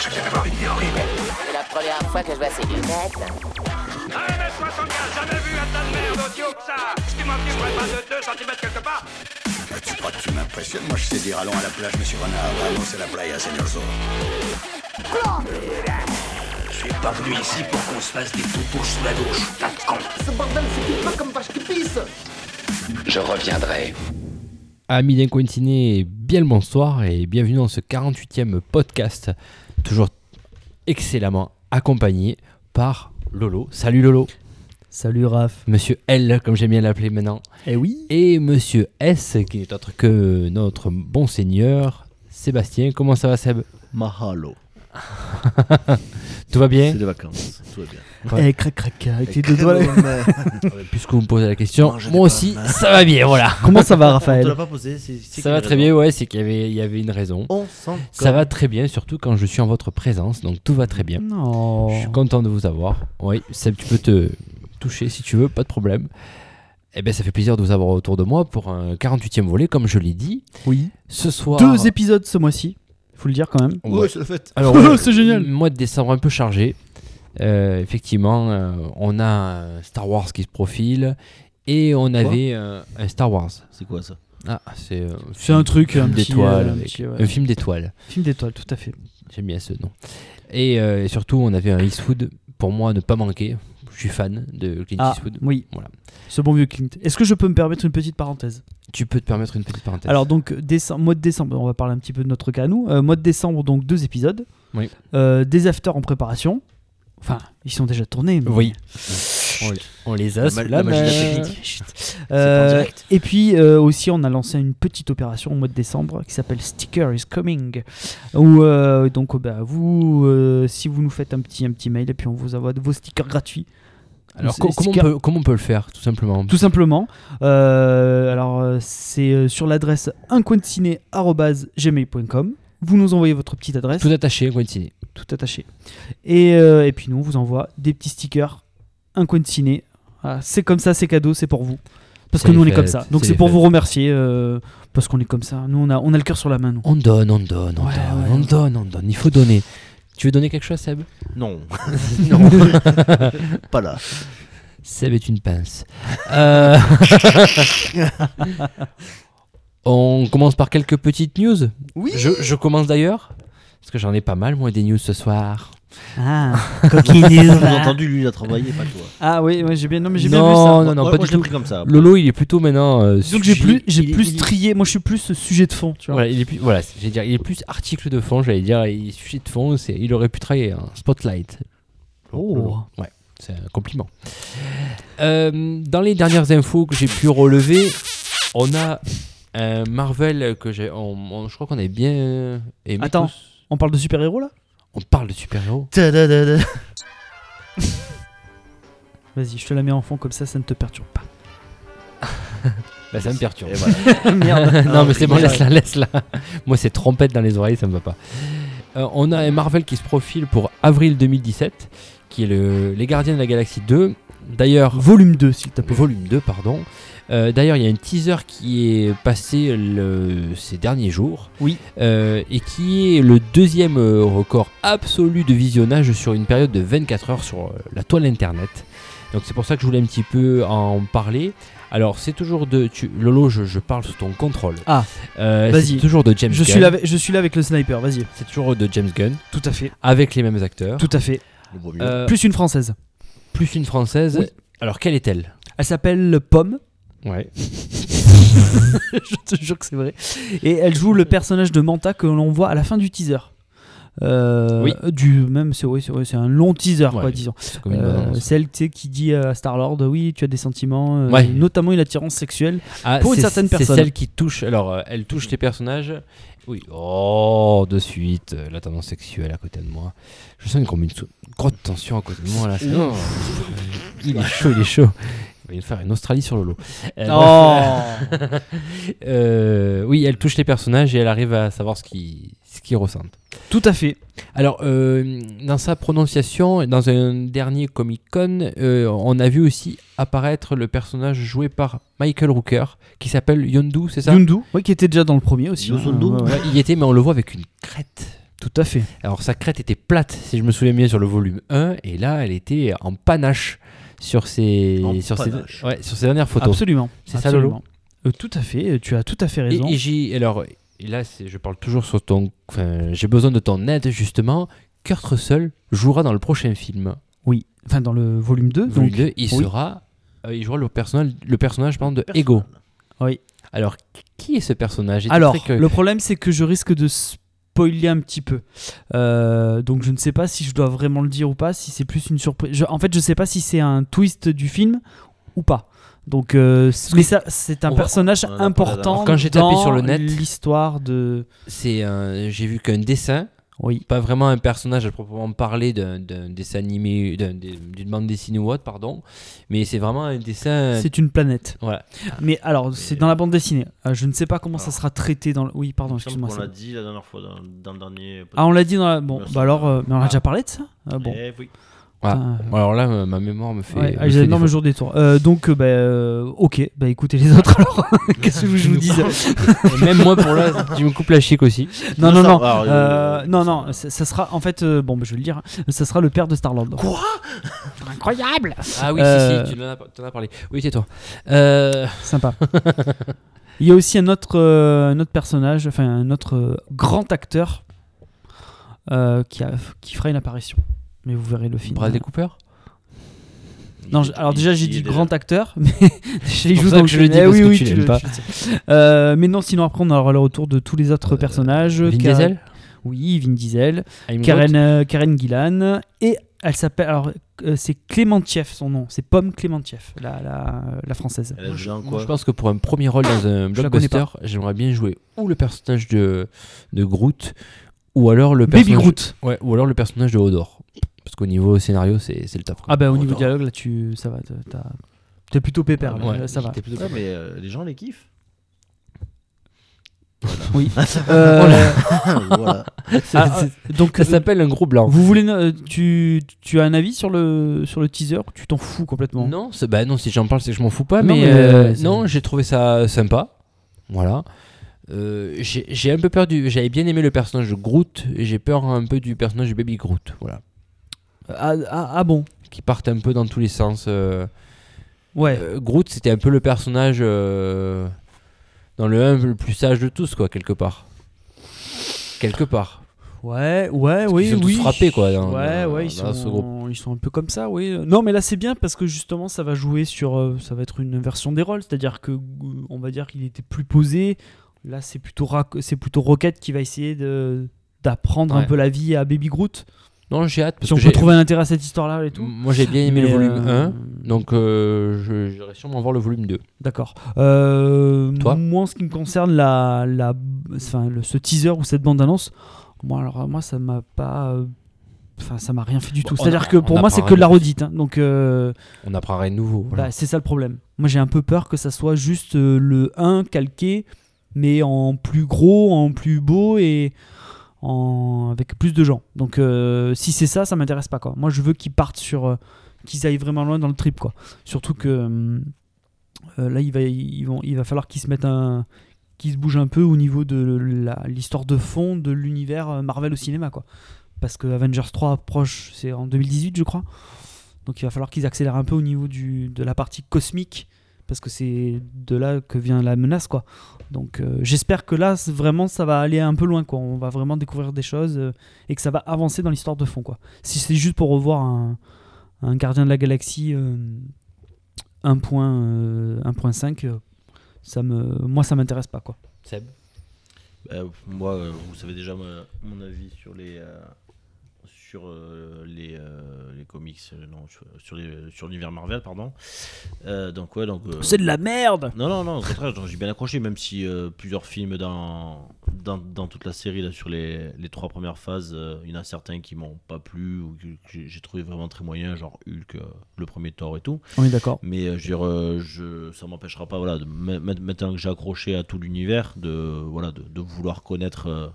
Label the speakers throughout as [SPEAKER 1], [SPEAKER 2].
[SPEAKER 1] je viens d'avoir une idée horrible.
[SPEAKER 2] C'est la première fois que je vois ces lunettes.
[SPEAKER 3] 1m75, jamais vu un tas de merde audio que ça Excuse-moi, tu pourrais pas de 2 cm quelque part
[SPEAKER 1] Tu crois que tu m'impressionnes Moi, je sais dire allons à la plage, monsieur Renard. Allons, c'est la playa, señor Zorro.
[SPEAKER 4] Je suis pas venu ici pour qu'on se fasse des toutous sous la douche, tas de cons.
[SPEAKER 5] Je reviendrai.
[SPEAKER 6] Amis d'Incointiné, bien le bonsoir et bienvenue dans ce 48e podcast, toujours excellemment accompagné par Lolo. Salut Lolo,
[SPEAKER 7] Salut Raph.
[SPEAKER 6] monsieur L, comme j'aime bien l'appeler maintenant,
[SPEAKER 7] Eh oui
[SPEAKER 6] et monsieur S, qui n'est autre que notre bon seigneur Sébastien. Comment ça va Seb
[SPEAKER 8] Mahalo.
[SPEAKER 6] Tout va bien
[SPEAKER 8] C'est des vacances. Tout va bien.
[SPEAKER 7] Eh crac crac crac, avec tes deux doigts. là.
[SPEAKER 6] Puisque vous me posez la question,
[SPEAKER 8] Non, je n'ai
[SPEAKER 6] moi
[SPEAKER 8] pas.
[SPEAKER 6] aussi, ça va bien, voilà.
[SPEAKER 7] Comment ça va
[SPEAKER 8] On te l'a
[SPEAKER 7] Raphaël
[SPEAKER 8] pas posé. c'est- c'est
[SPEAKER 6] Ça
[SPEAKER 8] quelle
[SPEAKER 6] va très
[SPEAKER 8] raison
[SPEAKER 6] bien, ouais, c'est qu'il y avait, il y avait une raison.
[SPEAKER 8] On s'en
[SPEAKER 6] Ça
[SPEAKER 8] colle.
[SPEAKER 6] va très bien, surtout quand je suis en votre présence, donc tout va très bien.
[SPEAKER 7] Non.
[SPEAKER 6] Je suis content de vous avoir. Oui, Seb, tu peux te toucher si tu veux, pas de problème. Eh bien, ça fait plaisir de vous avoir autour de moi pour un 48e volet, comme je l'ai dit.
[SPEAKER 7] Oui.
[SPEAKER 6] Ce soir.
[SPEAKER 7] Deux épisodes ce mois-ci, faut le dire quand même.
[SPEAKER 6] Ouais.
[SPEAKER 8] Ouais, c'est le fait.
[SPEAKER 6] Alors,
[SPEAKER 7] Oh,
[SPEAKER 6] ouais,
[SPEAKER 7] c'est génial.
[SPEAKER 6] Mois de décembre un peu chargé. Euh, effectivement, euh, on a un Star Wars qui se profile et on avait euh, un Star Wars.
[SPEAKER 8] C'est quoi ça
[SPEAKER 6] Ah, c'est euh, un
[SPEAKER 7] C'est un
[SPEAKER 6] film
[SPEAKER 7] truc, un petit,
[SPEAKER 6] d'étoiles.
[SPEAKER 7] euh, un
[SPEAKER 6] avec-
[SPEAKER 7] petit, ouais.
[SPEAKER 6] Un film d'étoiles.
[SPEAKER 7] film d'étoiles, tout à fait.
[SPEAKER 6] J'aime bien ce nom. Et, euh, et surtout, on avait un Eastwood pour moi à ne pas manquer. Je suis fan de Clint
[SPEAKER 7] Ah,
[SPEAKER 6] Eastwood.
[SPEAKER 7] oui.
[SPEAKER 6] Voilà.
[SPEAKER 7] Ce bon vieux Clint. Est-ce que je peux me permettre une petite parenthèse
[SPEAKER 6] Tu peux te permettre une petite parenthèse.
[SPEAKER 7] Alors donc décembre, mois de décembre, on va parler un petit peu de notre cas à nous. Euh, mois de décembre, donc deux épisodes.
[SPEAKER 6] Oui.
[SPEAKER 7] Euh, des afters en préparation. Enfin, ils sont déjà tournés. mais-
[SPEAKER 6] Oui. On, on les a
[SPEAKER 8] La
[SPEAKER 6] sous
[SPEAKER 8] ma-
[SPEAKER 6] la,
[SPEAKER 8] la magie de la
[SPEAKER 6] main.
[SPEAKER 8] technique.
[SPEAKER 7] Euh,
[SPEAKER 8] C'est en direct.
[SPEAKER 7] et puis euh, aussi, on a lancé une petite opération au mois de décembre qui s'appelle Sticker is Coming. Où euh, donc, euh, bah, vous, euh, si vous nous faites un petit, un petit mail, et puis on vous envoie de vos stickers gratuits.
[SPEAKER 6] Alors,
[SPEAKER 7] C'est-
[SPEAKER 6] co- comment, on
[SPEAKER 7] sticker-
[SPEAKER 6] peut, comment on peut le faire, tout simplement
[SPEAKER 7] Tout simplement. Euh, alors, euh, c'est euh, sur l'adresse uncointiné.gmail.com. Vous nous envoyez votre petite adresse,
[SPEAKER 6] Tout attaché, Quentin.
[SPEAKER 7] tout attaché. Et, euh, et puis nous, on vous envoie des petits stickers, un coin de ciné. Voilà, c'est comme ça, c'est cadeau, c'est pour vous. Parce
[SPEAKER 6] C'est
[SPEAKER 7] que nous, on
[SPEAKER 6] les
[SPEAKER 7] est comme
[SPEAKER 6] fêtes,
[SPEAKER 7] ça. Donc
[SPEAKER 6] c'est
[SPEAKER 7] c'est
[SPEAKER 6] les
[SPEAKER 7] pour
[SPEAKER 6] fêtes.
[SPEAKER 7] vous remercier, euh, parce qu'on est comme ça. Nous, on a, on a le cœur sur la main, nous.
[SPEAKER 6] On donne, on donne, on
[SPEAKER 7] Ouais,
[SPEAKER 6] donne,
[SPEAKER 7] ouais.
[SPEAKER 6] on donne, on donne. Il faut donner. Tu veux donner quelque chose, Seb
[SPEAKER 8] Non,
[SPEAKER 6] Non.
[SPEAKER 8] pas là.
[SPEAKER 6] Seb est une pince. Euh, on commence par quelques petites news.
[SPEAKER 8] Oui.
[SPEAKER 6] Je, je commence d'ailleurs, parce que j'en ai pas mal, moi, des news ce soir.
[SPEAKER 7] Ah,
[SPEAKER 8] Vous avez entendu, lui, il a travaillé, pas toi.
[SPEAKER 7] Ah oui, ouais, j'ai bien, non, mais j'ai
[SPEAKER 6] Non,
[SPEAKER 7] bien vu ça.
[SPEAKER 6] non, non,
[SPEAKER 8] Moi-
[SPEAKER 6] pas
[SPEAKER 8] moi,
[SPEAKER 6] du
[SPEAKER 8] je l'ai
[SPEAKER 6] tout.
[SPEAKER 8] pris comme ça.
[SPEAKER 6] Lolo, il est plutôt maintenant. euh,
[SPEAKER 7] Donc j'ai
[SPEAKER 6] sujet-
[SPEAKER 7] plus, j'ai
[SPEAKER 6] il-
[SPEAKER 7] plus
[SPEAKER 6] il-
[SPEAKER 7] trié. Moi, je suis plus sujet de fond, tu vois.
[SPEAKER 6] Voilà, il est plus, voilà, j'allais dire, il est plus article de fond, j'allais dire, il sujet de fond, c'est, il aurait pu travailler un spotlight.
[SPEAKER 7] Oh.
[SPEAKER 6] Lolo. Ouais, c'est un compliment. Euh, dans les dernières infos que j'ai pu relever, on a un Marvel que j'ai, on- on- je crois qu'on avait bien aimé.
[SPEAKER 7] Attends.
[SPEAKER 6] tous.
[SPEAKER 7] On parle de super-héros là
[SPEAKER 6] on parle de super-héros.
[SPEAKER 8] Ta-da-da-da.
[SPEAKER 7] Vas-y, je te la mets en fond comme ça, ça ne te perturbe pas.
[SPEAKER 6] Bah, ça me perturbe.
[SPEAKER 8] Et voilà.
[SPEAKER 7] Merde.
[SPEAKER 6] non, mais c'est bon,
[SPEAKER 7] horrible.
[SPEAKER 6] laisse-la, laisse-la. Moi, c'est trompette dans les oreilles, ça me va pas. Euh, on a un Marvel qui se profile pour avril 2017, qui est le, Les Gardiens de la Galaxie 2. D'ailleurs,
[SPEAKER 7] Volume 2, s'il te plaît.
[SPEAKER 6] volume 2, pardon. Euh, D'ailleurs, il y a un teaser qui est passé le- ces derniers jours.
[SPEAKER 7] Oui.
[SPEAKER 6] Euh, et qui est le deuxième euh, record absolu de visionnage sur une période de 24 heures sur euh, la toile internet. Donc c'est pour ça que je voulais un petit peu en parler. Alors c'est toujours de... tu- Lolo, je, je parle sous ton contrôle.
[SPEAKER 7] Ah.
[SPEAKER 6] Euh,
[SPEAKER 7] Vas-y.
[SPEAKER 6] C'est toujours de James
[SPEAKER 7] Je
[SPEAKER 6] Gunn.
[SPEAKER 7] suis, là, avec- je suis là avec le sniper, vas-y.
[SPEAKER 6] C'est toujours de James Gunn,
[SPEAKER 7] Tout à fait.
[SPEAKER 6] avec les mêmes acteurs.
[SPEAKER 7] Tout à fait.
[SPEAKER 8] Le bon vieux.
[SPEAKER 6] Euh, plus,
[SPEAKER 7] Plus une française.
[SPEAKER 6] plus une française.
[SPEAKER 7] Oui.
[SPEAKER 6] Alors quelle est-elle
[SPEAKER 7] Elle s'appelle Pomme.
[SPEAKER 6] Ouais.
[SPEAKER 7] je te jure que c'est vrai. Et elle joue le personnage de Manta que l'on voit à la fin du teaser. Euh,
[SPEAKER 6] Oui.
[SPEAKER 7] Du même, c'est oui, c'est oui, c'est un long teaser, quoi,
[SPEAKER 6] Ouais, bah,
[SPEAKER 7] disons.
[SPEAKER 6] C'est comme une bonne
[SPEAKER 7] Euh,
[SPEAKER 6] annonce.
[SPEAKER 7] celle tu sais, qui dit à Star Lord, oui, tu as des sentiments, euh,
[SPEAKER 6] Ouais.
[SPEAKER 7] notamment une attirance sexuelle.
[SPEAKER 6] Ah,
[SPEAKER 7] pour une
[SPEAKER 6] c'est-
[SPEAKER 7] certaine personne.
[SPEAKER 6] C'est celle qui touche. Alors, euh, elle touche les personnages. Oui. Oh, de suite, euh, la tendance sexuelle à côté de moi. Je sens une, comme une sou- grosse tension à côté de moi là. C'est- Oh. il est chaud, il est chaud. Il va y faire une Australie sur le lot. Euh, bref. Euh, oui, elle touche les personnages et elle arrive à savoir ce qu'ils ce qu'ils ressentent.
[SPEAKER 7] Tout à fait.
[SPEAKER 6] Alors, euh, dans sa prononciation, dans un dernier Comic Con, euh, on a vu aussi apparaître le personnage joué par Michael Rooker qui s'appelle Yondu, c'est ça
[SPEAKER 7] Yundu, oui, qui était déjà dans le premier aussi. hein.
[SPEAKER 8] Yuzundu.
[SPEAKER 7] Ouais, ouais, ouais.
[SPEAKER 6] Ouais, il y était, mais on le voit avec une crête.
[SPEAKER 7] Tout à fait.
[SPEAKER 6] Alors sa crête était plate, si je me souviens bien, sur le volume 1, et là, elle était en panache sur ses,
[SPEAKER 8] En
[SPEAKER 6] sur ses,
[SPEAKER 8] panache.
[SPEAKER 6] ouais, sur ses dernières photos.
[SPEAKER 7] Absolument.
[SPEAKER 6] C'est ça, Lolo
[SPEAKER 7] Absolument. Euh, Tout à fait, euh, tu as tout à fait
[SPEAKER 6] Et,
[SPEAKER 7] raison.
[SPEAKER 6] et j'ai- alors, et là, c'est- je parle toujours sur ton. enfin, j'ai besoin de ton aide, justement. Kurt Russell jouera dans le prochain film.
[SPEAKER 7] Oui, enfin dans le volume 2.
[SPEAKER 6] Volume
[SPEAKER 7] donc,
[SPEAKER 6] 2, il
[SPEAKER 7] oui.
[SPEAKER 6] sera. euh, il jouera le personnage, le personnage pardon, de Ego.
[SPEAKER 7] Oui.
[SPEAKER 6] Alors, qui est ce personnage J'étais
[SPEAKER 7] Alors,
[SPEAKER 6] très
[SPEAKER 8] euh,
[SPEAKER 6] curieux.
[SPEAKER 7] le problème, c'est que je risque de spoiler un petit peu. Euh, donc, je ne sais pas si je dois vraiment le dire ou pas, si c'est plus une surprise. Je- en fait, je ne sais pas si c'est un twist du film ou pas. Donc, euh, c- mais ça, c'est un
[SPEAKER 6] on va-
[SPEAKER 7] personnage
[SPEAKER 8] on en a parlé la dernière
[SPEAKER 7] important
[SPEAKER 8] fois.
[SPEAKER 6] Quand j'ai tapé
[SPEAKER 7] dans
[SPEAKER 6] sur le net-
[SPEAKER 7] l'histoire de.
[SPEAKER 6] C'est un- j'ai vu qu'un dessin,
[SPEAKER 7] Oui.
[SPEAKER 6] pas vraiment un personnage à proprement parler d'un d'un dessin animé, d'un- d'une bande dessinée ou autre, pardon, mais c'est vraiment un dessin.
[SPEAKER 7] C'est une planète.
[SPEAKER 6] Euh, Voilà.
[SPEAKER 7] Mais alors, c'est dans la bande dessinée. Euh, Je ne sais pas comment ça
[SPEAKER 8] Alors.
[SPEAKER 7] sera traité dans le. Oui,
[SPEAKER 8] Il
[SPEAKER 7] pardon,
[SPEAKER 8] me semble
[SPEAKER 7] excuse-moi.
[SPEAKER 8] qu'on
[SPEAKER 7] c'est-
[SPEAKER 8] l'a dit la dernière fois dans, dans le dernier.
[SPEAKER 7] Ah, on l'a dit dans la. Bon,
[SPEAKER 8] Il me semble.
[SPEAKER 7] bah alors, euh, mais on a
[SPEAKER 8] Ah.
[SPEAKER 7] déjà parlé de ça Ah, Bon.
[SPEAKER 8] Eh oui.
[SPEAKER 6] Voilà.
[SPEAKER 7] Putain, euh,
[SPEAKER 6] Alors là, ma ma mémoire me fait.
[SPEAKER 7] Ouais,
[SPEAKER 6] me
[SPEAKER 7] ah, j'ai
[SPEAKER 6] fait
[SPEAKER 7] un énorme
[SPEAKER 6] défaut.
[SPEAKER 7] jour des tours. Euh, donc, euh, bah, euh, ok, bah écoutez les autres alors. Qu'est-ce que je vous dis
[SPEAKER 6] Et même moi, pour là, tu me coupes la chic aussi.
[SPEAKER 7] Non, non,
[SPEAKER 8] Ça
[SPEAKER 7] non.
[SPEAKER 8] va,
[SPEAKER 7] euh,
[SPEAKER 8] euh, ça
[SPEAKER 7] non, non,
[SPEAKER 8] va.
[SPEAKER 7] ça, ça sera en fait, euh, bon, bah, je vais le dire, hein, ça sera le père de Star-Lord. Quoi Incroyable
[SPEAKER 6] Ah oui,
[SPEAKER 7] Euh.
[SPEAKER 6] si, si, tu en as, t'en as parlé. Oui, tais-toi. Euh,
[SPEAKER 7] Sympa. Il y a aussi un autre, euh, un autre personnage, enfin, un autre euh, grand acteur euh, qui, a, qui fera une apparition. Mais vous verrez le film.
[SPEAKER 6] Bradley Cooper
[SPEAKER 7] Non, je- alors déjà j'ai
[SPEAKER 8] Il est
[SPEAKER 7] dit
[SPEAKER 8] déjà-
[SPEAKER 7] grand acteur, mais je les
[SPEAKER 6] pour
[SPEAKER 7] joue
[SPEAKER 6] ça
[SPEAKER 7] dans
[SPEAKER 6] que je le dis,
[SPEAKER 7] Eh
[SPEAKER 6] parce
[SPEAKER 7] oui,
[SPEAKER 6] que
[SPEAKER 7] oui,
[SPEAKER 6] tu l'aimes
[SPEAKER 7] le-
[SPEAKER 6] pas.
[SPEAKER 7] le sais. Euh, mais non, sinon après on aura le retour de tous les autres personnages.
[SPEAKER 6] Euh, Vin
[SPEAKER 7] Karen-
[SPEAKER 6] Diesel
[SPEAKER 7] Oui, Vin Diesel.
[SPEAKER 6] I'm
[SPEAKER 7] Karen,
[SPEAKER 6] Groot
[SPEAKER 7] euh, Karen Gillan. Et elle s'appelle. Alors euh, c'est Clémentieff son nom. C'est Pomme Clémentieff, la, la, la française.
[SPEAKER 8] Elle a joué en
[SPEAKER 6] Moi,
[SPEAKER 8] quoi
[SPEAKER 6] Je pense que pour un premier rôle dans un
[SPEAKER 7] Je la connais
[SPEAKER 6] blockbuster, j'aimerais bien jouer ou le personnage de, de Groot ou alors le
[SPEAKER 7] Baby
[SPEAKER 6] personnage
[SPEAKER 7] Groot.
[SPEAKER 6] Ouais, ou alors le personnage de Hodor. Parce qu'au niveau scénario, c'est c'est le top. quoi.
[SPEAKER 7] Ah bah au
[SPEAKER 8] Oh,
[SPEAKER 7] niveau
[SPEAKER 8] t'as-
[SPEAKER 7] dialogue là tu ça va. t'as- t'as- T'es plutôt pépère, là,
[SPEAKER 6] Ouais,
[SPEAKER 7] là, ça va.
[SPEAKER 6] j'étais plutôt
[SPEAKER 8] Ouais, mais euh, les gens les kiffent.
[SPEAKER 7] Oui. Euh,
[SPEAKER 8] voilà.
[SPEAKER 6] Ça-
[SPEAKER 7] ah, ah, donc
[SPEAKER 6] Oh, Ça s'appelle un gros blanc.
[SPEAKER 7] vous voulez euh, tu, tu as un avis sur le sur le teaser ou tu t'en fous complètement
[SPEAKER 6] Non, c'est- bah non, si j'en parle, c'est que je m'en fous pas.
[SPEAKER 7] Non,
[SPEAKER 6] mais
[SPEAKER 7] mais,
[SPEAKER 6] euh,
[SPEAKER 7] ouais, c'est-
[SPEAKER 6] non, j'ai trouvé ça euh, sympa. Voilà. Euh, j'ai j'ai un peu peur du. J'avais bien aimé le personnage de Groot. et J'ai peur un peu du personnage de Baby Groot. Voilà.
[SPEAKER 7] Ah, ah, ah bon
[SPEAKER 6] Qui partent un peu dans tous les sens. euh.
[SPEAKER 7] Ouais.
[SPEAKER 6] Euh, Groot, c'était un peu le personnage euh, dans le 1 le plus sage de tous, quoi, quelque part. Quelque part.
[SPEAKER 7] Ouais, ouais,
[SPEAKER 6] Parce
[SPEAKER 7] oui,
[SPEAKER 6] qu'ils sont tous
[SPEAKER 7] oui.
[SPEAKER 6] frappés, quoi, dans-
[SPEAKER 7] ouais,
[SPEAKER 6] dans-
[SPEAKER 7] ouais, ils
[SPEAKER 6] dans ce
[SPEAKER 7] sont, ils sont un peu comme ça, oui. Non, mais là c'est bien parce que justement ça va jouer sur, euh, ça va être une version des rôles, c'est-à-dire que euh, on va dire qu'il était plus posé. Là, c'est plutôt Rac- c'est plutôt Rocket qui va essayer de d'apprendre un
[SPEAKER 6] Ouais.
[SPEAKER 7] peu la vie à Baby Groot.
[SPEAKER 6] Non, j'ai hâte. Parce
[SPEAKER 7] si on
[SPEAKER 6] que
[SPEAKER 7] peut
[SPEAKER 6] j'ai-
[SPEAKER 7] trouver un intérêt à cette histoire-là et tout.
[SPEAKER 6] Moi, j'ai bien aimé le
[SPEAKER 7] Mais,
[SPEAKER 6] volume
[SPEAKER 7] euh,
[SPEAKER 6] 1. Donc, euh, je- j'irai sûrement voir le volume 2.
[SPEAKER 7] D'accord. Euh,
[SPEAKER 6] Toi
[SPEAKER 7] Moi, en ce qui me concerne, la, la, enfin, le- ce teaser ou cette bande-annonce, moi, alors, moi, ça m'a pas. euh, Enfin, ça m'a rien fait du
[SPEAKER 6] Bon,
[SPEAKER 7] tout.
[SPEAKER 6] on
[SPEAKER 7] C'est-à-dire
[SPEAKER 6] a-
[SPEAKER 7] que
[SPEAKER 6] on
[SPEAKER 7] pour moi,
[SPEAKER 6] apprend
[SPEAKER 7] c'est que
[SPEAKER 6] rien
[SPEAKER 7] de la
[SPEAKER 6] de plus.
[SPEAKER 7] redite. hein. Donc, euh,
[SPEAKER 6] On apprend rien de nouveau. voilà.
[SPEAKER 7] bah, c'est ça le problème. Moi, j'ai un peu peur que ça soit juste euh, le 1 calqué, mais en plus gros, en plus beau et en... avec plus de gens. Donc, euh, si c'est ça, ça m'intéresse pas. Quoi. Moi, je veux qu'ils partent sur. euh, qu'ils aillent vraiment loin dans le trip. Quoi. Surtout que hum, euh, là, il va, ils vont, il va falloir qu'ils se mettent un. qu'ils se bougent un peu au niveau de la- l'histoire de fond de l'univers euh, Marvel au cinéma. Quoi. Parce que Avengers 3 approche, c'est en 2018, je crois. Donc il va falloir qu'ils accélèrent un peu au niveau du, de la partie cosmique, parce que c'est de là que vient la menace, quoi. Donc euh, j'espère que là, c'est- vraiment, ça va aller un peu loin, quoi. On va vraiment découvrir des choses euh, et que ça va avancer dans l'histoire de fond, quoi. Si c'est juste pour revoir un, un gardien de la galaxie euh, 1.1, euh, 1.5, euh, ça me, moi, ça m'intéresse pas, quoi.
[SPEAKER 6] Seb
[SPEAKER 8] Euh, moi, euh, vous savez déjà moi, mon avis sur les euh, sur euh, les, euh, les comics, euh, non, sur, sur les- sur l'univers Marvel, pardon. Euh, donc ouais, donc. euh,
[SPEAKER 7] C'est de la merde
[SPEAKER 8] non, non, non, au contraire, genre, j'ai bien accroché, même si euh, plusieurs films dans, dans, dans toute la série, là, sur les, les trois premières phases, euh, il y en a certains qui m'ont pas plu ou que que j'ai j'ai trouvé vraiment très moyen, genre Hulk, euh, le premier Thor et tout.
[SPEAKER 7] On est d'accord.
[SPEAKER 8] Mais euh, je veux dire, euh, je, ça m'empêchera pas, voilà, de, ma- ma- maintenant que j'ai accroché à tout l'univers, de, voilà, de, de vouloir connaître euh,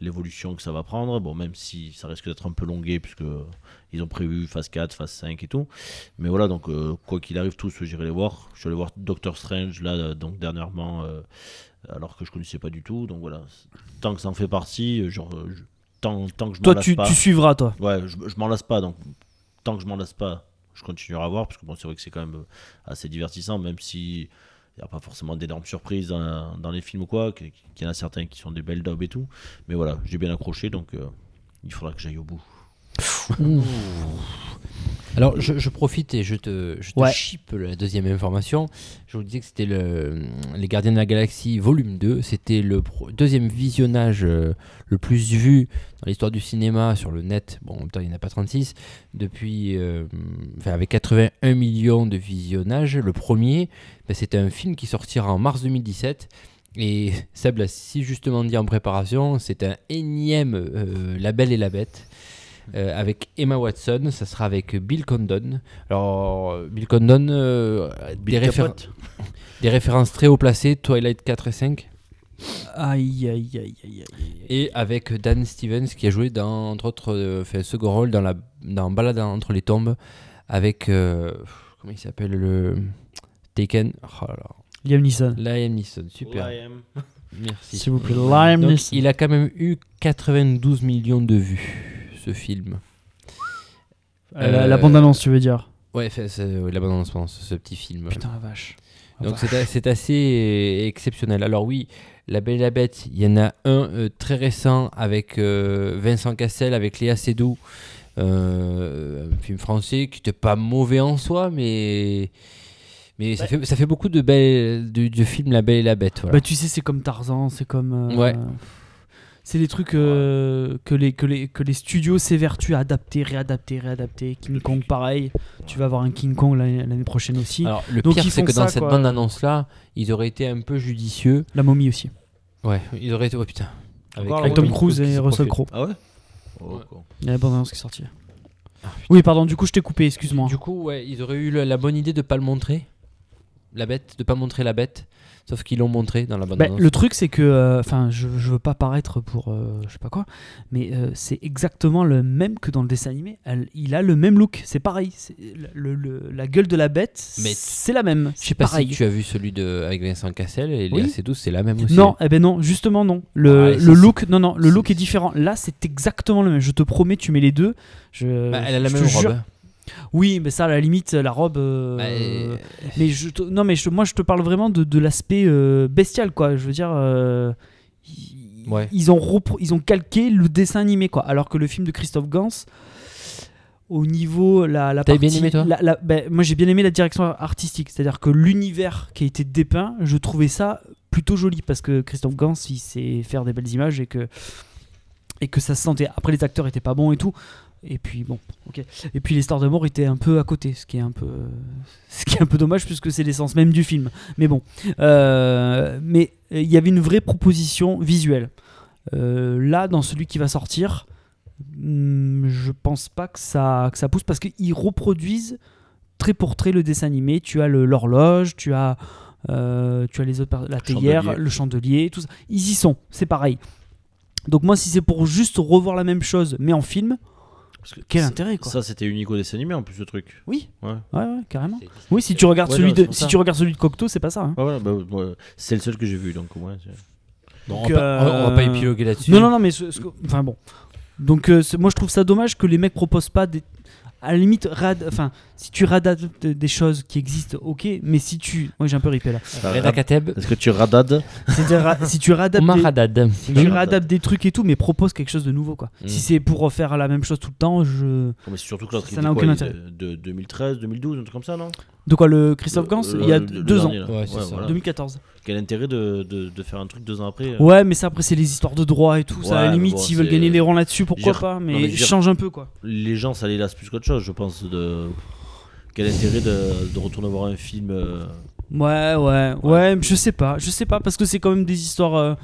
[SPEAKER 8] l'évolution que ça va prendre. Bon, même si ça risque d'être un peu longué, puisque euh, ils ont prévu phase 4, phase 5 et tout. Mais voilà, donc, euh, quoi qu'il arrive, tous, j'irai les voir. Je suis allé voir Doctor Strange, là, euh, donc, dernièrement, euh, alors que je connaissais pas du tout. Donc, voilà, tant que ça en fait partie, euh, genre, euh, je- tant, tant que je m'en
[SPEAKER 7] Toi,
[SPEAKER 8] lasse
[SPEAKER 7] tu,
[SPEAKER 8] pas.
[SPEAKER 7] tu suivras, toi.
[SPEAKER 8] Ouais, je, je m'en lasse pas, donc tant que je m'en lasse pas, je continuerai à voir, parce que bon, c'est vrai que c'est quand même euh, assez divertissant, même si il n'y a pas forcément d'énormes surprises dans, dans les films ou quoi, qu'il qu'il y en a certains qui sont des belles daubes et tout. Mais voilà, j'ai bien accroché, donc euh, il faudra que j'aille au bout.
[SPEAKER 6] Alors, je, je profite et je te, je te
[SPEAKER 7] Ouais.
[SPEAKER 6] chippe la deuxième information. Je vous disais que c'était le, Les Gardiens de la Galaxie volume 2. C'était le pro- deuxième visionnage euh, le plus vu dans l'histoire du cinéma sur le net. Bon, en même temps, il n'y en a pas 36. Depuis, euh, enfin, avec 81 millions de visionnages, le premier, ben, c'était un film qui sortira en mars 2017. Et Seb l'a si justement dit en préparation, c'est un énième euh, La Belle et la Bête. Euh, avec Emma Watson, ça sera avec Bill Condon. Alors, euh, Bill Condon, euh, des, réfé-
[SPEAKER 8] Capote.
[SPEAKER 6] des références très haut placées, Twilight 4 et 5,
[SPEAKER 7] Aïe, aïe, aïe, aïe, aïe.
[SPEAKER 6] et avec Dan Stevens qui a joué, dans, entre autres, euh, fait un second rôle dans, la, dans Balade entre les tombes, avec, euh, pff, comment il s'appelle, le Taken, oh là
[SPEAKER 7] Liam Neeson.
[SPEAKER 6] là, Liam Neeson, super,
[SPEAKER 8] Liam.
[SPEAKER 6] merci.
[SPEAKER 7] S'il vous plaît, Liam
[SPEAKER 6] Donc,
[SPEAKER 7] Neeson.
[SPEAKER 6] il a quand même eu 92 millions de vues, ce film.
[SPEAKER 7] Euh, la,
[SPEAKER 6] euh,
[SPEAKER 7] la bande-annonce, tu veux dire
[SPEAKER 6] Ouais, fait- c'est ouais, la bande annonce, ce petit film.
[SPEAKER 7] Putain, la vache. La
[SPEAKER 6] Donc
[SPEAKER 7] vache.
[SPEAKER 6] c'est a- c'est assez euh, exceptionnel. Alors oui, La Belle et la Bête, il y en a un euh, très récent avec euh, Vincent Cassel, avec Léa Seydoux, euh, un film français qui n'était pas mauvais en soi, mais, mais ça, fait, ça fait beaucoup de, belles, du, du film La Belle et la Bête. Voilà.
[SPEAKER 7] Bah, tu sais, c'est comme Tarzan, c'est comme. euh,
[SPEAKER 6] Ouais.
[SPEAKER 7] C'est des trucs euh, que, les, que, les, que les studios s'évertuent à adapter, réadapter, réadapter. King Kong, pareil. Tu vas avoir un King Kong l'année l'année prochaine aussi.
[SPEAKER 6] Alors le
[SPEAKER 7] Donc,
[SPEAKER 6] pire
[SPEAKER 7] ils
[SPEAKER 6] c'est
[SPEAKER 7] font
[SPEAKER 6] que dans
[SPEAKER 7] ça,
[SPEAKER 6] cette
[SPEAKER 7] quoi.
[SPEAKER 6] bande-annonce-là, ils auraient été un peu judicieux.
[SPEAKER 7] La momie aussi.
[SPEAKER 6] Ouais, ils auraient été... Oh putain. Avec,
[SPEAKER 8] Encore la
[SPEAKER 7] Avec
[SPEAKER 8] momie
[SPEAKER 7] Tom Cruise et Russell Crowe.
[SPEAKER 8] Ah ouais Oh,
[SPEAKER 6] Ouais.
[SPEAKER 8] quoi.
[SPEAKER 7] Il y a la bande-annonce qui est sortie. oui, pardon, du coup, je t'ai coupé, excuse-moi.
[SPEAKER 6] Du coup, ouais, ils auraient eu le- la bonne idée de pas le montrer, la bête, de pas montrer la bête, sauf qu'ils l'ont montré dans la bande
[SPEAKER 7] Bah,
[SPEAKER 6] annonce.
[SPEAKER 7] le truc, c'est que, euh, enfin, je, je veux pas paraître pour euh, je sais pas quoi, mais euh, c'est exactement le même que dans le dessin animé. Elle- il a le même look, c'est pareil. C'est- le- le- la gueule de la bête,
[SPEAKER 6] Mais tu-
[SPEAKER 7] c'est la même.
[SPEAKER 6] Je sais
[SPEAKER 7] c'est
[SPEAKER 6] pas
[SPEAKER 7] pareil.
[SPEAKER 6] si tu as vu celui de avec Vincent Cassel et
[SPEAKER 7] Oui.
[SPEAKER 6] Léa Seydoux, c'est la même aussi.
[SPEAKER 7] Non, eh ben non, justement non. Le,
[SPEAKER 6] Ah, et ça,
[SPEAKER 7] le
[SPEAKER 6] c'est-
[SPEAKER 7] look, non non, le look
[SPEAKER 6] c'est-
[SPEAKER 7] est différent. Là, c'est exactement le même. Je te promets, tu mets les deux. Je,
[SPEAKER 6] Bah, elle a la
[SPEAKER 7] je
[SPEAKER 6] même
[SPEAKER 7] te jure-
[SPEAKER 6] robe.
[SPEAKER 7] Oui, mais ça, à la limite, la robe. euh,
[SPEAKER 6] Bah, et-
[SPEAKER 7] Mais je te- non, mais je- moi je te parle vraiment de, de l'aspect euh, bestial, quoi. Je veux dire, euh, ils,
[SPEAKER 6] Ouais.
[SPEAKER 7] ils ont repro- ils ont calqué le dessin animé, quoi. Alors que le film de Christophe Gans, au niveau la, la
[SPEAKER 6] T'avais bien
[SPEAKER 7] partie,
[SPEAKER 6] aimé, toi
[SPEAKER 7] la- la- ben, moi j'ai bien aimé la direction artistique, c'est-à-dire que l'univers qui a été dépeint, je trouvais ça plutôt joli parce que Christophe Gans, il sait faire des belles images et que et que ça se sentait. Après, les acteurs étaient pas bons et tout. Et puis bon, ok. Et puis les stars de mort étaient un peu à côté, ce qui est un peu, ce qui est un peu dommage puisque c'est l'essence même du film. Mais bon, Euh, mais euh, il y avait une vraie proposition visuelle. Euh, là, dans celui qui va sortir, hmm, je pense pas que ça, que ça pousse parce qu'ils reproduisent trait pour trait le dessin animé. Tu as le- l'horloge, tu as, euh, tu as les autres, par- la théière,
[SPEAKER 8] chandelier.
[SPEAKER 7] le chandelier, tout ça. Ils y sont, c'est pareil. Donc moi, si c'est pour juste revoir la même chose, mais en film,
[SPEAKER 8] Parce que
[SPEAKER 7] quel
[SPEAKER 8] ça-
[SPEAKER 7] intérêt quoi
[SPEAKER 8] Ça, c'était unique au dessin animé en plus, le truc.
[SPEAKER 7] Oui.
[SPEAKER 8] Ouais.
[SPEAKER 7] Ouais, ouais, carrément.
[SPEAKER 6] C'est-
[SPEAKER 7] Oui, si tu regardes
[SPEAKER 8] Ouais,
[SPEAKER 7] celui
[SPEAKER 8] non, c'est
[SPEAKER 7] de,
[SPEAKER 8] pour
[SPEAKER 7] si
[SPEAKER 8] ça.
[SPEAKER 7] tu regardes celui de Cocteau, c'est pas ça. hein.
[SPEAKER 8] Ah, voilà, bah, ouais, c'est le seul que j'ai vu, donc au moins. c'est-
[SPEAKER 6] Bon,
[SPEAKER 7] Donc,
[SPEAKER 6] on, va pas, on- on va pas
[SPEAKER 7] euh,
[SPEAKER 6] épiloguer là-dessus.
[SPEAKER 7] Non, non, non, mais ce- ce que- enfin bon. Donc euh, c'est- moi je trouve ça dommage que les mecs proposent pas des à la limite rad... enfin si tu radadaptes des choses qui existent, OK, mais si tu moi j'ai un peu ripé là.
[SPEAKER 8] Ça
[SPEAKER 6] Reda
[SPEAKER 8] rap-
[SPEAKER 6] Kateb,
[SPEAKER 8] Ah, Est-ce que tu radades
[SPEAKER 7] C'est-à-dire ra- si tu
[SPEAKER 6] Omar
[SPEAKER 7] radadaptes des...
[SPEAKER 6] Haddad.
[SPEAKER 7] si tu réadaptes des trucs et tout mais propose quelque chose de nouveau quoi.
[SPEAKER 6] Mm.
[SPEAKER 7] Si c'est pour refaire la même chose tout le temps, je
[SPEAKER 8] Non, mais c'est surtout que l'autre,
[SPEAKER 7] Ça
[SPEAKER 8] il était
[SPEAKER 7] n'a
[SPEAKER 8] quoi,
[SPEAKER 7] aucun
[SPEAKER 8] il était De 2013, 2012, un truc comme ça, non
[SPEAKER 7] De quoi le Christophe Gans,
[SPEAKER 8] Le-
[SPEAKER 7] il y a
[SPEAKER 8] Euh, le- le
[SPEAKER 7] deux ans,
[SPEAKER 8] dernier, là.
[SPEAKER 6] Ouais, c'est ça.
[SPEAKER 8] voilà.
[SPEAKER 7] 2014.
[SPEAKER 8] Quel intérêt de, de, de faire un truc deux ans après euh,
[SPEAKER 7] Ouais, mais ça après c'est les histoires de droit et tout, ça à la
[SPEAKER 8] Ouais, mais
[SPEAKER 7] limite
[SPEAKER 8] bon,
[SPEAKER 7] s'ils veulent
[SPEAKER 8] c'est-
[SPEAKER 7] gagner les rangs là-dessus, pourquoi
[SPEAKER 8] Gère-
[SPEAKER 7] pas, mais,
[SPEAKER 8] Non, mais gère-
[SPEAKER 7] change un peu quoi.
[SPEAKER 8] Les gens, ça les lasse plus qu'autre chose, je pense. De... Quel intérêt de, de retourner voir un film euh,
[SPEAKER 7] Ouais, ouais, ouais, mais je sais pas, je sais pas parce que c'est quand même des histoires euh,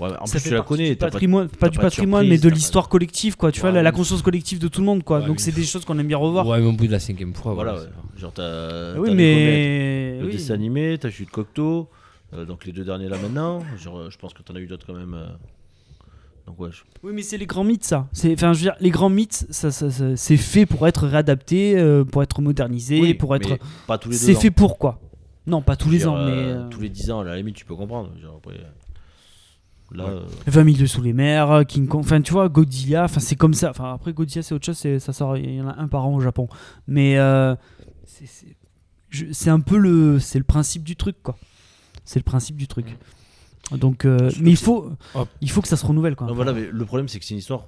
[SPEAKER 8] ouais, En
[SPEAKER 7] ça
[SPEAKER 8] plus,
[SPEAKER 7] fait
[SPEAKER 8] tu la
[SPEAKER 7] partie
[SPEAKER 8] connais.
[SPEAKER 7] du
[SPEAKER 8] t'as pas-
[SPEAKER 7] patrimoine, pas,
[SPEAKER 8] t'as
[SPEAKER 7] du
[SPEAKER 8] pas de
[SPEAKER 7] patrimoine, mais
[SPEAKER 8] surprise,
[SPEAKER 7] de
[SPEAKER 8] t'as pas-
[SPEAKER 7] l'histoire collective, quoi. Tu vois,
[SPEAKER 8] Ouais,
[SPEAKER 7] la, la
[SPEAKER 8] oui.
[SPEAKER 7] conscience collective de tout le monde, quoi.
[SPEAKER 6] Ouais,
[SPEAKER 7] Donc
[SPEAKER 6] oui.
[SPEAKER 7] c'est des choses qu'on aime bien revoir.
[SPEAKER 6] Ouais, mais au bout de la cinquième fois.
[SPEAKER 8] Voilà,
[SPEAKER 6] Voilà,
[SPEAKER 8] ouais. Genre, t'as. t'as
[SPEAKER 7] oui,
[SPEAKER 8] les comètes,
[SPEAKER 7] mais
[SPEAKER 8] Le
[SPEAKER 7] oui.
[SPEAKER 8] dessin animé, t'as eu de Cocteau, euh, donc les deux derniers là maintenant. Genre, euh, je pense que t'en as eu d'autres quand même. euh. Donc, ouais, je-
[SPEAKER 7] Oui, mais c'est les grands mythes, ça. C'est, enfin, je veux dire, les grands mythes, ça, ça- ça- c'est fait pour être réadapté, euh, pour être modernisé,
[SPEAKER 8] Oui,
[SPEAKER 7] pour être.
[SPEAKER 8] mais Pas tous les deux
[SPEAKER 7] C'est
[SPEAKER 8] ans.
[SPEAKER 7] fait pour quoi Non, pas tous
[SPEAKER 8] Je veux
[SPEAKER 7] les
[SPEAKER 8] dire,
[SPEAKER 7] ans, mais
[SPEAKER 8] euh,
[SPEAKER 7] euh,
[SPEAKER 8] Tous les 10 ans, à la limite, tu peux comprendre. Genre, après, euh, Là, euh,
[SPEAKER 7] 20 000 de sous les mers, King Kong, enfin tu vois, Godzilla, enfin c'est comme ça. Enfin après Godzilla c'est autre chose, c'est- ça sort, il y en a un par an au Japon. Mais euh, c'est- c'est je- c'est un peu le, c'est le principe du truc quoi. C'est le principe du truc. Donc, euh, mais il faut,
[SPEAKER 8] Hop.
[SPEAKER 7] il faut que ça se renouvelle quand
[SPEAKER 8] non,
[SPEAKER 7] même.
[SPEAKER 8] voilà, mais le problème, c'est que c'est une histoire.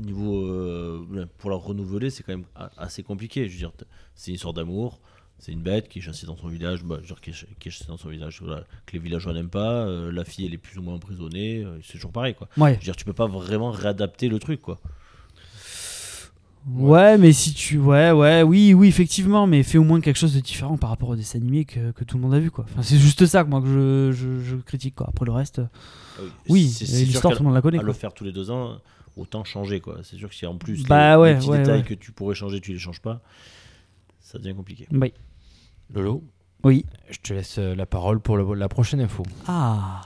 [SPEAKER 8] Niveau, euh, pour la renouveler, c'est quand même a- assez compliqué. Je veux dire, t- c'est une histoire d'amour. C'est une bête qui est chassée dans son village, bah, je veux dire, qui, est, ch- qui est chassée dans son village, voilà, que les villageois n'aiment pas. euh, la fille, elle est plus ou moins emprisonnée. euh, c'est toujours pareil, quoi.
[SPEAKER 7] Ouais.
[SPEAKER 8] Je veux dire, tu peux pas vraiment réadapter le truc, quoi.
[SPEAKER 7] ouais, mais si tu, ouais, ouais, oui, oui, effectivement, mais fais au moins quelque chose de différent par rapport au dessin animé que, que tout le monde a vu quoi. Enfin, c'est juste ça que moi que je, je, je critique quoi. Après le reste, Ah oui,
[SPEAKER 8] C'est- c'est sûr
[SPEAKER 7] l'histoire
[SPEAKER 8] qu'à-
[SPEAKER 7] tout le monde la connaît.
[SPEAKER 8] à
[SPEAKER 7] quoi.
[SPEAKER 8] le faire tous les deux ans, autant changer, quoi. C'est sûr que si en plus
[SPEAKER 7] Bah
[SPEAKER 8] les,
[SPEAKER 7] ouais,
[SPEAKER 8] les petits
[SPEAKER 7] ouais,
[SPEAKER 8] détails
[SPEAKER 7] ouais.
[SPEAKER 8] que tu pourrais changer, tu les changes pas, ça devient compliqué.
[SPEAKER 7] Oui.
[SPEAKER 6] Lolo,
[SPEAKER 7] oui.
[SPEAKER 6] je te laisse euh, la parole pour le- la prochaine info.
[SPEAKER 7] Ah.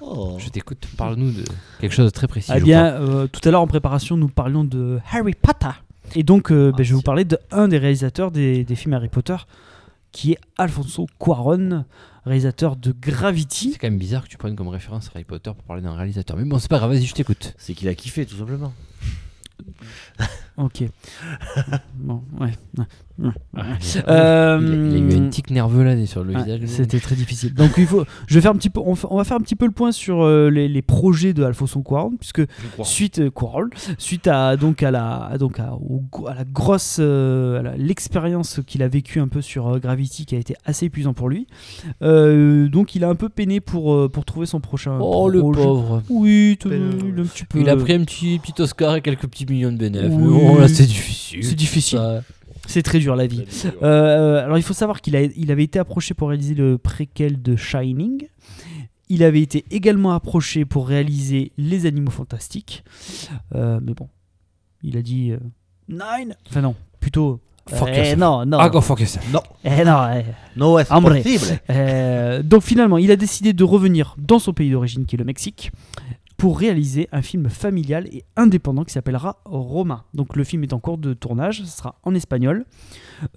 [SPEAKER 6] Je t'écoute, parle-nous de quelque chose de très précis.
[SPEAKER 7] Eh
[SPEAKER 6] je
[SPEAKER 7] bien, euh, tout à l'heure en préparation, nous parlions de Harry Potter. Et donc, euh, ben, je vais
[SPEAKER 6] Ah,
[SPEAKER 7] vous parler d'un des réalisateurs des, des films Harry Potter, qui est Alfonso Cuaron, réalisateur de
[SPEAKER 6] crois.
[SPEAKER 7] Gravity.
[SPEAKER 6] C'est quand même bizarre que tu prennes comme référence Harry Potter pour parler d'un réalisateur. Mais bon, c'est pas grave, vas-y, je t'écoute.
[SPEAKER 8] C'est qu'il a kiffé, tout simplement.
[SPEAKER 7] Ok. bon, ouais.
[SPEAKER 6] il, a, il a eu
[SPEAKER 7] Euh,
[SPEAKER 6] un tic nerveux là sur le
[SPEAKER 7] Ouais,
[SPEAKER 6] visage.
[SPEAKER 7] C'était très difficile. Donc il faut, je vais faire un petit peu, on, fa- on va faire un petit peu le point sur euh, les, les projets de Alfonso Cuarón, puisque suite euh, Cuarón, suite à donc à la à, donc à, au go- à la grosse euh, à la- l'expérience qu'il a vécue un peu sur euh, Gravity, qui a été assez épuisant pour lui. Euh, donc il a un peu peiné pour euh, pour trouver son prochain.
[SPEAKER 6] Oh le
[SPEAKER 7] projet.
[SPEAKER 6] pauvre.
[SPEAKER 7] Oui, tout-
[SPEAKER 6] Peine- euh,
[SPEAKER 7] il a un petit peu.
[SPEAKER 6] Il a pris un petit, petit Oscar et quelques petits millions de bénéfices.
[SPEAKER 7] Oui.
[SPEAKER 6] Mais bon, là, c'est difficile.
[SPEAKER 7] C'est difficile.
[SPEAKER 6] Ça.
[SPEAKER 7] C'est très dur la vie. Euh, alors il faut savoir qu'il a- il avait été approché pour réaliser le préquel de Shining. Il avait été également approché pour réaliser Les Animaux Fantastiques. Euh, mais bon, il a dit euh, Nine. Enfin non, plutôt.
[SPEAKER 6] Fuck
[SPEAKER 7] eh,
[SPEAKER 6] yourself.
[SPEAKER 7] non, non.
[SPEAKER 6] Ah, go fuck yourself.
[SPEAKER 7] eh, non eh.
[SPEAKER 8] Non, c'est
[SPEAKER 7] Hombre.
[SPEAKER 8] possible.
[SPEAKER 7] Euh, donc finalement, il a décidé de revenir dans son pays d'origine qui est le Mexique pour réaliser un film familial et indépendant qui s'appellera Roma. Donc le film est en cours de tournage, ce sera en espagnol.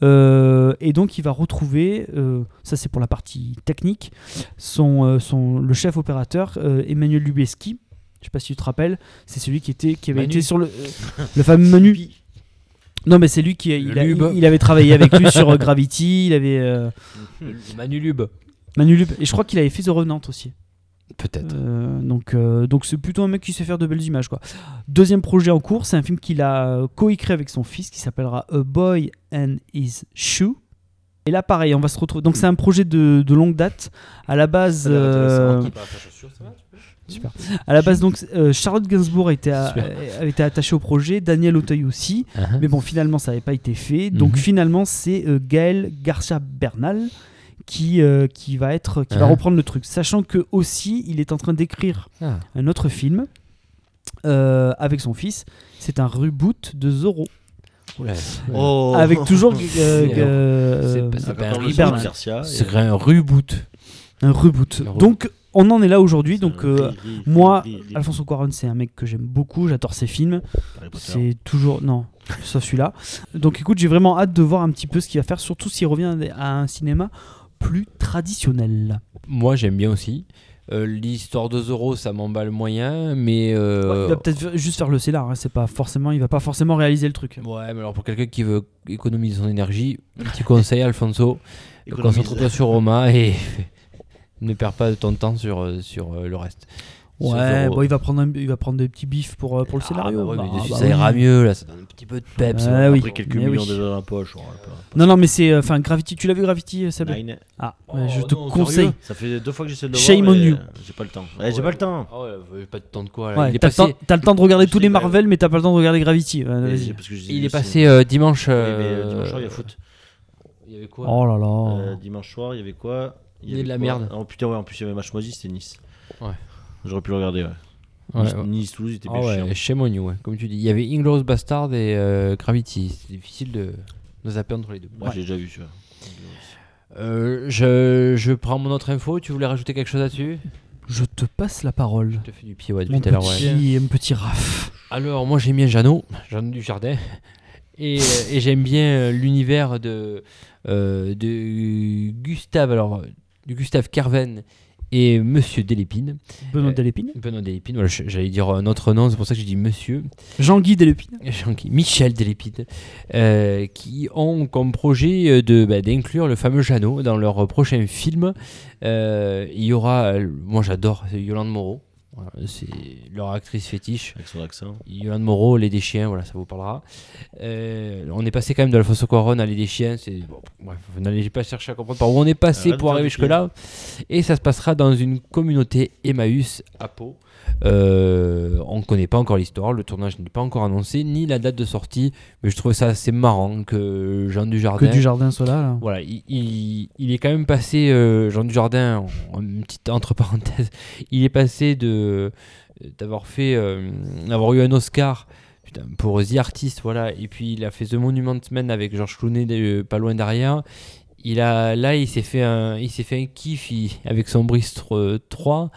[SPEAKER 7] Euh, et donc il va retrouver, euh, ça c'est pour la partie technique, son, euh, son, le chef opérateur euh, Emmanuel Lubezki. Je sais pas si tu te rappelles, c'est celui qui était qui avait
[SPEAKER 6] Manu.
[SPEAKER 7] été sur le euh, le fameux Manu. Non mais c'est lui qui il, a-
[SPEAKER 6] Lube.
[SPEAKER 7] il- il avait travaillé avec lui sur euh, Gravity, il avait euh,
[SPEAKER 6] Manu Lube.
[SPEAKER 7] Manu Lub. Et je crois qu'il avait fait The Revenant aussi.
[SPEAKER 6] Peut-être.
[SPEAKER 7] Euh, donc euh, donc c'est plutôt un mec qui sait faire de belles images. quoi. Deuxième projet en cours, c'est un film qu'il a euh, coécrit avec son fils qui s'appellera A Boy and His Shoe. Et là, pareil, on va se retrouver. Donc, c'est un projet de, de longue date. À la base, euh, super. À la base, donc, euh, Charlotte Gainsbourg était, à-
[SPEAKER 6] Super.
[SPEAKER 7] euh, avait été attachée au projet, Daniel Auteuil aussi.
[SPEAKER 6] Ah,
[SPEAKER 7] Mais bon, finalement, ça n'avait pas été fait. Donc,
[SPEAKER 6] Mhm.
[SPEAKER 7] finalement, c'est euh, Gaël Garcia Bernal qui, euh, qui va être qui va
[SPEAKER 6] Ah.
[SPEAKER 7] reprendre le truc, sachant que aussi il est en train d'écrire
[SPEAKER 6] Ah.
[SPEAKER 7] un autre film euh, avec son fils. C'est un reboot de Zorro
[SPEAKER 6] oula.
[SPEAKER 8] Oh.
[SPEAKER 7] avec toujours euh,
[SPEAKER 6] C'est-
[SPEAKER 7] euh,
[SPEAKER 6] c'est pas- c'est pas un
[SPEAKER 8] Encore le
[SPEAKER 6] reboot.
[SPEAKER 7] Bernal.
[SPEAKER 8] Bernard Garcia.
[SPEAKER 6] Oh, C'est un reboot.
[SPEAKER 7] un reboot.
[SPEAKER 6] Un reboot.
[SPEAKER 7] Donc on en est là aujourd'hui.
[SPEAKER 8] Et-
[SPEAKER 7] Donc
[SPEAKER 8] Ri-
[SPEAKER 7] euh,
[SPEAKER 8] ri-
[SPEAKER 7] moi,
[SPEAKER 8] ri- ri-
[SPEAKER 7] Alfonso Cuarón, c'est un mec que j'aime beaucoup. J'adore ses films.
[SPEAKER 8] Harry Potter.
[SPEAKER 7] C'est toujours. Non, sauf celui-là. Donc écoute, j'ai vraiment hâte de voir un petit peu ce qu'il va faire, surtout s'il revient à un cinéma plus traditionnel.
[SPEAKER 6] Moi, j'aime bien aussi. Euh, L'histoire de Zoro, ça m'emballe moyen, mais.
[SPEAKER 7] Ouais,
[SPEAKER 6] euh,
[SPEAKER 7] il va peut-être faire- juste faire le scénar, hein, c'est pas forcément, il va pas forcément réaliser le truc.
[SPEAKER 6] Ouais, mais alors pour quelqu'un qui veut économiser son énergie, un petit conseil, Alfonso,
[SPEAKER 8] Économise.
[SPEAKER 6] concentre-toi sur Roma et ne perds pas ton temps sur, euh, sur euh, le reste. Sur
[SPEAKER 7] Ouais,
[SPEAKER 6] Zorro.
[SPEAKER 7] bon, il va prendre, un- il va prendre des petits bifs pour, euh, pour le
[SPEAKER 6] Ah, bah
[SPEAKER 7] scénario.
[SPEAKER 6] ouais, mais
[SPEAKER 7] Bah,
[SPEAKER 6] dessus,
[SPEAKER 7] bah
[SPEAKER 6] ça
[SPEAKER 7] oui.
[SPEAKER 6] ira mieux, là, ça donne un petit peu de peps.
[SPEAKER 7] Ah oui.
[SPEAKER 8] Après quelques
[SPEAKER 7] Mais
[SPEAKER 8] millions
[SPEAKER 7] oui.
[SPEAKER 8] déjà dans la poche. on rappelle.
[SPEAKER 7] Non, non, mais c'est. euh, Enfin, Gravity, tu l'as vu Gravity, Seb
[SPEAKER 8] Nine.
[SPEAKER 7] Ah,
[SPEAKER 6] Oh,
[SPEAKER 7] ouais, je te
[SPEAKER 8] non,
[SPEAKER 7] conseille.
[SPEAKER 8] sérieux Ça fait deux fois que j'essaie de le
[SPEAKER 7] Shame
[SPEAKER 8] voir.
[SPEAKER 7] on
[SPEAKER 8] mais euh,
[SPEAKER 7] you.
[SPEAKER 8] J'ai pas le temps. Ouais, J'ai pas le temps.
[SPEAKER 6] Oh, ouais, pas de temps de quoi. Là.
[SPEAKER 7] Ouais,
[SPEAKER 6] il est
[SPEAKER 7] t'as,
[SPEAKER 6] passé,
[SPEAKER 7] le temps- t'as le temps de regarder
[SPEAKER 8] Je
[SPEAKER 7] tous
[SPEAKER 8] sais,
[SPEAKER 7] les
[SPEAKER 8] bah,
[SPEAKER 7] Marvel, mais t'as pas le temps de regarder Gravity. Ouais,
[SPEAKER 8] Et
[SPEAKER 7] vas-y.
[SPEAKER 8] j'ai- parce que je disais
[SPEAKER 6] il
[SPEAKER 8] le
[SPEAKER 6] est passé
[SPEAKER 8] cinéma.
[SPEAKER 6] euh, dimanche.
[SPEAKER 8] Oui, mais, euh,
[SPEAKER 6] euh,
[SPEAKER 8] Dimanche soir, il y a foot.
[SPEAKER 6] Il y avait quoi
[SPEAKER 7] Oh là là.
[SPEAKER 8] Euh, dimanche soir, il y avait quoi
[SPEAKER 6] Il y a de
[SPEAKER 8] avait
[SPEAKER 6] la
[SPEAKER 8] quoi
[SPEAKER 6] merde.
[SPEAKER 8] Oh putain, ouais, en plus, il y avait match moisi, c'était Nice.
[SPEAKER 6] Ouais.
[SPEAKER 8] J'aurais pu le regarder, ouais.
[SPEAKER 6] Oh, Ouais,
[SPEAKER 8] Nice-
[SPEAKER 6] ouais.
[SPEAKER 8] Nice-Toulouse, il était
[SPEAKER 6] Ah
[SPEAKER 8] bien
[SPEAKER 6] ouais,
[SPEAKER 8] chiant.
[SPEAKER 6] chez Monio, ouais, comme tu dis. Il y avait Inglourious Bastard et euh, Gravity. C'est difficile de, de zapper entre les deux.
[SPEAKER 8] Moi, j'ai déjà vu, celui-là.
[SPEAKER 6] Euh, je, je prends mon autre info. Tu voulais rajouter quelque chose là-dessus
[SPEAKER 7] Je te passe la parole.
[SPEAKER 6] Je te fais du pied, ouais, depuis
[SPEAKER 7] Mon
[SPEAKER 6] tout à l'heure, ouais. Euh,
[SPEAKER 7] petit, mon petit Raph.
[SPEAKER 6] Alors, moi, j'aime bien Jeannot, Jeannot du Jardin. Et, euh, et j'aime bien euh, l'univers de, euh, de Gustave, alors, de Gustave Carven et Monsieur Delépine.
[SPEAKER 7] Benoît
[SPEAKER 6] Euh,
[SPEAKER 7] Delépine.
[SPEAKER 6] Benoît Delépine, voilà, je- j'allais dire euh, notre nom, c'est pour ça que j'ai dit Monsieur.
[SPEAKER 7] Jean-Guy Delépine.
[SPEAKER 6] Jean-Guy- Michel Delépine, euh, qui ont comme projet euh, de, bah, d'inclure le fameux Jeannot dans leur prochain film. Euh, il y aura, euh, moi j'adore c'est Yolande Moreau, Voilà, c'est leur actrice fétiche.
[SPEAKER 8] Avec son accent.
[SPEAKER 6] Yolande Moreau, Les Déchiens, voilà, ça vous parlera. Euh, on est passé quand même de l'Alfonso Cuaron à Les Déchiens, c'est bon, bref, vous n'allez pas chercher à comprendre par où on est passé
[SPEAKER 7] Euh,
[SPEAKER 8] Arrête
[SPEAKER 6] pour
[SPEAKER 8] de
[SPEAKER 6] arriver
[SPEAKER 8] faire du
[SPEAKER 6] jusque-là. Et ça se passera dans une communauté Emmaüs à Pau. Euh, on ne connaît pas encore l'histoire, le tournage n'est pas encore annoncé, ni la date de sortie, mais je trouve ça assez marrant que Jean
[SPEAKER 7] Que
[SPEAKER 6] Dujardin.
[SPEAKER 7] du jardin soit là. là.
[SPEAKER 6] Voilà, il, il- il est quand même passé, euh, Jean Dujardin, en, en une petite entre parenthèses, il est passé de d'avoir fait, euh, d'avoir eu un Oscar putain, pour The Artist, voilà, et puis il a fait The Monument Man avec Georges Clooney euh, pas loin derrière. Il a, là, il s'est fait un, il s'est fait un kiff il- avec son Bristol 3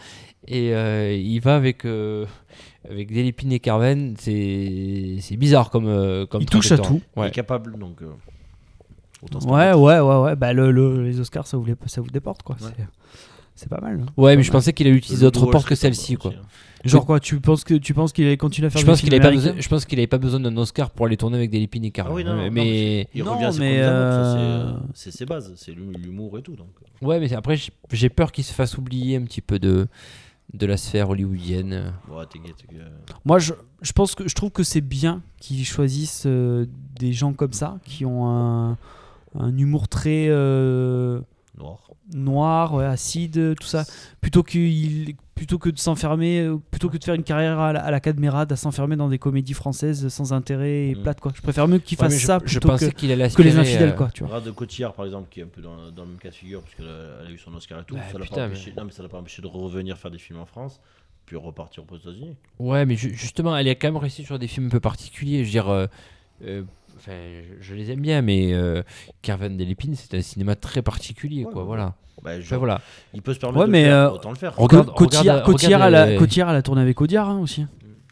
[SPEAKER 6] et euh, il va avec euh, avec Delépine et Carven. C'est c'est bizarre comme euh, comme
[SPEAKER 7] Il touche à
[SPEAKER 6] trajectoire.
[SPEAKER 8] Il
[SPEAKER 6] Ouais.
[SPEAKER 8] est capable, donc. euh, autant se
[SPEAKER 7] Ouais,
[SPEAKER 8] permettre.
[SPEAKER 7] ouais, ouais, ouais. Bah, le, le- les Oscars, ça vous, les- ça vous déporte, quoi.
[SPEAKER 8] Ouais.
[SPEAKER 7] C'est- C'est pas mal. hein.
[SPEAKER 6] Ouais, mais je pensais qu'il a
[SPEAKER 8] Le
[SPEAKER 6] utilisé autre
[SPEAKER 8] double
[SPEAKER 6] porte
[SPEAKER 8] rôle,
[SPEAKER 6] que
[SPEAKER 8] c'est pas
[SPEAKER 6] celle-ci,
[SPEAKER 8] mal
[SPEAKER 6] quoi.
[SPEAKER 8] aussi, hein.
[SPEAKER 7] Genre quoi, tu penses que tu penses qu'il allait continuer à faire
[SPEAKER 6] Je
[SPEAKER 7] des
[SPEAKER 6] pense qu'il n'avait
[SPEAKER 7] films
[SPEAKER 6] pas,
[SPEAKER 7] américains
[SPEAKER 6] besoin- je pense qu'il avait pas besoin d'un Oscar pour aller tourner avec des lépines et Carl.
[SPEAKER 8] Ah oui, non,
[SPEAKER 6] Euh,
[SPEAKER 8] non, non,
[SPEAKER 6] mais
[SPEAKER 8] Il
[SPEAKER 7] Non,
[SPEAKER 8] revient à ses
[SPEAKER 7] mais,
[SPEAKER 8] mais
[SPEAKER 7] euh,
[SPEAKER 8] c'est ses bases, c'est l'hu- l'humour et tout. Donc.
[SPEAKER 6] ouais, mais après j'ai- j'ai peur qu'il se fasse oublier un petit peu de de la sphère hollywoodienne.
[SPEAKER 8] Ouais, t'inquiète. que-
[SPEAKER 7] Moi, je, je pense que je trouve que c'est bien qu'ils choisissent euh, des gens comme ça, qui ont un, un humour très euh,
[SPEAKER 8] Noir.
[SPEAKER 7] noir, ouais, acide, tout ça, plutôt qu'il plutôt que de s'enfermer, euh, plutôt que de faire une carrière à la, à la Cadmerade, à s'enfermer dans des comédies françaises sans intérêt et
[SPEAKER 8] Mm.
[SPEAKER 7] plates quoi. Je préfère mieux qu'ils fassent
[SPEAKER 6] je,
[SPEAKER 7] ça
[SPEAKER 6] je
[SPEAKER 7] plutôt que,
[SPEAKER 6] pensais qu'il allait
[SPEAKER 7] que les
[SPEAKER 6] aspirer,
[SPEAKER 7] infidèles
[SPEAKER 6] euh,
[SPEAKER 7] quoi, tu vois.
[SPEAKER 8] Brad de Cotillard, par exemple, qui est un peu dans, dans le même cas de figure, puisqu'elle a, elle a eu son Oscar et tout.
[SPEAKER 6] Bah,
[SPEAKER 8] ça l'a
[SPEAKER 6] putain,
[SPEAKER 8] pas empêché, Non, mais ça l'a pas empêché de revenir faire des films en France, puis repartir aux États-Unis.
[SPEAKER 6] Ouais, mais ju- justement, elle est quand même restée sur des films un peu particuliers. Je veux dire, euh, euh, enfin, je, je les aime bien, mais euh, Carvan des Lépines, c'est un cinéma très particulier,
[SPEAKER 8] Ouais,
[SPEAKER 6] quoi.
[SPEAKER 8] ouais.
[SPEAKER 6] Voilà.
[SPEAKER 8] Bah,
[SPEAKER 6] Enfin,
[SPEAKER 8] genre,
[SPEAKER 6] voilà.
[SPEAKER 8] Il peut se permettre
[SPEAKER 7] Ouais,
[SPEAKER 8] de
[SPEAKER 7] mais,
[SPEAKER 8] le faire,
[SPEAKER 7] euh,
[SPEAKER 8] autant le faire.
[SPEAKER 6] Regarde-
[SPEAKER 7] Co- Cotillard,
[SPEAKER 6] regarde-
[SPEAKER 7] Cotillard,
[SPEAKER 6] regarde,
[SPEAKER 7] elle, a,
[SPEAKER 6] euh,
[SPEAKER 7] Cotillard, elle a tourné avec Audiard hein, aussi.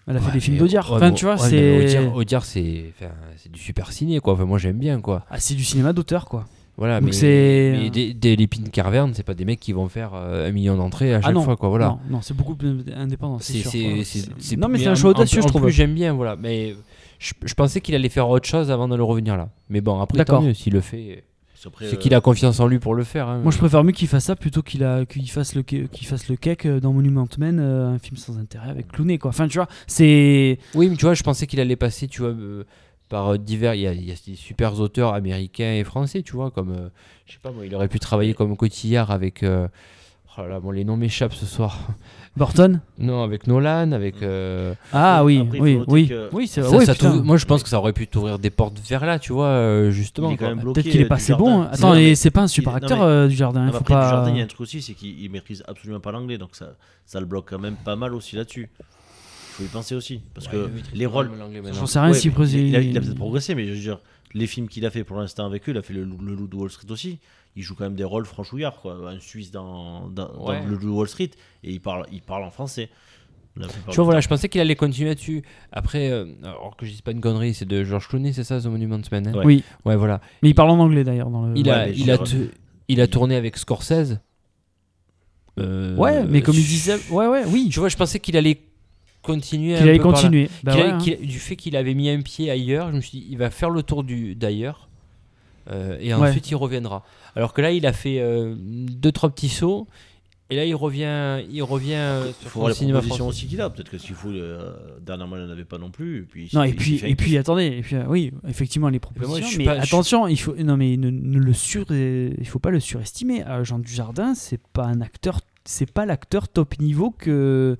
[SPEAKER 7] Elle a fait
[SPEAKER 6] Ouais,
[SPEAKER 7] des films
[SPEAKER 6] mais-
[SPEAKER 7] d'Audiard.
[SPEAKER 6] ouais,
[SPEAKER 7] enfin,
[SPEAKER 6] bon,
[SPEAKER 7] tu vois,
[SPEAKER 6] ouais, mais
[SPEAKER 7] c'est
[SPEAKER 6] Audiard, Audiard, c'est enfin, c'est du super ciné, quoi. Enfin, moi, j'aime bien, quoi.
[SPEAKER 7] Ah, c'est du cinéma d'auteur quoi.
[SPEAKER 6] Voilà,
[SPEAKER 7] Donc
[SPEAKER 6] Ah, mais,
[SPEAKER 7] c'est-
[SPEAKER 6] mais des, des Lépine Carverne, c'est pas des mecs qui vont faire euh, un million d'entrées à chaque
[SPEAKER 7] Ah non,
[SPEAKER 6] fois, quoi. Voilà.
[SPEAKER 7] Non, non, c'est beaucoup plus indépendant. C'est sûr, quoi.
[SPEAKER 6] c'est-
[SPEAKER 7] Non, mais c'est un
[SPEAKER 6] en-
[SPEAKER 7] choix audacieux,
[SPEAKER 6] en-
[SPEAKER 7] je
[SPEAKER 6] en
[SPEAKER 7] trouve.
[SPEAKER 6] plus, j'aime bien, voilà. Mais je, je pensais qu'il allait faire autre chose avant de le revenir là. Mais bon, après,
[SPEAKER 7] D'accord.
[SPEAKER 6] tant mieux s'il le fait.
[SPEAKER 8] C'est après,
[SPEAKER 6] C'est
[SPEAKER 8] euh,
[SPEAKER 6] qu'il a confiance en lui pour le faire. hein.
[SPEAKER 7] Moi, je préfère mieux qu'il fasse ça plutôt qu'il a qu'il fasse le que- qu'il fasse le cake euh, dans Monument Man, euh, un film sans intérêt avec Clooney quoi. Enfin, tu vois, c'est
[SPEAKER 6] Oui, mais tu vois, je pensais qu'il allait passer, tu vois, euh, par euh, divers. Il y, a, il y a des super auteurs américains et français, tu vois, comme. euh, je sais pas, moi, il aurait pu travailler comme Cotillard avec. euh, oh là là, bon, les noms m'échappent ce soir.
[SPEAKER 7] Burton.
[SPEAKER 6] Non, avec Nolan, avec. euh,
[SPEAKER 7] Ah oui,
[SPEAKER 8] Après, il faut
[SPEAKER 7] oui,
[SPEAKER 8] noter
[SPEAKER 7] oui,
[SPEAKER 8] que-
[SPEAKER 7] oui, c'est
[SPEAKER 6] Ça,
[SPEAKER 7] oui,
[SPEAKER 6] ça
[SPEAKER 7] putain.
[SPEAKER 6] t'ouvre- moi, je pense que ça aurait pu t'ouvrir des portes vers là, tu vois, euh, justement.
[SPEAKER 8] Il est quand
[SPEAKER 6] quoi.
[SPEAKER 8] même bloqué,
[SPEAKER 7] Peut-être qu'il est
[SPEAKER 8] euh,
[SPEAKER 7] pas assez
[SPEAKER 8] Dujardin.
[SPEAKER 7] bon. hein. Attends,
[SPEAKER 8] Non,
[SPEAKER 7] et
[SPEAKER 8] mais-
[SPEAKER 7] c'est pas un super
[SPEAKER 8] il- non,
[SPEAKER 7] acteur
[SPEAKER 8] mais-
[SPEAKER 7] euh, du jardin.
[SPEAKER 8] Ah,
[SPEAKER 7] Il
[SPEAKER 8] mais
[SPEAKER 7] faut
[SPEAKER 8] après,
[SPEAKER 7] pas.
[SPEAKER 8] Dujardin, il y a un truc aussi, c'est qu'il il maîtrise absolument pas l'anglais, donc ça, ça le bloque quand même pas mal aussi là-dessus. Faut y penser aussi, parce que euh, les rôles.
[SPEAKER 7] J'en sais rien
[SPEAKER 8] Ouais,
[SPEAKER 7] si
[SPEAKER 8] mais il, il a, il a
[SPEAKER 7] Brésil-
[SPEAKER 8] peut-être progressé, mais je veux dire, les films qu'il a fait pour l'instant avec eux, il a fait le, Loup- le Loup de Wall Street aussi. Il joue quand même des rôles franchouillards, quoi. Un Suisse dans, dans, dans
[SPEAKER 6] Ouais.
[SPEAKER 8] le Loup de Wall Street, et il parle, il parle en français. La plupart
[SPEAKER 6] Tu
[SPEAKER 8] du
[SPEAKER 6] vois, voilà,
[SPEAKER 8] temps.
[SPEAKER 6] je pensais qu'il allait continuer là-dessus. Après, euh, alors que je dis pas une connerie, c'est de George Clooney, c'est ça, The Monument Man hein
[SPEAKER 8] Ouais.
[SPEAKER 7] Oui,
[SPEAKER 6] Ouais, voilà.
[SPEAKER 7] mais il parle en anglais d'ailleurs dans le.
[SPEAKER 6] Il, a,
[SPEAKER 8] Ouais, mais
[SPEAKER 6] il, a,
[SPEAKER 8] genre-
[SPEAKER 6] te- il a tourné avec Scorsese. Euh,
[SPEAKER 7] Ouais, mais comme il
[SPEAKER 6] je-
[SPEAKER 7] disait, ouais, ouais, oui,
[SPEAKER 6] Tu vois, je pensais qu'il allait continuer.
[SPEAKER 7] qu'il
[SPEAKER 6] un
[SPEAKER 7] allait
[SPEAKER 6] peu par là.
[SPEAKER 7] continuer. Bah
[SPEAKER 6] Qu'il a-
[SPEAKER 7] ouais, hein.
[SPEAKER 6] qu'il a- du fait qu'il avait mis un pied ailleurs, je me suis dit, il va faire le tour du d'ailleurs. euh, et
[SPEAKER 7] Ouais.
[SPEAKER 6] ensuite, il reviendra. Alors que là, il a fait euh, deux, trois petits sauts. Et là, il revient, il revient euh,
[SPEAKER 8] Il
[SPEAKER 6] sur
[SPEAKER 8] faut
[SPEAKER 6] son
[SPEAKER 8] voir les
[SPEAKER 6] cinéma
[SPEAKER 8] propositions
[SPEAKER 6] français.
[SPEAKER 8] aussi qu'il a. Peut-être que s'il faut, euh, dernièrement, il n'en avait pas non plus. Et puis,
[SPEAKER 7] Non,
[SPEAKER 8] il-
[SPEAKER 7] et
[SPEAKER 8] il
[SPEAKER 7] puis,
[SPEAKER 8] fait-
[SPEAKER 7] et puis attendez, et puis, euh, oui, effectivement, les
[SPEAKER 6] moi, je
[SPEAKER 7] propositions,
[SPEAKER 6] suis
[SPEAKER 7] mais
[SPEAKER 6] pas- je suis-
[SPEAKER 7] attention, il faut, non, mais ne, ne le sur, euh, il faut pas le surestimer. Euh, Jean Dujardin, c'est pas un acteur, c'est pas l'acteur top niveau que.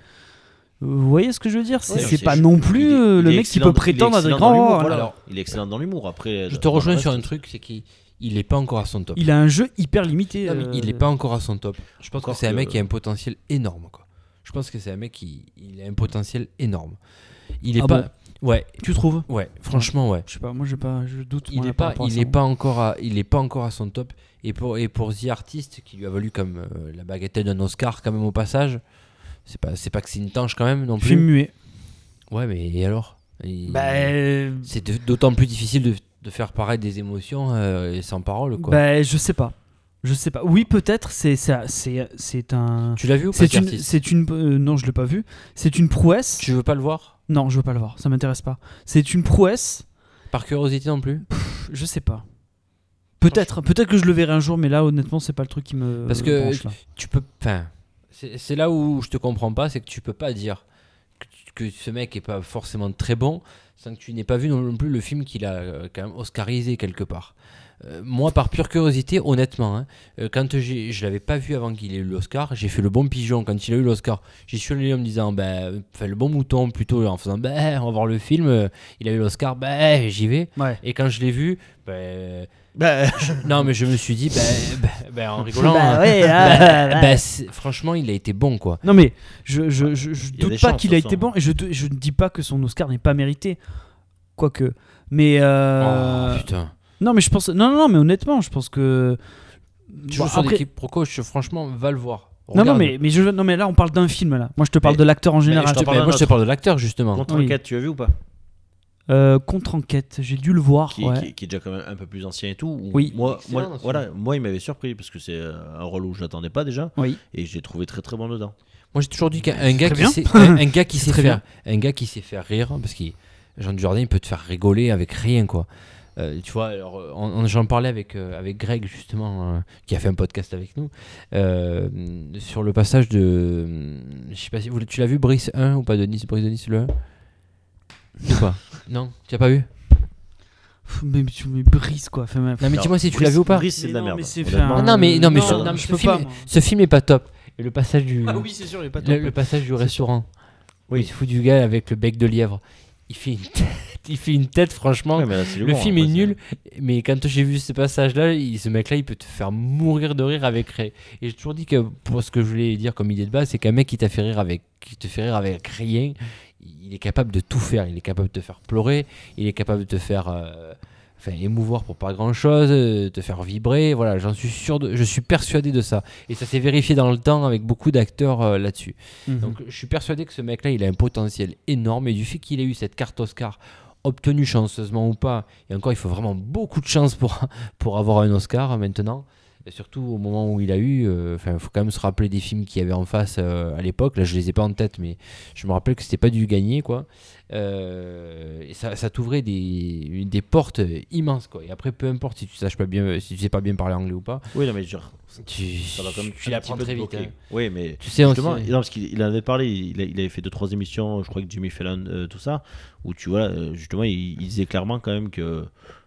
[SPEAKER 7] Vous voyez ce que je veux dire C'est
[SPEAKER 8] Ouais,
[SPEAKER 7] c'est
[SPEAKER 8] c'est
[SPEAKER 7] pas
[SPEAKER 8] chaud.
[SPEAKER 7] non plus
[SPEAKER 8] Il est-
[SPEAKER 7] euh,
[SPEAKER 8] il est
[SPEAKER 7] le mec qui
[SPEAKER 8] excellent-
[SPEAKER 7] peut
[SPEAKER 8] il est
[SPEAKER 7] prétendre à des
[SPEAKER 8] excellent
[SPEAKER 7] grands.
[SPEAKER 8] dans l'humour,
[SPEAKER 7] rôles.
[SPEAKER 8] voilà.
[SPEAKER 6] Alors,
[SPEAKER 8] il est excellent dans l'humour. Après,
[SPEAKER 6] Je
[SPEAKER 8] dans-
[SPEAKER 6] te
[SPEAKER 8] dans le
[SPEAKER 6] rejoins
[SPEAKER 8] reste,
[SPEAKER 6] sur un truc, c'est qu'il il est pas encore à son top.
[SPEAKER 7] Il a un jeu hyper limité.
[SPEAKER 6] Non, mais il
[SPEAKER 7] euh,
[SPEAKER 6] est pas encore à son top. Je pense que
[SPEAKER 8] Encore
[SPEAKER 6] c'est un
[SPEAKER 8] que-
[SPEAKER 6] mec qui a un potentiel énorme. Quoi. Je pense que c'est un mec qui il a un potentiel énorme. Il est
[SPEAKER 7] Ah
[SPEAKER 6] pas. Ouais,
[SPEAKER 7] Tu trouves
[SPEAKER 6] ouais, franchement, ouais.
[SPEAKER 7] Je sais pas, moi j'ai pas, je doute.
[SPEAKER 6] il
[SPEAKER 7] moi,
[SPEAKER 6] n'est
[SPEAKER 7] par
[SPEAKER 6] pas,
[SPEAKER 7] rapport à
[SPEAKER 6] il
[SPEAKER 7] ça.
[SPEAKER 6] est pas encore à, il est pas encore à son top. Et pour et pour The Artist, qui lui a valu comme euh, la bagatelle d'un Oscar quand même au passage. C'est pas, c'est pas que c'est une tanche quand même non plus.
[SPEAKER 7] Film muet.
[SPEAKER 6] Ouais, mais et alors Il-
[SPEAKER 7] Bah, euh,
[SPEAKER 6] C'est de- d'autant plus difficile de, de faire paraître des émotions euh, sans parole, quoi.
[SPEAKER 7] bah, je sais pas. Je sais pas. Oui, peut-être. C'est ça. C'est c'est un.
[SPEAKER 6] Tu l'as vu ou pas
[SPEAKER 7] C'est une.
[SPEAKER 6] Curtis
[SPEAKER 7] C'est une. euh, non, je l'ai pas vu. C'est une prouesse.
[SPEAKER 6] Tu veux pas le voir
[SPEAKER 7] Non, je veux pas le voir. Ça m'intéresse pas. C'est une prouesse.
[SPEAKER 6] Par curiosité non plus
[SPEAKER 7] Pff, Je sais pas. Peut-être. Peut-être que je le verrai un jour, mais là, honnêtement, c'est pas le truc qui me.
[SPEAKER 6] Parce que-
[SPEAKER 7] branche, là.
[SPEAKER 6] Tu peux. Enfin, c'est c'est là où je te comprends pas, c'est que tu peux pas dire que, tu- que ce mec est pas forcément très bon sans que tu n'aies pas vu non plus le film qu'il a euh, quand même oscarisé quelque part. Euh, moi, par pure curiosité, honnêtement, hein, euh, quand j'ai- je l'avais pas vu avant qu'il ait eu l'Oscar, j'ai fait le bon pigeon quand il a eu l'Oscar. J'y suis allé en me disant, ben, enfin, le bon mouton plutôt, en faisant, ben, on va voir le film, euh, il a eu l'Oscar, ben, j'y vais.
[SPEAKER 7] Ouais.
[SPEAKER 6] Et quand je l'ai vu, ben,
[SPEAKER 8] Bah,
[SPEAKER 6] non, mais je me suis dit, ben, ben, ben, en rigolant.
[SPEAKER 7] Bah
[SPEAKER 6] hein,
[SPEAKER 7] ouais, ah,
[SPEAKER 6] bah,
[SPEAKER 7] bah,
[SPEAKER 6] bah, c'est- franchement, il a été bon, quoi.
[SPEAKER 7] Non mais je je, je, je
[SPEAKER 8] Il y a
[SPEAKER 7] doute
[SPEAKER 8] des
[SPEAKER 7] pas
[SPEAKER 8] chances,
[SPEAKER 7] qu'il a
[SPEAKER 8] de
[SPEAKER 7] été
[SPEAKER 8] toute
[SPEAKER 7] bon et je dou- je ne dis pas que son Oscar n'est pas mérité, quoique. Mais euh,
[SPEAKER 6] Oh, putain.
[SPEAKER 7] non mais je pense non non, non, mais honnêtement je pense que
[SPEAKER 6] Tu
[SPEAKER 7] Bon,
[SPEAKER 6] joues sur
[SPEAKER 7] Bah, après-
[SPEAKER 6] l'équipe pro coach, franchement, va le voir.
[SPEAKER 7] non non
[SPEAKER 6] Regarde.
[SPEAKER 7] mais mais je non mais là on parle d'un film là. Moi je te parle
[SPEAKER 8] Mais-
[SPEAKER 7] de l'acteur en
[SPEAKER 6] Mais
[SPEAKER 7] général.
[SPEAKER 6] je te-
[SPEAKER 8] parle
[SPEAKER 6] mais
[SPEAKER 8] d'un
[SPEAKER 6] moi, je te
[SPEAKER 8] autre.
[SPEAKER 6] parle de l'acteur, justement.
[SPEAKER 8] contre
[SPEAKER 7] Oui.
[SPEAKER 8] enquête, tu as vu ou pas
[SPEAKER 7] Euh, contre enquête, j'ai dû le voir.
[SPEAKER 8] qui,
[SPEAKER 7] ouais.
[SPEAKER 8] qui- qui est déjà quand même un peu plus ancien et tout. où
[SPEAKER 7] Oui.
[SPEAKER 8] Moi,
[SPEAKER 6] Excellent,
[SPEAKER 8] moi,
[SPEAKER 6] ce
[SPEAKER 8] voilà, moi, il m'avait surpris parce que c'est euh, un rôle où je l'attendais pas déjà
[SPEAKER 7] Oui.
[SPEAKER 8] et j'ai trouvé très très bon dedans.
[SPEAKER 6] Moi, j'ai toujours dit qu'un gars, qui
[SPEAKER 7] bien.
[SPEAKER 6] sait- un, un gars qui
[SPEAKER 7] C'est
[SPEAKER 6] sait
[SPEAKER 7] très
[SPEAKER 6] faire, un gars qui sait faire rire, parce que Jean Dujardin, il peut te faire rigoler avec rien, quoi. Euh, tu vois, alors, euh, on- on- j'en parlais avec, euh, avec Greg, justement, euh, qui a fait un podcast avec nous, euh, sur le passage de. Je sais pas si. vous- Tu l'as vu, Brice 1 ou pas, Denis Brice Denis, le 1 Ou pas Non Tu l'as pas vu
[SPEAKER 7] Pff, Mais tu me brises quoi. Enfin, mais-
[SPEAKER 6] Non, mais
[SPEAKER 8] Alors,
[SPEAKER 6] dis-moi si tu
[SPEAKER 8] Brice-
[SPEAKER 6] l'as vu ou pas.
[SPEAKER 8] Brice, c'est de
[SPEAKER 7] Mais
[SPEAKER 8] la
[SPEAKER 7] non,
[SPEAKER 8] merde.
[SPEAKER 7] mais c'est
[SPEAKER 8] honnêtement.
[SPEAKER 7] fait un-
[SPEAKER 6] Ah non, mais, non, mais
[SPEAKER 7] Non,
[SPEAKER 6] ce, ce
[SPEAKER 7] non, je peux
[SPEAKER 6] film
[SPEAKER 7] pas,
[SPEAKER 6] est, Ah
[SPEAKER 7] moi.
[SPEAKER 6] ce film est pas top. Et le passage du,
[SPEAKER 7] c'est sûr, Ah il est pas
[SPEAKER 6] le, le passage du restaurant.
[SPEAKER 8] Oui.
[SPEAKER 6] Oui. Il se fout du gars avec le bec de lièvre. Il fait une tête, il fait une tête franchement.
[SPEAKER 8] Ouais, mais là, c'est
[SPEAKER 6] le
[SPEAKER 8] lourd, hein,
[SPEAKER 6] film
[SPEAKER 8] après, c'est-
[SPEAKER 6] est nul, mais quand j'ai vu ce passage-là, il- ce mec-là, il peut te faire mourir de rire avec rien. Et j'ai toujours dit que pour ce que je voulais dire comme idée de base, c'est qu'un mec qui t'a fait rire avec, qui te fait rire avec rien, il est capable de tout faire. Il est capable de te faire pleurer, il est capable de te faire euh, enfin, émouvoir pour pas grand-chose, euh, te faire vibrer. Voilà, j'en suis sûr, de- je suis persuadé de ça. Et ça s'est vérifié dans le temps avec beaucoup d'acteurs euh, là-dessus.
[SPEAKER 7] Mhm.
[SPEAKER 6] Donc je suis persuadé que ce mec-là, il a un potentiel énorme et du fait qu'il ait eu cette carte Oscar obtenue chanceusement ou pas, et encore il faut vraiment beaucoup de chance pour, pour avoir un Oscar euh, maintenant, et surtout au moment où il a eu, il faut quand même se rappeler des films qu'il y avait en face euh, à l'époque, là je les ai pas en tête, mais je me rappelle que c'était pas du gagner quoi, Euh, et ça, ça t'ouvrait des, des portes euh, immenses quoi, et après peu importe si tu saches pas bien, si tu sais pas bien parler anglais ou pas,
[SPEAKER 8] Oui, non, mais genre,
[SPEAKER 6] tu,
[SPEAKER 8] ça va quand même
[SPEAKER 6] tu
[SPEAKER 8] un
[SPEAKER 6] l'apprends
[SPEAKER 8] petit peu
[SPEAKER 6] très
[SPEAKER 8] te
[SPEAKER 6] vite.
[SPEAKER 8] bloquer.
[SPEAKER 6] hein.
[SPEAKER 8] Oui, mais
[SPEAKER 6] Tu sais, on
[SPEAKER 8] Justement,
[SPEAKER 6] s'y-
[SPEAKER 8] non, parce qu'il il en avait parlé, il, a- il avait fait deux trois émissions, je crois que Jimmy Fallon, euh, tout ça, où tu vois, euh, justement, il, il disait clairement quand même que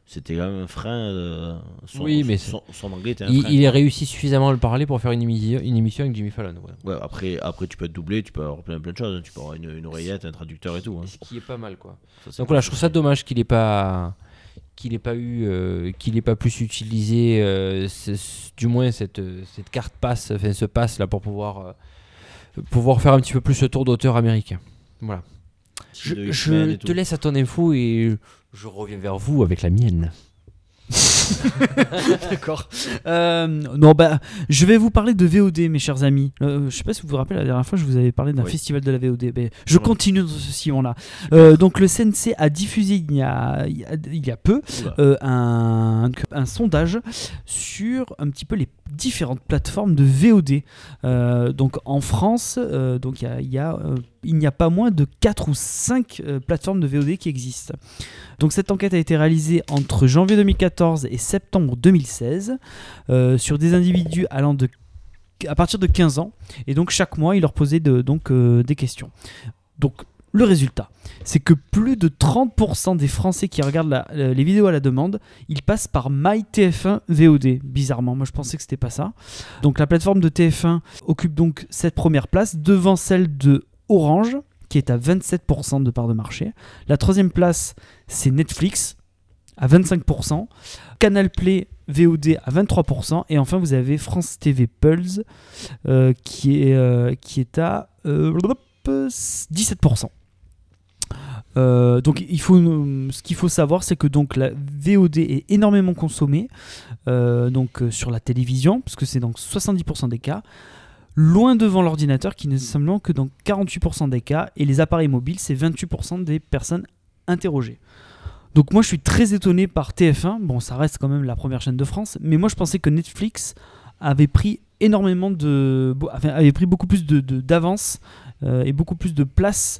[SPEAKER 8] c'était quand même un frein. euh, son,
[SPEAKER 6] Oui, mais
[SPEAKER 8] son, son anglais était un
[SPEAKER 6] il,
[SPEAKER 8] frein.
[SPEAKER 6] il a réussi suffisamment à le parler pour faire une émission, une émission avec Jimmy Fallon. voilà.
[SPEAKER 8] Ouais, après, après, tu peux être doublé, tu peux avoir plein, plein de choses, hein, tu peux avoir une, une oreillette, un traducteur et tout. hein.
[SPEAKER 6] Ce qui est pas mal, quoi.
[SPEAKER 8] Ça, c'est
[SPEAKER 6] Donc
[SPEAKER 8] pas-
[SPEAKER 6] voilà, je trouve ça dommage qu'il n'ait pas qu'il ait pas eu euh, qu'il ait pas plus utilisé euh, ce- ce- du moins cette, euh, cette carte passe enfin ce passe là pour pouvoir euh, pouvoir faire un petit peu plus ce tour d'auteur américain voilà
[SPEAKER 8] De
[SPEAKER 6] je, je
[SPEAKER 8] X-Men et
[SPEAKER 6] te
[SPEAKER 8] tout.
[SPEAKER 6] laisse à ton info et je reviens vers vous avec la mienne
[SPEAKER 7] D'accord. Euh, non, bah, je vais vous parler de VOD, mes chers amis. Euh, je sais pas si vous vous rappelez, la dernière fois, je vous avais parlé d'un
[SPEAKER 8] Oui.
[SPEAKER 7] festival de la VOD. Mais je
[SPEAKER 8] Ouais.
[SPEAKER 7] continue dans ce sillon-là. Euh, donc, le CNC a diffusé il y a, il y a- il y a peu
[SPEAKER 8] Oula.
[SPEAKER 7] euh, un, un sondage sur un petit peu les différentes plateformes de VOD. Euh, donc, en France, euh, donc, il y a- il y a, euh, il n'y a pas moins de 4 ou 5 plateformes de VOD qui existent. Donc cette enquête a été réalisée entre janvier 2014 et septembre 2016 euh, sur des individus allant de à partir de 15 ans et donc chaque mois il leur posait de- donc euh, des questions. Donc le résultat, c'est que plus de 30% des Français qui regardent la- euh, les vidéos à la demande, ils passent par MyTF1 VOD. Bizarrement, moi je pensais que c'était pas ça. Donc la plateforme de TF1 occupe donc cette première place devant celle de Orange qui est à 27% de part de marché. La troisième place, c'est Netflix à 25%, Canal Play VOD à 23%, et enfin vous avez France TV Pulse euh, qui, est, euh, qui est à euh, blop, euh, 17%. Euh, donc il faut, euh, ce qu'il faut savoir, c'est que donc la VOD est énormément consommée euh, donc euh, sur la télévision, puisque c'est donc 70% des cas, loin devant l'ordinateur qui n'est seulement que dans 48% des cas, et les appareils mobiles, c'est 28% des personnes interrogées. Donc moi je suis très étonné par TF1, bon ça reste quand même la première chaîne de France, mais moi je pensais que Netflix avait pris énormément de, bo- enfin, avait pris beaucoup plus de de- d'avance euh, et beaucoup plus de place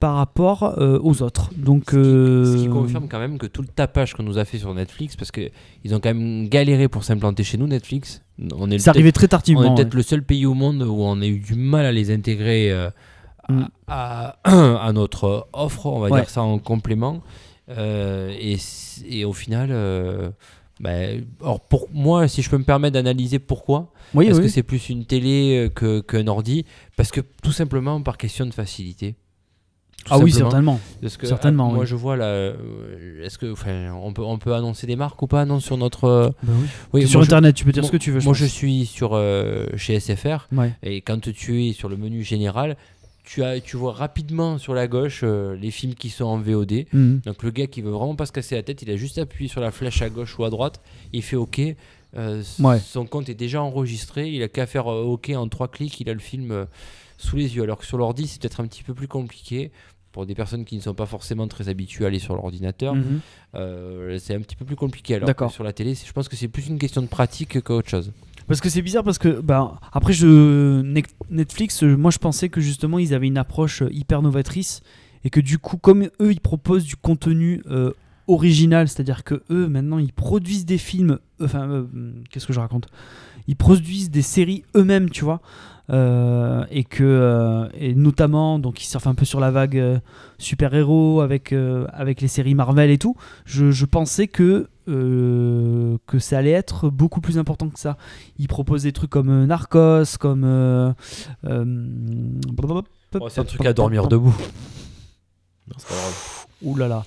[SPEAKER 7] par rapport euh, aux autres. Donc,
[SPEAKER 6] Ce qui
[SPEAKER 7] euh,
[SPEAKER 6] confirme quand même que tout le tapage qu'on nous a fait sur Netflix, parce que ils ont quand même galéré pour s'implanter chez nous, Netflix. On est
[SPEAKER 7] c'est
[SPEAKER 6] peut-être-
[SPEAKER 7] arrivé
[SPEAKER 6] on
[SPEAKER 7] très
[SPEAKER 6] est
[SPEAKER 7] tardivement.
[SPEAKER 6] peut-être
[SPEAKER 7] ouais.
[SPEAKER 6] le seul pays au monde où on a eu du mal à les intégrer euh, à-
[SPEAKER 7] Mm.
[SPEAKER 6] à, à notre offre, on va
[SPEAKER 7] Ouais.
[SPEAKER 6] dire ça en complément. Euh, et, c- et au final, euh, ben, or pour moi, si je peux me permettre d'analyser pourquoi,
[SPEAKER 7] Oui,
[SPEAKER 6] est-ce
[SPEAKER 7] oui.
[SPEAKER 6] que c'est plus une télé euh, que- qu'un ordi Parce que tout simplement par question de facilité. Tout
[SPEAKER 7] Ah oui,
[SPEAKER 6] simplement.
[SPEAKER 7] certainement.
[SPEAKER 6] Parce que,
[SPEAKER 7] certainement,
[SPEAKER 6] ah, Moi,
[SPEAKER 7] oui.
[SPEAKER 6] je vois là. euh, Est-ce que, enfin, on peut, on peut annoncer des marques ou pas Non, sur notre. euh, oui,
[SPEAKER 7] sur
[SPEAKER 6] moi, je-
[SPEAKER 7] Internet, tu peux dire
[SPEAKER 6] moi-
[SPEAKER 7] ce que tu veux.
[SPEAKER 6] Moi,
[SPEAKER 7] je
[SPEAKER 6] je
[SPEAKER 7] pense.
[SPEAKER 6] suis sur euh, chez SFR.
[SPEAKER 7] Ouais.
[SPEAKER 6] Et quand tu es sur le menu général, tu, as, tu vois rapidement sur la gauche euh, les films qui sont en VOD.
[SPEAKER 7] Mhm.
[SPEAKER 6] Donc le gars qui veut vraiment pas se casser la tête, il a juste appuyé sur la flèche à gauche ou à droite, il fait OK. euh, s-
[SPEAKER 7] Ouais.
[SPEAKER 6] Son compte est déjà enregistré, il a qu'à faire euh, OK en trois clics, il a le film euh, sous les yeux. Alors que sur l'ordi, c'est peut-être un petit peu plus compliqué pour des personnes qui ne sont pas forcément très habituées à aller sur l'ordinateur.
[SPEAKER 7] Mhm.
[SPEAKER 6] Euh, c'est un petit peu plus compliqué. Alors que
[SPEAKER 7] D'accord.
[SPEAKER 6] sur la télé, c'est- je pense que c'est plus une question de pratique qu'autre chose.
[SPEAKER 7] Parce que c'est bizarre parce que bah, après je Nec- Netflix, euh, moi je pensais que justement ils avaient une approche euh, hyper novatrice et que du coup comme eux ils proposent du contenu euh, original, c'est-à-dire que eux maintenant ils produisent des films, euh, enfin euh, qu'est-ce que je raconte Ils produisent des séries eux-mêmes, tu vois. euh, et que euh, et notamment donc ils surfent un peu sur la vague euh, super-héros avec euh, avec les séries Marvel et tout. Je, je pensais que euh, que ça allait être beaucoup plus important que ça. Il propose des trucs comme euh, Narcos, comme. euh, euh, blablabla.
[SPEAKER 6] Oh, c'est un truc à dormir debout.
[SPEAKER 8] Non, c'est pas grave.
[SPEAKER 7] Ouh là là.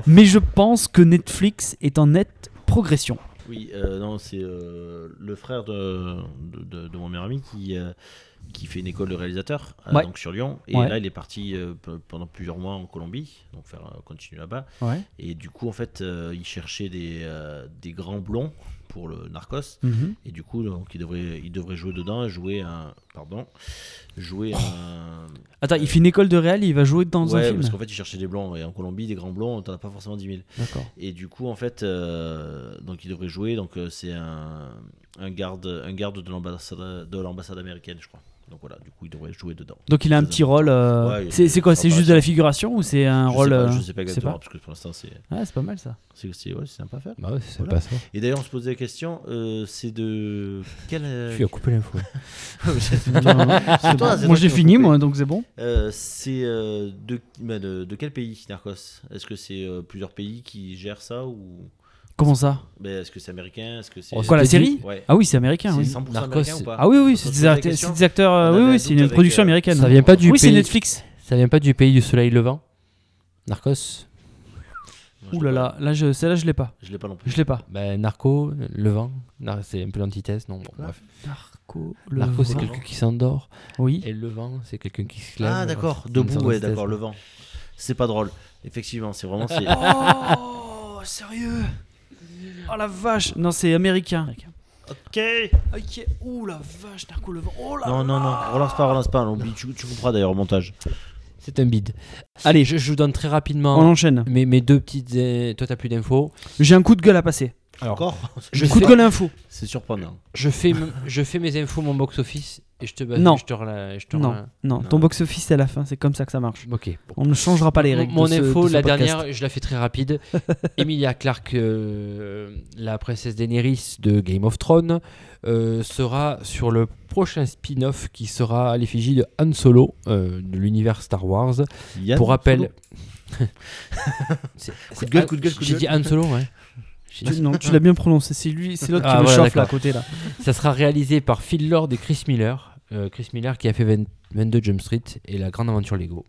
[SPEAKER 7] Mais je pense que Netflix est en nette progression.
[SPEAKER 8] Oui, euh, non, c'est euh, le frère de, de, de- de mon meilleur ami qui, euh, qui fait une école de réalisateur euh,
[SPEAKER 7] Ouais.
[SPEAKER 8] donc sur Lyon. Et
[SPEAKER 7] Ouais.
[SPEAKER 8] là, il est parti euh, pe- pendant plusieurs mois en Colombie, donc faire euh, continuer là-bas.
[SPEAKER 7] Ouais.
[SPEAKER 8] Et du coup, en fait, euh, il cherchait des, euh, des grands blonds pour le Narcos.
[SPEAKER 7] Mhm.
[SPEAKER 8] Et du coup, donc, il devrait, il devrait jouer dedans et jouer un. Pardon. Jouer un.
[SPEAKER 7] Attends, il fait une école de réel, il va jouer Oh, dans un
[SPEAKER 8] Ouais,
[SPEAKER 7] film.
[SPEAKER 8] parce qu'en fait, il cherchait des blonds. Et en Colombie, des grands blonds, t'en as pas forcément 10 000.
[SPEAKER 7] D'accord.
[SPEAKER 8] Et du coup, en fait, euh, donc il devrait jouer. Donc euh, c'est un, un garde, un garde de l'ambassade, de l'ambassade américaine, je crois. Donc voilà, du coup, il devrait jouer dedans.
[SPEAKER 7] Donc il a un
[SPEAKER 8] C'est
[SPEAKER 7] petit
[SPEAKER 8] ça.
[SPEAKER 7] rôle. euh,
[SPEAKER 8] Ouais, il-
[SPEAKER 7] c'est c'est quoi C'est
[SPEAKER 8] sympa,
[SPEAKER 7] juste de la figuration ou c'est un
[SPEAKER 8] je
[SPEAKER 7] rôle
[SPEAKER 8] sais pas,
[SPEAKER 7] euh,
[SPEAKER 8] je sais pas
[SPEAKER 7] je sais
[SPEAKER 8] exactement
[SPEAKER 7] pas.
[SPEAKER 8] parce que pour l'instant c'est,
[SPEAKER 7] Ouais, Ah, c'est pas mal ça.
[SPEAKER 8] c'est, c'est- ouais, c'est sympa à faire.
[SPEAKER 6] Bah ouais, c'est
[SPEAKER 8] Voilà.
[SPEAKER 6] pas ça.
[SPEAKER 8] Et d'ailleurs, on se posait la question, euh, c'est de quel euh,
[SPEAKER 6] Tu as coupé l'info.
[SPEAKER 8] c'est
[SPEAKER 7] Non,
[SPEAKER 8] toi,
[SPEAKER 7] non,
[SPEAKER 8] c'est toi
[SPEAKER 7] moi
[SPEAKER 8] qui
[SPEAKER 7] j'ai
[SPEAKER 8] m'as
[SPEAKER 7] fini,
[SPEAKER 8] coupé.
[SPEAKER 7] moi, donc c'est bon.
[SPEAKER 8] Euh, c'est euh, de, bah, de de quel pays Narcos Est-ce que c'est euh, plusieurs pays qui gèrent ça ou
[SPEAKER 7] Comment ça
[SPEAKER 8] bah, est-ce que c'est américain Est-ce que c'est
[SPEAKER 6] On
[SPEAKER 7] Quoi, la
[SPEAKER 6] s'était
[SPEAKER 7] série
[SPEAKER 6] dit-
[SPEAKER 8] Ouais.
[SPEAKER 7] Ah oui, c'est américain.
[SPEAKER 8] c'est
[SPEAKER 7] oui.
[SPEAKER 8] 100%
[SPEAKER 6] Narcos,
[SPEAKER 8] américain ou
[SPEAKER 6] c'est-
[SPEAKER 8] pas
[SPEAKER 7] Ah oui, oui,
[SPEAKER 8] On se
[SPEAKER 7] c'est des,
[SPEAKER 8] posait la
[SPEAKER 7] act-
[SPEAKER 8] question.
[SPEAKER 7] c'est des acteurs. euh,
[SPEAKER 8] On
[SPEAKER 7] oui,
[SPEAKER 8] avait un
[SPEAKER 7] oui, c'est
[SPEAKER 8] doute
[SPEAKER 7] une
[SPEAKER 8] avec,
[SPEAKER 7] production
[SPEAKER 8] euh,
[SPEAKER 7] américaine.
[SPEAKER 6] Ça vient pas du
[SPEAKER 7] Oui, c'est
[SPEAKER 6] pays-
[SPEAKER 7] Netflix.
[SPEAKER 6] Ça vient pas du pays du soleil levant Narcos
[SPEAKER 8] Moi, je
[SPEAKER 7] Ouh
[SPEAKER 8] l'ai
[SPEAKER 7] là
[SPEAKER 8] pas.
[SPEAKER 7] là, là je, celle-là je l'ai pas.
[SPEAKER 8] Je l'ai pas non plus.
[SPEAKER 7] Je l'ai pas.
[SPEAKER 6] Ben, Narco, Levant, Nar- c'est un peu l'antithèse, non bon, bref.
[SPEAKER 7] Narco,
[SPEAKER 6] Narco, c'est
[SPEAKER 8] vent.
[SPEAKER 6] quelqu'un qui s'endort,
[SPEAKER 7] Oui.
[SPEAKER 6] et Levant, c'est quelqu'un qui se lève.
[SPEAKER 8] Ah d'accord,
[SPEAKER 6] C'est euh, une
[SPEAKER 8] debout,
[SPEAKER 6] sorte
[SPEAKER 8] ouais,
[SPEAKER 6] d'antithèse.
[SPEAKER 8] d'accord, le vent. C'est pas drôle. Effectivement, c'est vraiment... c'est-
[SPEAKER 7] Oh, sérieux Oh la vache Non, c'est américain. Ah,
[SPEAKER 8] ok
[SPEAKER 7] Ok. Ouh la vache, Narco le vent. Oh là
[SPEAKER 8] Non, non, non, relance pas, relance pas, on oublie, tu, tu comprends d'ailleurs au montage.
[SPEAKER 6] C'est un bide. Allez, je, je vous donne très rapidement
[SPEAKER 7] On enchaîne.
[SPEAKER 6] mes, mes deux petites... euh, Toi, t'as plus d'infos.
[SPEAKER 7] J'ai un coup de gueule à passer.
[SPEAKER 8] Encore
[SPEAKER 6] Je
[SPEAKER 7] coup de
[SPEAKER 6] fais-
[SPEAKER 7] gueule info.
[SPEAKER 8] C'est surprenant.
[SPEAKER 6] Je fais, m- je fais mes infos, mon box-office, et je te... base-
[SPEAKER 7] Non.
[SPEAKER 6] Je te rela- je te
[SPEAKER 7] Non,
[SPEAKER 6] rela-
[SPEAKER 7] non, ton box-office c'est à la fin, c'est comme ça que ça marche.
[SPEAKER 6] Ok,
[SPEAKER 7] On ne changera pas les
[SPEAKER 6] Mon-
[SPEAKER 7] règles.
[SPEAKER 6] Mon
[SPEAKER 7] de ce-
[SPEAKER 6] info,
[SPEAKER 7] de ce
[SPEAKER 6] la
[SPEAKER 7] podcast.
[SPEAKER 6] dernière, je la fais très rapide. Emilia Clarke, euh, la princesse Daenerys de Game of Thrones, euh, sera sur le prochain spin-off qui sera à l'effigie de Han Solo euh, de l'univers Star Wars.
[SPEAKER 8] Yann
[SPEAKER 6] Pour rappel,
[SPEAKER 8] Solo.
[SPEAKER 6] C'est-
[SPEAKER 8] Coup de
[SPEAKER 6] c'est
[SPEAKER 8] gueule,
[SPEAKER 6] Han-
[SPEAKER 8] coup de gueule, coup de
[SPEAKER 6] J'ai dit Han Solo, ouais. J'ai dit-
[SPEAKER 7] Tu- non, tu l'as bien prononcé, c'est lui, c'est l'autre
[SPEAKER 6] Ah,
[SPEAKER 7] qui me
[SPEAKER 6] voilà,
[SPEAKER 7] chauffe là à
[SPEAKER 6] d'accord.
[SPEAKER 7] côté là.
[SPEAKER 6] Ça sera réalisé par Phil Lord et Chris Miller. Euh, Chris Miller qui a fait 20 22 Jump Street et La Grande Aventure Lego.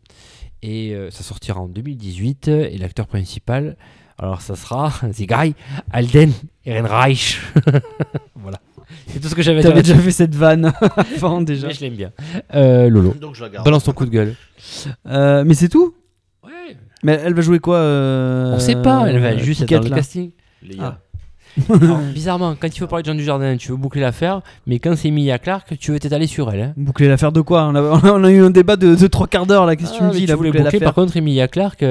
[SPEAKER 6] Et euh, ça sortira en 2018. euh, Et l'acteur principal, alors ça sera The Guy, Alden Ehrenreich. voilà. C'est tout ce que j'avais à dire.
[SPEAKER 7] T'avais déjà fait cette vanne avant déjà.
[SPEAKER 6] Mais je l'aime bien. Euh, Lolo,
[SPEAKER 8] Donc je la garde.
[SPEAKER 6] balance ton coup de gueule.
[SPEAKER 7] Euh, mais c'est tout Mais elle va jouer quoi euh,
[SPEAKER 6] On sait pas, elle va juste être
[SPEAKER 7] Kikette,
[SPEAKER 6] dans le
[SPEAKER 7] là
[SPEAKER 6] casting.
[SPEAKER 8] Les gars.
[SPEAKER 6] Alors, bizarrement, quand il faut parler de Jean Dujardin, tu veux boucler l'affaire, mais quand c'est Mia Clark, tu veux t'étaler sur elle. hein.
[SPEAKER 7] Boucler l'affaire de quoi on a, on a eu un débat de, de trois quarts d'heure là. Qu'est-ce que
[SPEAKER 6] Ah,
[SPEAKER 7] tu me
[SPEAKER 6] mais
[SPEAKER 7] dis là
[SPEAKER 6] voulais
[SPEAKER 7] boucler
[SPEAKER 6] boucler, par
[SPEAKER 7] l'affaire
[SPEAKER 6] contre Emilia Clark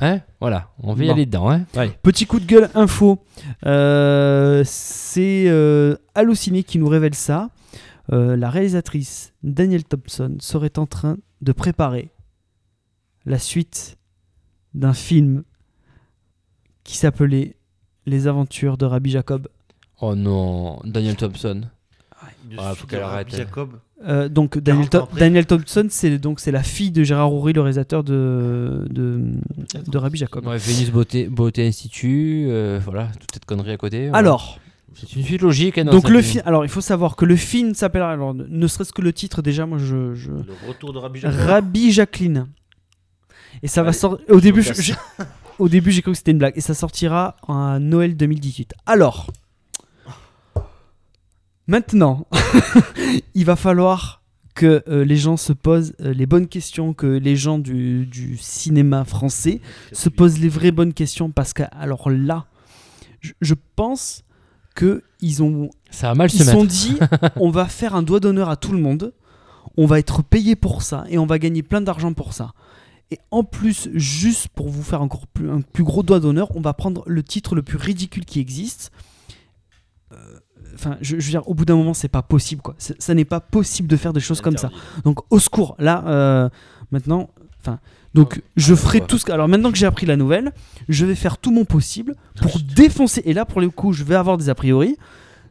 [SPEAKER 6] Hein voilà, on va y
[SPEAKER 7] Bon.
[SPEAKER 6] aller dedans. Hein Allez.
[SPEAKER 7] Petit coup de gueule info. Euh, c'est euh, Allociné qui nous révèle ça. Euh, la réalisatrice Danielle Thompson serait en train de préparer la suite d'un film qui s'appelait Les Aventures de Rabbi Jacob.
[SPEAKER 6] Oh non, Daniel Thompson.
[SPEAKER 8] De
[SPEAKER 6] Ah, faut
[SPEAKER 8] Sud-
[SPEAKER 6] qu'elle arrête, elle.
[SPEAKER 8] Jacob.
[SPEAKER 7] Euh, donc Daniel,
[SPEAKER 8] 40 ans après.
[SPEAKER 7] Daniel Thompson, c'est donc c'est la fille de Gérard Houry, le réalisateur de de, de Rabbi Jacob.
[SPEAKER 6] Ouais, Vénus Beauté, Beauté Institut, euh, voilà, toute cette connerie à côté. voilà.
[SPEAKER 7] Alors,
[SPEAKER 6] C'est une suite logique. hein, dans
[SPEAKER 7] donc
[SPEAKER 6] cette
[SPEAKER 7] le
[SPEAKER 6] ligne.
[SPEAKER 7] film. Alors, il faut savoir que le film s'appellera. Alors, ne- ne serait-ce que le titre déjà, moi je, je-
[SPEAKER 8] Le retour de Rabbi Jacob.
[SPEAKER 7] Rabbi Jacqueline. Et ça va
[SPEAKER 8] Allez,
[SPEAKER 7] sortir. Au début,
[SPEAKER 8] je me
[SPEAKER 7] je- j'ai- au début, j'ai cru que c'était une blague. Et ça sortira en Noël 2018. Alors, maintenant, il va falloir que euh, les gens se posent euh, les bonnes questions, que les gens du, du cinéma français se posent les vraies bonnes questions. Parce que, alors là, je, je pense que ils ont
[SPEAKER 6] Ça a mal
[SPEAKER 7] ils
[SPEAKER 6] se
[SPEAKER 7] se
[SPEAKER 6] mettre.
[SPEAKER 7] sont dit on va faire un doigt d'honneur à tout le monde, on va être payé pour ça et on va gagner plein d'argent pour ça. Et en plus, juste pour vous faire encore plus, un plus gros doigt d'honneur, on va prendre le titre le plus ridicule qui existe. Euh, Enfin, je, je veux dire, au bout d'un moment, c'est pas possible, quoi. C'est- Ça n'est pas possible de faire des choses comme ça. Donc au secours, là, euh, maintenant, enfin, donc je ferai
[SPEAKER 6] Ah, ouais.
[SPEAKER 7] tout ce que... Alors maintenant que j'ai appris la nouvelle, je vais faire tout mon possible pour défoncer, et là pour le coup, je vais avoir des a priori,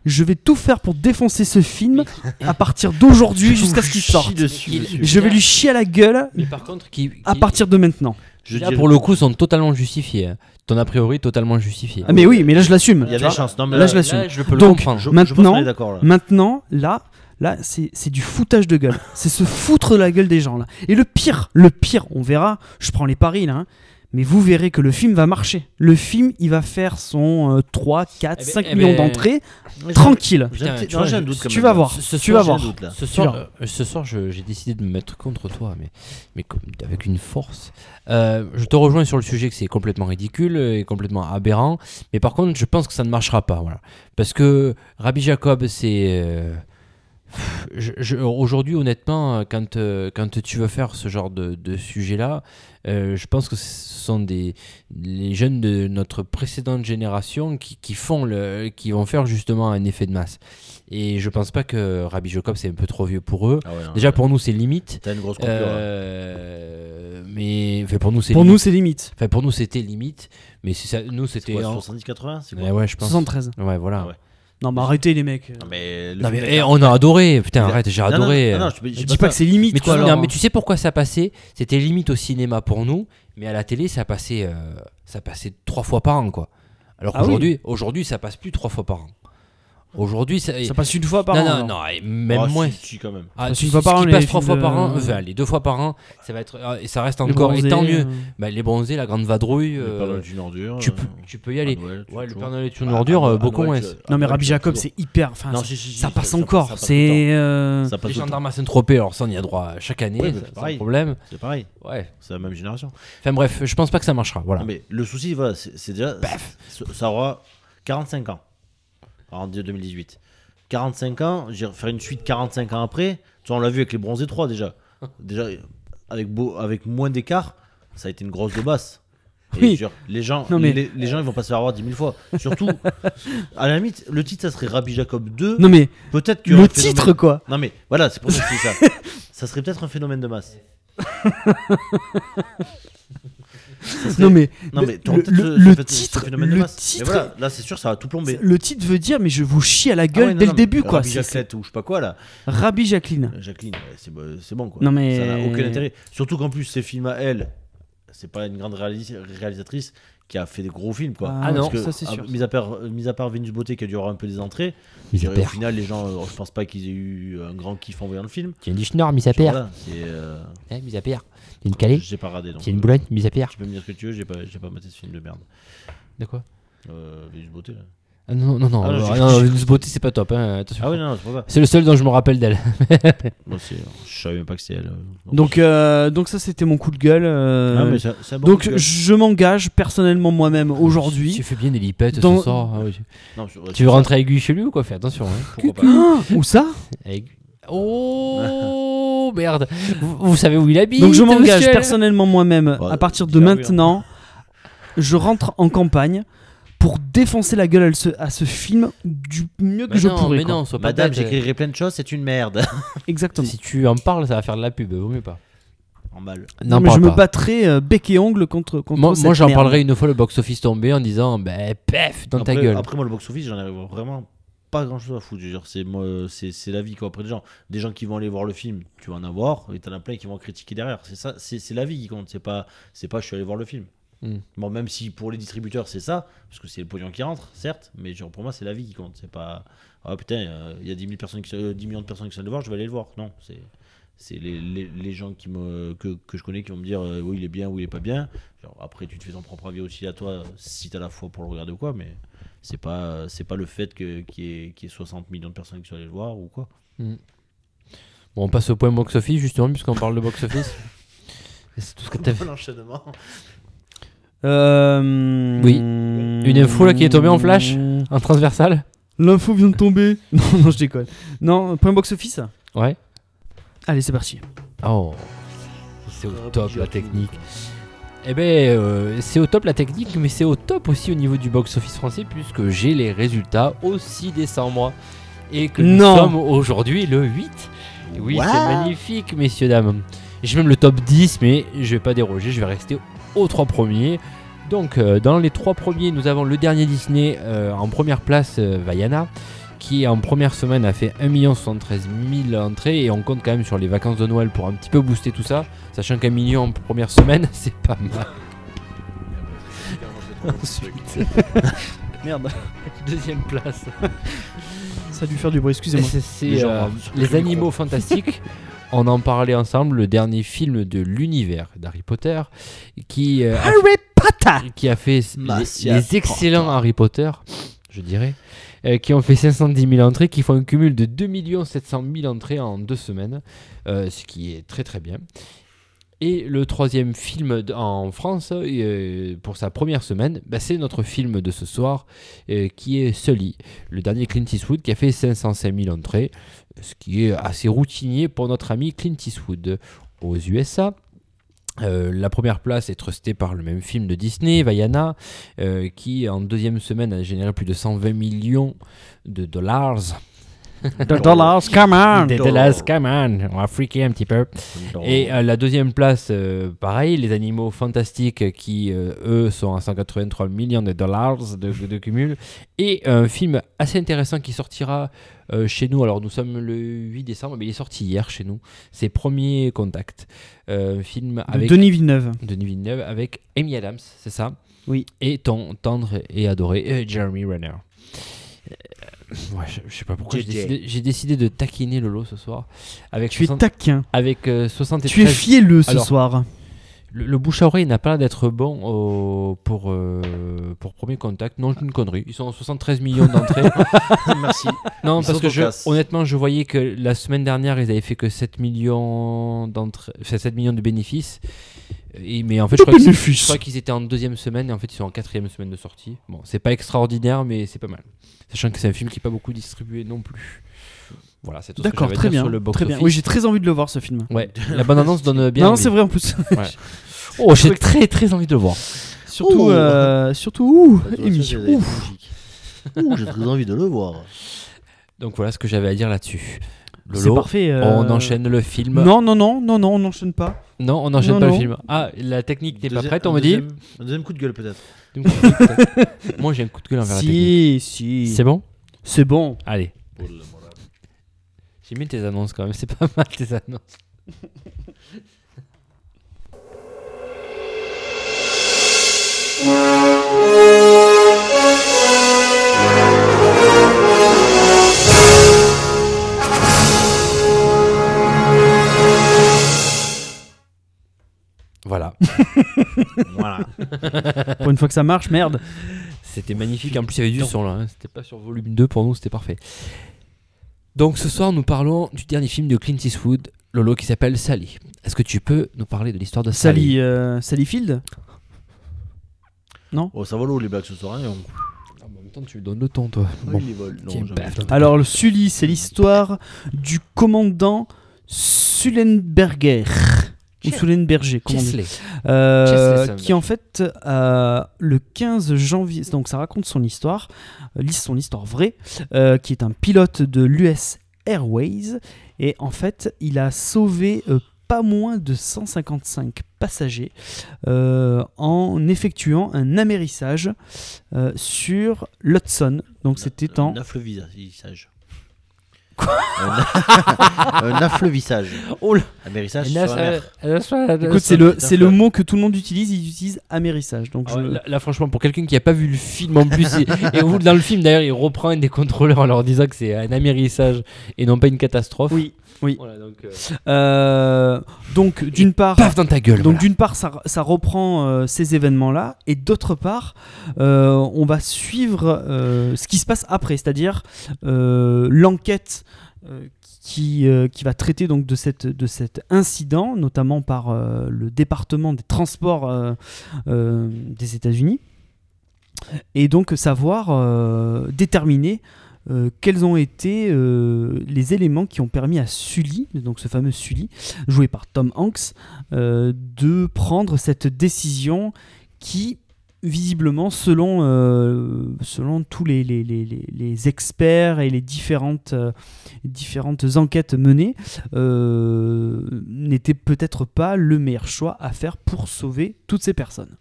[SPEAKER 7] je vais tout faire pour défoncer ce film à partir d'aujourd'hui jusqu'à ce qu'il sorte. Je vais lui chier à la gueule
[SPEAKER 6] Mais par contre, qui,
[SPEAKER 7] à
[SPEAKER 6] qui-
[SPEAKER 7] partir de maintenant.
[SPEAKER 8] Je
[SPEAKER 6] là,
[SPEAKER 8] dirais-
[SPEAKER 6] pour le coup, sont totalement justifiés. hein. Ton a priori, totalement justifié.
[SPEAKER 7] Ah, mais oui, mais là je l'assume.
[SPEAKER 8] Il y a
[SPEAKER 7] Tu vois,
[SPEAKER 8] des chances. Non, mais
[SPEAKER 7] là,
[SPEAKER 8] là,
[SPEAKER 7] je l'assume.
[SPEAKER 6] Là, je peux le
[SPEAKER 7] Donc,
[SPEAKER 6] comprendre.
[SPEAKER 8] je- je pense
[SPEAKER 7] Maintenant-
[SPEAKER 8] qu'on est d'accord là.
[SPEAKER 7] Maintenant, là, là, c'est c'est du foutage de gueule. C'est se foutre de la gueule des gens là. Et le pire, le pire, on verra. Je prends les paris là. hein, mais vous verrez que le film va marcher. Le film, il va faire son euh, 3, 4,
[SPEAKER 6] Eh ben-
[SPEAKER 7] 5
[SPEAKER 6] eh
[SPEAKER 7] millions
[SPEAKER 6] ben-
[SPEAKER 7] d'entrées. Tranquille.
[SPEAKER 8] J'ai un
[SPEAKER 6] Putain,
[SPEAKER 8] petit-
[SPEAKER 6] tu
[SPEAKER 8] non,
[SPEAKER 6] vois,
[SPEAKER 8] j'ai un
[SPEAKER 6] je-
[SPEAKER 8] doute quand
[SPEAKER 7] tu
[SPEAKER 8] même,
[SPEAKER 7] vas
[SPEAKER 8] là.
[SPEAKER 7] voir.
[SPEAKER 6] Ce- ce
[SPEAKER 7] tu
[SPEAKER 6] soir,
[SPEAKER 7] vas voir.
[SPEAKER 8] J'ai un doute, là.
[SPEAKER 6] Ce soir,
[SPEAKER 7] Tu
[SPEAKER 6] euh, ce soir, je- j'ai décidé de me mettre contre toi, mais, mais comme- avec une force. Euh, je te rejoins sur le sujet que c'est complètement ridicule et complètement aberrant, mais par contre, je pense que ça ne marchera pas. Voilà. Parce que Rabbi Jacob, c'est. euh, pff, je- je- Aujourd'hui, honnêtement, euh, quand, euh, quand tu veux faire ce genre de, de sujet-là, euh, je pense que ce sont des les jeunes de notre précédente génération qui, qui font le, qui vont faire justement un effet de masse. Et je pense pas que Rabbi Jacob c'est un peu trop vieux pour eux.
[SPEAKER 8] Ah ouais, non,
[SPEAKER 6] Déjà
[SPEAKER 8] ouais.
[SPEAKER 6] pour nous c'est limite.
[SPEAKER 8] T'as une grosse coupure. là.
[SPEAKER 6] Euh, mais enfin, pour nous c'est
[SPEAKER 7] Pour
[SPEAKER 6] limite.
[SPEAKER 7] nous, c'est limite.
[SPEAKER 6] Enfin, pour nous c'était limite. Mais c'est ça, nous
[SPEAKER 8] C'est
[SPEAKER 6] c'était.
[SPEAKER 8] quoi,
[SPEAKER 6] en-
[SPEAKER 8] 70-80 c'est quoi
[SPEAKER 6] Ouais, ouais, je pense.
[SPEAKER 7] 73.
[SPEAKER 6] Ouais voilà.
[SPEAKER 8] Ah ouais.
[SPEAKER 7] Non, mais arrêtez les mecs.
[SPEAKER 8] Non, mais le
[SPEAKER 6] Non, mais-
[SPEAKER 8] film
[SPEAKER 6] eh,
[SPEAKER 8] est-
[SPEAKER 6] on a adoré. Putain
[SPEAKER 8] Il a-
[SPEAKER 6] arrête j'ai
[SPEAKER 8] Non, non,
[SPEAKER 6] adoré.
[SPEAKER 8] non, non, je te dis- je
[SPEAKER 7] Je
[SPEAKER 8] dis
[SPEAKER 7] dis
[SPEAKER 8] pas
[SPEAKER 7] pas que c'est limite,
[SPEAKER 6] Mais tu,
[SPEAKER 7] quoi.
[SPEAKER 6] non,
[SPEAKER 7] alors.
[SPEAKER 6] mais tu sais pourquoi ça passait C'était limite au cinéma pour nous, mais à la télé, ça passait, euh, ça passait trois fois par an, quoi. Alors
[SPEAKER 7] Ah
[SPEAKER 6] qu'aujourd'hui, aujourd'hui, ça passe plus trois fois par an. Aujourd'hui, ça,
[SPEAKER 7] Ça passe une fois par
[SPEAKER 6] non,
[SPEAKER 7] an.
[SPEAKER 6] non,
[SPEAKER 7] alors.
[SPEAKER 6] non, et même
[SPEAKER 8] Ah, si,
[SPEAKER 6] moins.
[SPEAKER 8] si, quand même.
[SPEAKER 6] Ah,
[SPEAKER 7] Parce
[SPEAKER 6] tu-
[SPEAKER 7] qu'une fois
[SPEAKER 6] ce
[SPEAKER 7] par an,
[SPEAKER 6] qui
[SPEAKER 7] les
[SPEAKER 6] passe trois fois
[SPEAKER 7] films
[SPEAKER 6] par an,
[SPEAKER 7] de-
[SPEAKER 6] enfin, les deux fois par an, ça va être, ah, et ça reste
[SPEAKER 7] Les
[SPEAKER 6] encore. et
[SPEAKER 7] bronzés,
[SPEAKER 6] tant mieux.
[SPEAKER 7] euh,
[SPEAKER 6] Bah, les bronzés, la grande vadrouille,
[SPEAKER 8] Le
[SPEAKER 6] euh,
[SPEAKER 8] Père Noël est une ordure.
[SPEAKER 6] tu,
[SPEAKER 8] euh,
[SPEAKER 6] peux, tu peux y aller.
[SPEAKER 8] à Noël, tu-
[SPEAKER 6] Ouais, le
[SPEAKER 8] tu
[SPEAKER 6] Père
[SPEAKER 8] vois.
[SPEAKER 6] Noël est
[SPEAKER 8] Ah,
[SPEAKER 6] une
[SPEAKER 8] à-
[SPEAKER 6] ordure,
[SPEAKER 8] à-
[SPEAKER 6] euh,
[SPEAKER 8] à
[SPEAKER 6] beaucoup
[SPEAKER 8] Noël,
[SPEAKER 6] moins.
[SPEAKER 8] tu- à
[SPEAKER 7] Non, mais
[SPEAKER 8] Noël, tu
[SPEAKER 7] Rabbi
[SPEAKER 8] vois
[SPEAKER 7] Jacob,
[SPEAKER 8] toujours.
[SPEAKER 7] c'est hyper. Enfin,
[SPEAKER 8] Non,
[SPEAKER 7] ça-
[SPEAKER 8] si, si, si,
[SPEAKER 7] ça
[SPEAKER 8] ça-
[SPEAKER 7] passe
[SPEAKER 8] ça- ça
[SPEAKER 7] encore.
[SPEAKER 8] passe
[SPEAKER 7] C'est. euh,
[SPEAKER 8] Ça passe
[SPEAKER 6] Les
[SPEAKER 8] tout le temps.
[SPEAKER 6] gendarmes à Saint-Tropez, alors ça, on y a droit chaque année,
[SPEAKER 8] Ouais, mais
[SPEAKER 6] ça,
[SPEAKER 8] c'est
[SPEAKER 6] c'est pas un
[SPEAKER 8] pareil.
[SPEAKER 6] problème.
[SPEAKER 8] C'est pareil,
[SPEAKER 6] Ouais.
[SPEAKER 8] c'est la même génération.
[SPEAKER 6] Enfin bref, je pense pas que ça marchera. Voilà.
[SPEAKER 8] Non, Ah, mais le souci, voilà, c'est c'est déjà. ce- Ça aura 45 ans. En 2018. 45 ans, j'ai faire une suite 45 ans après. Tu vois, on l'a vu avec les bronzés 3 déjà. Déjà, avec, beau, avec moins d'écart, ça a été une grosse de basse. Et
[SPEAKER 7] Oui.
[SPEAKER 8] je veux dire, les gens,
[SPEAKER 7] Non, mais-
[SPEAKER 8] les, les gens, ils vont pas se faire avoir 10 000 fois. Surtout, à la limite, le titre, ça serait Rabbi Jacob 2.
[SPEAKER 7] Non, mais
[SPEAKER 8] Peut-être que
[SPEAKER 7] le
[SPEAKER 8] un phénomène-
[SPEAKER 7] titre, quoi.
[SPEAKER 8] Non mais voilà, c'est pour ça que je dis ça. ça serait peut-être un phénomène de masse. Ça serait-
[SPEAKER 7] Non, mais.
[SPEAKER 8] non mais t'aurais
[SPEAKER 7] le-
[SPEAKER 8] peut-être
[SPEAKER 7] le-
[SPEAKER 8] ce- ce
[SPEAKER 7] le
[SPEAKER 8] phénomène- ce
[SPEAKER 7] titre-
[SPEAKER 8] phénomène de
[SPEAKER 7] le
[SPEAKER 8] masse.
[SPEAKER 7] titre-
[SPEAKER 8] Mais voilà, là c'est sûr, ça va tout plomber.
[SPEAKER 7] Le titre veut dire, mais je vous chie à la gueule
[SPEAKER 8] Ah ouais, non,
[SPEAKER 7] dès
[SPEAKER 8] non,
[SPEAKER 7] le
[SPEAKER 8] mais
[SPEAKER 7] début, quoi.
[SPEAKER 8] Rabbi Euh,
[SPEAKER 7] C'est-
[SPEAKER 8] Jacquette ou je sais pas quoi là.
[SPEAKER 7] c'est- Rabbi Jacqueline.
[SPEAKER 8] Jacqueline, ouais, c'est bo- c'est bon quoi.
[SPEAKER 7] Non, mais-
[SPEAKER 8] Ça n'a aucun intérêt. Surtout qu'en plus, ces films à elle, c'est pas une grande réalis- réalisatrice qui a fait des gros films quoi.
[SPEAKER 7] Ah
[SPEAKER 8] Parce
[SPEAKER 7] non,
[SPEAKER 8] que,
[SPEAKER 7] ça, c'est
[SPEAKER 8] à-
[SPEAKER 7] sûr.
[SPEAKER 8] Mis à part, mis à part Vénus Beauté qui a dû avoir un peu des entrées,
[SPEAKER 6] Mis à
[SPEAKER 8] je dirais, au
[SPEAKER 6] part.
[SPEAKER 8] final les gens, euh, je pense pas qu'ils aient eu un grand kiff en voyant le film.
[SPEAKER 6] Tiens, du Schnorr, mis à terre.
[SPEAKER 8] Voilà, c'est. euh,
[SPEAKER 6] Eh, mise à pierre. Il y a une Calais,
[SPEAKER 8] J'ai pas radé donc.
[SPEAKER 6] il y a une
[SPEAKER 8] euh,
[SPEAKER 6] Boulogne, mise à pierre.
[SPEAKER 8] Tu peux me dire ce que tu veux, j'ai pas, j'ai pas maté ce film de merde.
[SPEAKER 6] De quoi
[SPEAKER 8] Euh, Vénus Beauté là.
[SPEAKER 6] ah, Non, non, non,
[SPEAKER 8] Ah,
[SPEAKER 6] euh,
[SPEAKER 8] non,
[SPEAKER 6] ah,
[SPEAKER 8] j'ai-
[SPEAKER 6] non,
[SPEAKER 8] j'ai-
[SPEAKER 6] Venus Beauté, c'est pas top. hein, attention.
[SPEAKER 8] Ah oui, non, non, c'est pas ça.
[SPEAKER 6] C'est le seul dont je me rappelle d'elle.
[SPEAKER 8] Moi, c'est, je savais même pas que c'était elle. euh,
[SPEAKER 7] Donc, euh, donc, ça, c'était mon coup de gueule. euh,
[SPEAKER 8] Ah, mais ça, ça bon,
[SPEAKER 7] donc,
[SPEAKER 8] gueule. Ah,
[SPEAKER 7] je m'engage personnellement moi-même
[SPEAKER 6] Tu
[SPEAKER 7] aujourd'hui.
[SPEAKER 6] fais bien des lipettes
[SPEAKER 7] Dans-
[SPEAKER 6] ce soir. ah oui.
[SPEAKER 8] Non, je-
[SPEAKER 6] Tu veux rentrer avec lui chez lui ou quoi Fais attention. hein.
[SPEAKER 8] Pourquoi pas
[SPEAKER 7] Ou ça
[SPEAKER 6] Avec- Oh merde vous, vous savez où il habite
[SPEAKER 7] Donc je m'engage
[SPEAKER 6] monsieur
[SPEAKER 7] personnellement moi-même
[SPEAKER 8] Bah,
[SPEAKER 7] à partir de
[SPEAKER 8] dis-leur, oui, hein.
[SPEAKER 7] maintenant je rentre en campagne pour défoncer la gueule à ce, à ce film du mieux que
[SPEAKER 6] Mais
[SPEAKER 7] je
[SPEAKER 6] non,
[SPEAKER 7] pourrais.
[SPEAKER 6] mais
[SPEAKER 7] quoi.
[SPEAKER 6] non, sois pas
[SPEAKER 8] Madame,
[SPEAKER 6] bête.
[SPEAKER 8] j'écrirai plein de choses, c'est une merde.
[SPEAKER 7] Exactement.
[SPEAKER 6] Si tu en parles, ça va faire de la pub, vaut mieux pas.
[SPEAKER 8] En mal.
[SPEAKER 7] Non, mais je me battrai euh, bec et ongle contre, contre
[SPEAKER 6] Moi,
[SPEAKER 7] cette
[SPEAKER 6] moi, j'en
[SPEAKER 7] merde.
[SPEAKER 6] parlerai une fois le box-office tombé en disant bah, pef dans ta
[SPEAKER 8] après,
[SPEAKER 6] gueule.
[SPEAKER 8] Après, moi, le box-office, j'en arrive vraiment pas grand-chose à foutre. Je veux dire, C'est moi, c'est c'est la vie, quoi. Après, des gens, des gens qui vont aller voir le film, tu vas en avoir, et t'en as plein qui vont critiquer derrière. C'est ça, c'est c'est la vie qui compte. C'est pas, c'est pas, je suis allé voir le film.
[SPEAKER 6] Mm.
[SPEAKER 8] Bon, même si pour les distributeurs, c'est ça, parce que c'est le pognon qui rentre, certes, mais genre, pour moi, c'est la vie qui compte. C'est pas, ah putain, euh, il y a 10, 000 personnes qui, sont- euh, 10 millions de personnes qui sont allées le voir, je vais aller le voir. Non, c'est. C'est les, les- les gens qui me, que, que je connais qui vont me dire euh, oui il est bien ou il est pas bien. Genre, après tu te fais ton propre avis aussi à toi si t'as la foi pour le regarder ou quoi, mais c'est pas c'est pas le fait que qu'il y, ait- qu'il y ait 60 millions de personnes qui sont allées le voir ou quoi
[SPEAKER 6] Bon, on passe au point box-office justement, puisqu'on parle de box-office. Et C'est tout ce que t'as fait.
[SPEAKER 8] l'enchaînement
[SPEAKER 7] Euh,
[SPEAKER 6] Oui. Une info, là, qui est tombée en flash En transversal
[SPEAKER 7] L'info vient de tomber. non, non, je déconne. Non, point box-office
[SPEAKER 6] Ouais.
[SPEAKER 7] Allez, c'est parti.
[SPEAKER 6] Oh, c'est au top la technique. Eh ben, euh, c'est au top la technique, mais c'est au top aussi au niveau du box-office français, puisque j'ai les résultats au 6 décembre. Et que nous
[SPEAKER 7] Non.
[SPEAKER 6] sommes aujourd'hui le 8. Oui, c'est magnifique, messieurs, dames. J'ai même le top 10, mais je vais pas déroger, je vais rester aux trois premiers. Donc, euh, dans les trois premiers, nous avons le dernier Disney euh, en première place, euh, Vaiana, qui en première semaine a fait 1 73 000 entrées. Et on compte quand même sur les vacances de Noël pour un petit peu booster tout ça, sachant qu'un million en première semaine, c'est pas mal. Ensuite,
[SPEAKER 7] Merde,
[SPEAKER 6] deuxième place,
[SPEAKER 7] ça a dû faire du bruit, excusez-moi.
[SPEAKER 6] c'est- c'est,
[SPEAKER 8] Les gens,
[SPEAKER 6] euh,
[SPEAKER 8] surtout
[SPEAKER 6] les
[SPEAKER 8] les
[SPEAKER 6] animaux
[SPEAKER 8] gros.
[SPEAKER 6] fantastiques. On en parlait ensemble, le dernier film de l'univers d'Harry Potter, qui euh, a
[SPEAKER 7] Harry Potter
[SPEAKER 6] qui a fait s- les,
[SPEAKER 8] Marcia
[SPEAKER 6] les excellents Harry Potter, je dirais, euh, qui ont fait 510 000 entrées, qui font un cumul de 2 700 000 entrées en deux semaines, euh, ce qui est très très bien. Et le troisième film d- en France, euh, pour sa première semaine, bah, c'est notre film de ce soir, euh, qui est Sully, le dernier Clint Eastwood, qui a fait 505 000 entrées, ce qui est assez routinier pour notre ami Clint Eastwood aux USA. Euh, la première place est trustée par le même film de Disney, Vaiana, euh, qui en deuxième semaine a généré plus de 120 millions de dollars.
[SPEAKER 7] The dollars, come on
[SPEAKER 6] Des dollars, come on, on va freaker un petit peu. Et euh, la deuxième place, euh, pareil, les animaux fantastiques qui, euh, eux, sont à 183 millions de dollars de, de cumul. Et un film assez intéressant qui sortira euh, chez nous. Alors, nous sommes le 8 décembre, mais il est sorti hier chez nous. C'est Premier Contact. Euh, un film
[SPEAKER 7] De
[SPEAKER 6] avec.
[SPEAKER 7] Denis Villeneuve.
[SPEAKER 6] Denis Villeneuve avec Amy Adams, c'est ça
[SPEAKER 7] Oui.
[SPEAKER 6] Et ton tendre et adoré euh, Jeremy Renner. Euh, ouais, je, je sais pas pourquoi j'ai
[SPEAKER 8] JJ.
[SPEAKER 6] décidé, j'ai décidé de taquiner Lolo ce soir avec
[SPEAKER 7] Tu es
[SPEAKER 6] 60
[SPEAKER 7] taquin.
[SPEAKER 6] avec euh, 73
[SPEAKER 7] Tu es fielleux ce
[SPEAKER 6] Alors,
[SPEAKER 7] soir.
[SPEAKER 6] le, le bouche à oreille n'a pas l'air d'être bon au- pour euh, pour premier contact. Non, c'est une connerie. Ils sont à 73 millions d'entrées.
[SPEAKER 8] merci
[SPEAKER 6] non,
[SPEAKER 8] Ils
[SPEAKER 6] parce
[SPEAKER 8] sont
[SPEAKER 6] que je-
[SPEAKER 8] cocasses.
[SPEAKER 6] honnêtement, je voyais que la semaine dernière, ils avaient fait que 7 millions d'entrées, enfin, 7 millions de bénéfices. Et- mais en fait, je crois que je crois qu'ils étaient en deuxième semaine et en fait ils sont en quatrième semaine de sortie. Bon, c'est pas extraordinaire, mais c'est pas mal. Sachant que c'est un film qui n'est pas beaucoup distribué non plus. Voilà, c'est tout ce que
[SPEAKER 7] D'accord,
[SPEAKER 6] j'avais à
[SPEAKER 7] très
[SPEAKER 6] dire
[SPEAKER 7] bien.
[SPEAKER 6] sur le box
[SPEAKER 7] Très bien. Oui, j'ai très envie de le voir ce film.
[SPEAKER 6] Ouais, la bande annonce donne bien.
[SPEAKER 7] non, non,
[SPEAKER 6] envie.
[SPEAKER 7] c'est vrai en plus.
[SPEAKER 6] Oh, j'ai très très envie de le voir.
[SPEAKER 7] surtout,
[SPEAKER 8] Ouh.
[SPEAKER 7] euh, surtout, ouh, Amy, ouh.
[SPEAKER 8] Ouh, j'ai très envie de le voir.
[SPEAKER 6] Donc voilà ce que j'avais à dire là-dessus.
[SPEAKER 7] C'est
[SPEAKER 6] Lolo,
[SPEAKER 7] parfait. euh,
[SPEAKER 6] on enchaîne le film.
[SPEAKER 7] Non, non, non, non, non, on n'enchaîne pas.
[SPEAKER 6] Non, on n'enchaîne
[SPEAKER 7] Non,
[SPEAKER 6] pas
[SPEAKER 7] non.
[SPEAKER 6] le film. Ah, la technique n'est pas
[SPEAKER 8] Deuxième-
[SPEAKER 6] prête,
[SPEAKER 8] un
[SPEAKER 6] on me dit.
[SPEAKER 8] deuxième- Un deuxième coup de gueule peut-être.
[SPEAKER 6] Moi j'ai un coup de gueule envers la technique.
[SPEAKER 7] Si, si.
[SPEAKER 6] C'est bon
[SPEAKER 7] C'est bon.
[SPEAKER 6] Allez.
[SPEAKER 8] Oh
[SPEAKER 6] J'ai mis tes annonces quand même, c'est pas mal tes annonces. Voilà,
[SPEAKER 8] Voilà.
[SPEAKER 7] Pour une fois que ça marche, merde.
[SPEAKER 6] c'était magnifique. En plus, il y avait du son là. hein. C'était pas sur volume 2 pour nous, c'était parfait. Donc ce soir, nous parlons du dernier film de Clint Eastwood, Lolo, qui s'appelle Sally. Est-ce que tu peux nous parler de l'histoire de Sally
[SPEAKER 7] Sally, euh, Sally Field
[SPEAKER 8] Oh, ça va l'eau les blagues ce soir. hein, on-
[SPEAKER 6] Ah, bah, En même temps, tu lui donnes le ton, toi.
[SPEAKER 8] on les vole. Non,
[SPEAKER 6] Tiens,
[SPEAKER 8] j'en ai
[SPEAKER 6] paf.
[SPEAKER 8] pas.
[SPEAKER 7] Alors, le Sully, c'est l'histoire du commandant Sullenberger. Ou
[SPEAKER 6] Che-
[SPEAKER 7] Solène Berger, comment on dit.
[SPEAKER 6] Chesley.
[SPEAKER 7] Euh,
[SPEAKER 6] Chesley, ça me
[SPEAKER 7] qui en fait, euh, le 15 janvier, donc ça raconte son histoire, euh, lis- son histoire vraie, euh, qui est un pilote de l'US Airways, et en fait, il a sauvé euh, pas moins de 155 passagers euh, en effectuant un amérissage euh, sur l'Hudson. Donc c'était en
[SPEAKER 8] Un affleuvissage. Quoi Un affleuvissage.
[SPEAKER 7] Oh là-
[SPEAKER 8] Amérissage sur la mer.
[SPEAKER 6] Euh,
[SPEAKER 7] Écoute, c'est le, c'est le mot que tout le monde utilise, ils utilisent amérissage. Donc
[SPEAKER 6] Ah
[SPEAKER 7] je-
[SPEAKER 6] ouais, là, là, franchement, pour quelqu'un qui a pas vu le film en plus, il- et au bout de- dans le film d'ailleurs, il reprend un des contrôleurs en leur disant que c'est un amérissage et non pas une catastrophe.
[SPEAKER 7] Oui, oui.
[SPEAKER 6] Voilà, donc, euh,
[SPEAKER 7] Euh, donc d'une part,
[SPEAKER 6] paf dans ta gueule.
[SPEAKER 7] Donc
[SPEAKER 6] voilà.
[SPEAKER 7] d'une part, ça, ça reprend euh, ces événements-là, et d'autre part, euh, on va suivre euh, ce qui se passe après, c'est-à-dire euh, l'enquête euh, qui, euh, qui va traiter donc de, cette, de cet incident, notamment par euh, le département des transports euh, euh, des États-Unis, et donc savoir euh, déterminer euh, quels ont été euh, les éléments qui ont permis à Sully, donc ce fameux Sully, joué par Tom Hanks, euh, de prendre cette décision qui, visiblement, selon, euh, selon tous les, les- les- les- les experts et les différentes, euh, différentes enquêtes menées, euh, n'était peut-être pas le meilleur choix à faire pour sauver toutes ces personnes.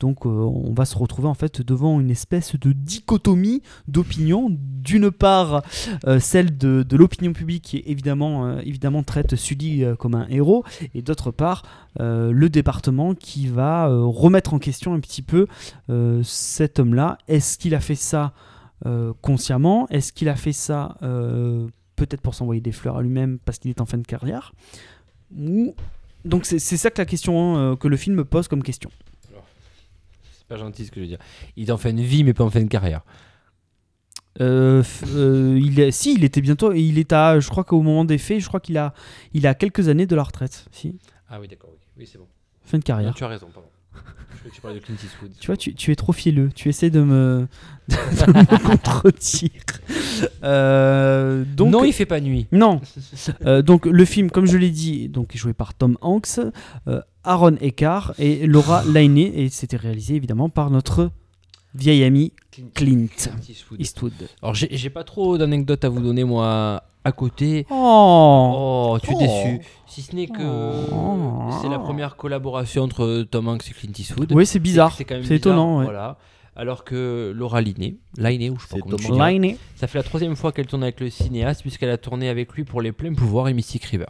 [SPEAKER 7] Donc euh, on va se retrouver en fait devant une espèce de dichotomie d'opinion. D'une part, euh, celle de, de l'opinion publique qui évidemment, euh, évidemment traite Sully euh, comme un héros, et d'autre part, euh, le département qui va euh, remettre en question un petit peu euh, cet homme-là. Est-ce qu'il a fait ça euh, consciemment Est-ce qu'il a fait ça euh, peut-être pour s'envoyer des fleurs à lui-même parce qu'il est en fin de carrière Ou... Donc c'est c'est ça que la question hein, euh, que le film pose comme question.
[SPEAKER 6] C'est pas gentil ce que je veux dire. Il en fait une vie, mais pas en fait une carrière.
[SPEAKER 7] Euh, f- euh, il est- si, il était bientôt, il est à, je crois qu'au moment des faits, je crois qu'il a, il a quelques années de la retraite. Si,
[SPEAKER 6] Ah oui, d'accord. Oui, c'est bon.
[SPEAKER 7] fin de carrière.
[SPEAKER 6] tu as raison, pardon. tu parlais de Clint Eastwood.
[SPEAKER 7] Tu vois, tu, tu es trop fileux. Tu essaies de me, de me contredire. Euh, donc,
[SPEAKER 6] non, il fait pas nuit.
[SPEAKER 7] non. Euh, donc le film, comme je l'ai dit, donc est joué par Tom Hanks, euh, Aaron Eckhart et Laura Linney, et c'était réalisé évidemment par notre vieil ami Clint Eastwood.
[SPEAKER 6] Alors, j'ai j'ai pas trop d'anecdotes à vous donner, moi, à côté.
[SPEAKER 7] Oh,
[SPEAKER 6] Oh, tu es
[SPEAKER 7] Oh.
[SPEAKER 6] déçu. Si ce n'est que
[SPEAKER 7] Oh.
[SPEAKER 6] c'est la première collaboration entre Tom Hanks et Clint Eastwood.
[SPEAKER 7] oui, Oh. c'est bizarre.
[SPEAKER 6] C'est quand même
[SPEAKER 7] C'est
[SPEAKER 6] bizarre, Oh,
[SPEAKER 7] étonnant. ouais.
[SPEAKER 6] Voilà. Alors que Laura Linney, Linney ou je sais pas
[SPEAKER 8] C'est
[SPEAKER 6] comment tu
[SPEAKER 8] Tom
[SPEAKER 6] dis,
[SPEAKER 8] Hanks.
[SPEAKER 7] Linney.
[SPEAKER 6] ça fait la troisième fois qu'elle tourne avec le cinéaste puisqu'elle a tourné avec lui pour Les Pleins Pouvoirs et Mystic River.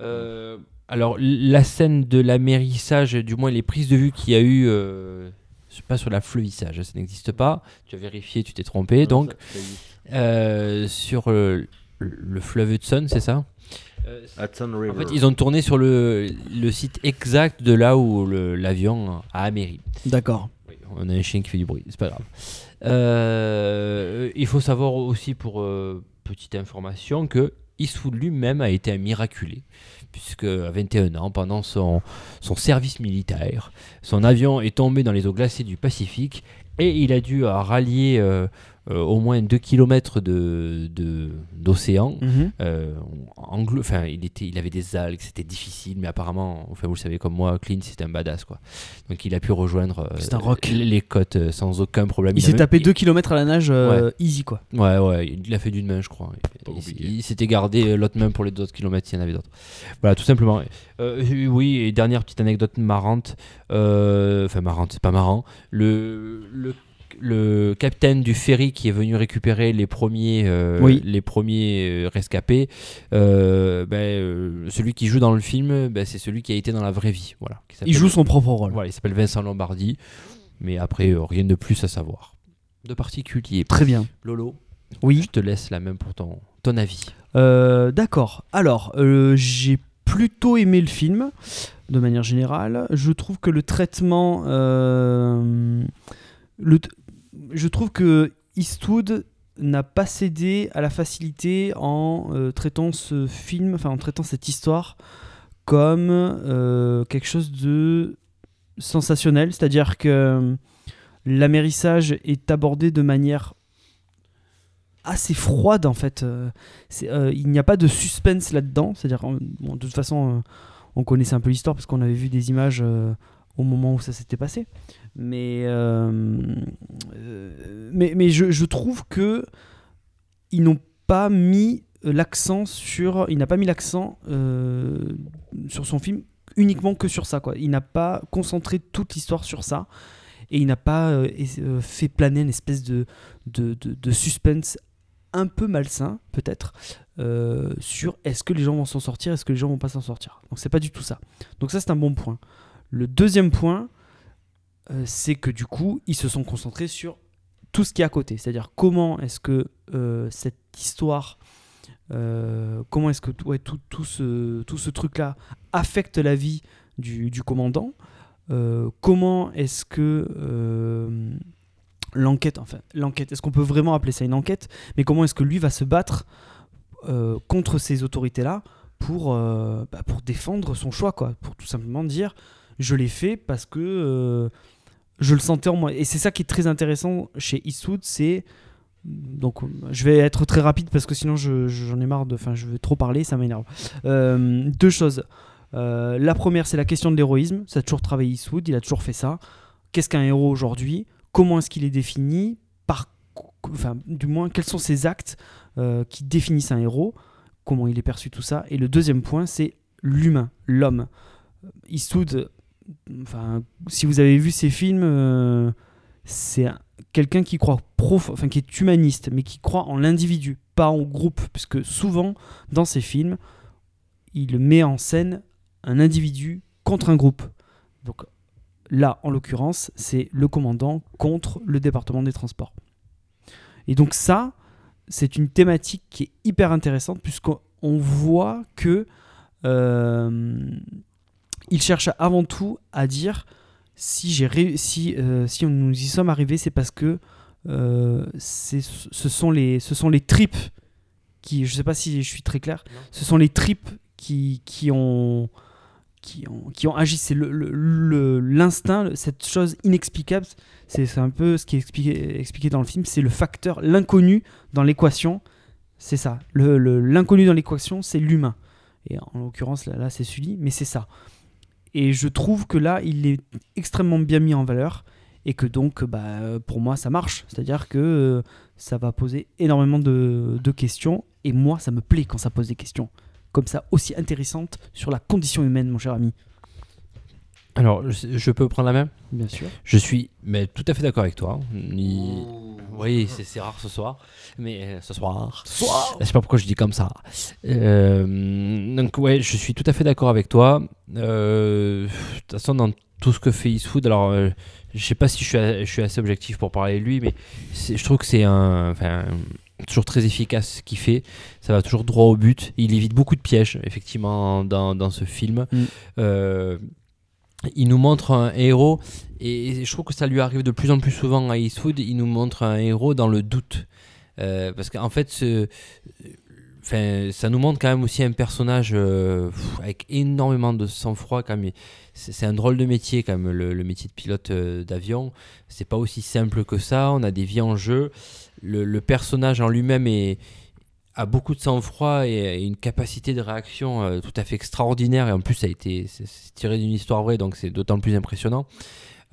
[SPEAKER 6] Euh, alors l- la scène de l'amérissage, du moins les prises de vue qu'il y a eu, euh, je sais pas sur l'affleuvissage, ça n'existe pas. Tu as vérifié, tu t'es trompé. Donc euh, sur euh, le, le fleuve Hudson, c'est ça Euh,
[SPEAKER 8] Hudson River.
[SPEAKER 6] en fait, ils ont tourné sur le, le site exact de là où le- l'avion a améri.
[SPEAKER 7] D'accord.
[SPEAKER 6] On a un chien qui fait du bruit, c'est pas grave. Euh, il faut savoir aussi, pour euh, petite information, que Eastwood lui-même a été un miraculé, puisque à 21 ans, pendant son, son service militaire, son avion est tombé dans les eaux glacées du Pacifique et il a dû euh, rallier euh, euh, au moins 2 km d'océan. De, d'océan euh, anglo- enfin, il, était, il avait des algues, c'était difficile, mais apparemment, enfin, vous le savez comme moi, Clint, c'est un badass, quoi. Donc, il a pu rejoindre euh,
[SPEAKER 7] C'est un rock.
[SPEAKER 6] les les côtes euh, sans aucun problème.
[SPEAKER 7] Il s'est
[SPEAKER 6] a
[SPEAKER 7] tapé
[SPEAKER 6] même-
[SPEAKER 7] 2 km à la nage euh, easy quoi.
[SPEAKER 6] il- Ouais, ouais, il l'a fait d'une main, je crois. Il- il-
[SPEAKER 8] compliqué.
[SPEAKER 6] Il, s'était gardé euh, l'autre main pour les autres kilomètres, s'il y en avait d'autres. Voilà, tout simplement. Euh, euh, oui, et dernière petite anecdote marrante. euh, Enfin, marrante, c'est pas marrant. Le. le le capitaine du ferry qui est venu récupérer les premiers, euh,
[SPEAKER 7] Oui.
[SPEAKER 6] les premiers euh, rescapés, euh, ben, euh, celui qui joue dans le film, ben, c'est celui qui a été dans la vraie vie. Voilà, qui
[SPEAKER 7] Il
[SPEAKER 6] s'appelle-
[SPEAKER 7] joue son propre rôle.
[SPEAKER 6] Voilà, il s'appelle Vincent Lombardi, mais après euh, rien de plus à savoir. De particulier.
[SPEAKER 7] Très bien.
[SPEAKER 6] Lolo,
[SPEAKER 7] Oui.
[SPEAKER 6] je te laisse la même pour ton, ton avis.
[SPEAKER 7] Euh, D'accord. Alors, euh, j'ai plutôt aimé le film, de manière générale. Je trouve que le traitement. euh, le t- je trouve que Eastwood n'a pas cédé à la facilité en euh, traitant ce film, enfin en traitant cette histoire comme euh, quelque chose de sensationnel, c'est-à-dire que euh, l'amérissage est abordé de manière assez froide en fait. euh, c'est, euh, il n'y a pas de suspense là-dedans. C'est-à-dire, euh, bon, de toute façon, euh, on connaissait un peu l'histoire parce qu'on avait vu des images euh, au moment où ça s'était passé. Mais, euh, euh, mais, mais je, je trouve que ils n'ont pas mis euh, l'accent sur. Il n'a pas mis l'accent euh, sur son film uniquement que sur ça. Quoi. Il n'a pas concentré toute l'histoire sur ça. Et il n'a pas euh, ess- euh, fait planer une espèce de, de, de- de suspense un peu malsain, peut-être, euh, sur est-ce que les gens vont s'en sortir, est-ce que les gens vont pas s'en sortir. Donc c'est pas du tout ça. Donc ça c'est un bon point. Le deuxième point, euh, c'est que du coup, ils se sont concentrés sur tout ce qui est à côté. C'est-à-dire comment est-ce que euh, cette histoire, euh, comment est-ce que tout- ouais, tout, tout ce, tout ce truc-là affecte la vie du, du commandant Euh, Comment est-ce que euh, l'enquête, enfin l'enquête, est-ce qu'on peut vraiment appeler ça une enquête Mais comment est-ce que lui va se battre euh, contre ces autorités-là pour, euh, bah, pour défendre son choix, quoi, pour tout simplement dire je l'ai fait parce que euh, je le sentais en moi. Et c'est ça qui est très intéressant chez Eastwood, c'est donc euh, je vais être très rapide parce que sinon je- je- j'en ai marre de, enfin je veux trop parler, ça m'énerve. Euh, deux choses. Euh, la première, c'est la question de l'héroïsme. Ça a toujours travaillé Eastwood, il a toujours fait ça. Qu'est-ce qu'un héros aujourd'hui Comment est-ce qu'il est défini Par, enfin, du moins, quels sont ses actes euh, qui définissent un héros Comment il est perçu tout ça Et le deuxième point, c'est l'humain, l'homme. Eastwood, enfin, si vous avez vu ses films, euh, c'est un- quelqu'un qui croit prof, enfin qui est humaniste, mais qui croit en l'individu, pas en groupe, puisque souvent dans ses films, il met en scène un individu contre un groupe. Donc là, en l'occurrence, c'est le commandant contre le département des transports. Et donc ça, c'est une thématique qui est hyper intéressante puisqu'on on voit que euh, il cherche avant tout à dire si j'ai ré- si euh, si on- nous y sommes arrivés, c'est parce que euh, c'est ce sont les ce sont les tripes qui je sais pas si je suis très clair, ce sont les tripes qui qui ont qui ont, qui ont agi, c'est le- le- le- l'instinct, cette chose inexplicable, c'est c'est un peu ce qui est expliqué, expliqué dans le film, c'est le facteur, l'inconnu dans l'équation, c'est ça, Le- le- l'inconnu dans l'équation, c'est l'humain. Et en l'occurrence, là, là c'est Sully, mais c'est ça. Et je trouve que là, il est extrêmement bien mis en valeur et que donc, bah, euh, pour moi, ça marche. C'est-à-dire que euh, ça va poser énormément de, de questions et moi, ça me plaît quand ça pose des questions comme ça aussi intéressantes sur la condition humaine, mon cher ami.
[SPEAKER 6] Alors, je, je peux prendre la main
[SPEAKER 7] Bien sûr.
[SPEAKER 6] Je suis mais tout à fait d'accord avec toi. Il- Oui, c'est c'est rare ce soir. Mais euh, ce soir. Je sais pas pourquoi je dis comme ça. Euh, donc, ouais, je suis tout à fait d'accord avec toi. Euh, De toute façon, dans tout ce que fait Eastwood, alors, euh, je sais pas si je suis, a- je suis assez objectif pour parler de lui, mais c'est- je trouve que c'est un. enfin, toujours très efficace ce qu'il fait. Ça va toujours droit au but. Il évite beaucoup de pièges, effectivement, dans, dans ce film.
[SPEAKER 7] Mm.
[SPEAKER 6] Euh, il nous montre un héros, et je trouve que ça lui arrive de plus en plus souvent à Eastwood, il nous montre un héros dans le doute. Euh, parce qu'en fait, ce- enfin, ça nous montre quand même aussi un personnage euh, pff, avec énormément de sang-froid. Quand même. C'est c'est un drôle de métier, quand même, le, le métier de pilote euh, d'avion. C'est pas aussi simple que ça. On a des vies en jeu. Le, le personnage en lui-même est- a beaucoup de sang-froid et, et une capacité de réaction euh, tout à fait extraordinaire. Et en plus, ça a été c'est- c'est tiré d'une histoire vraie, donc c'est d'autant plus impressionnant.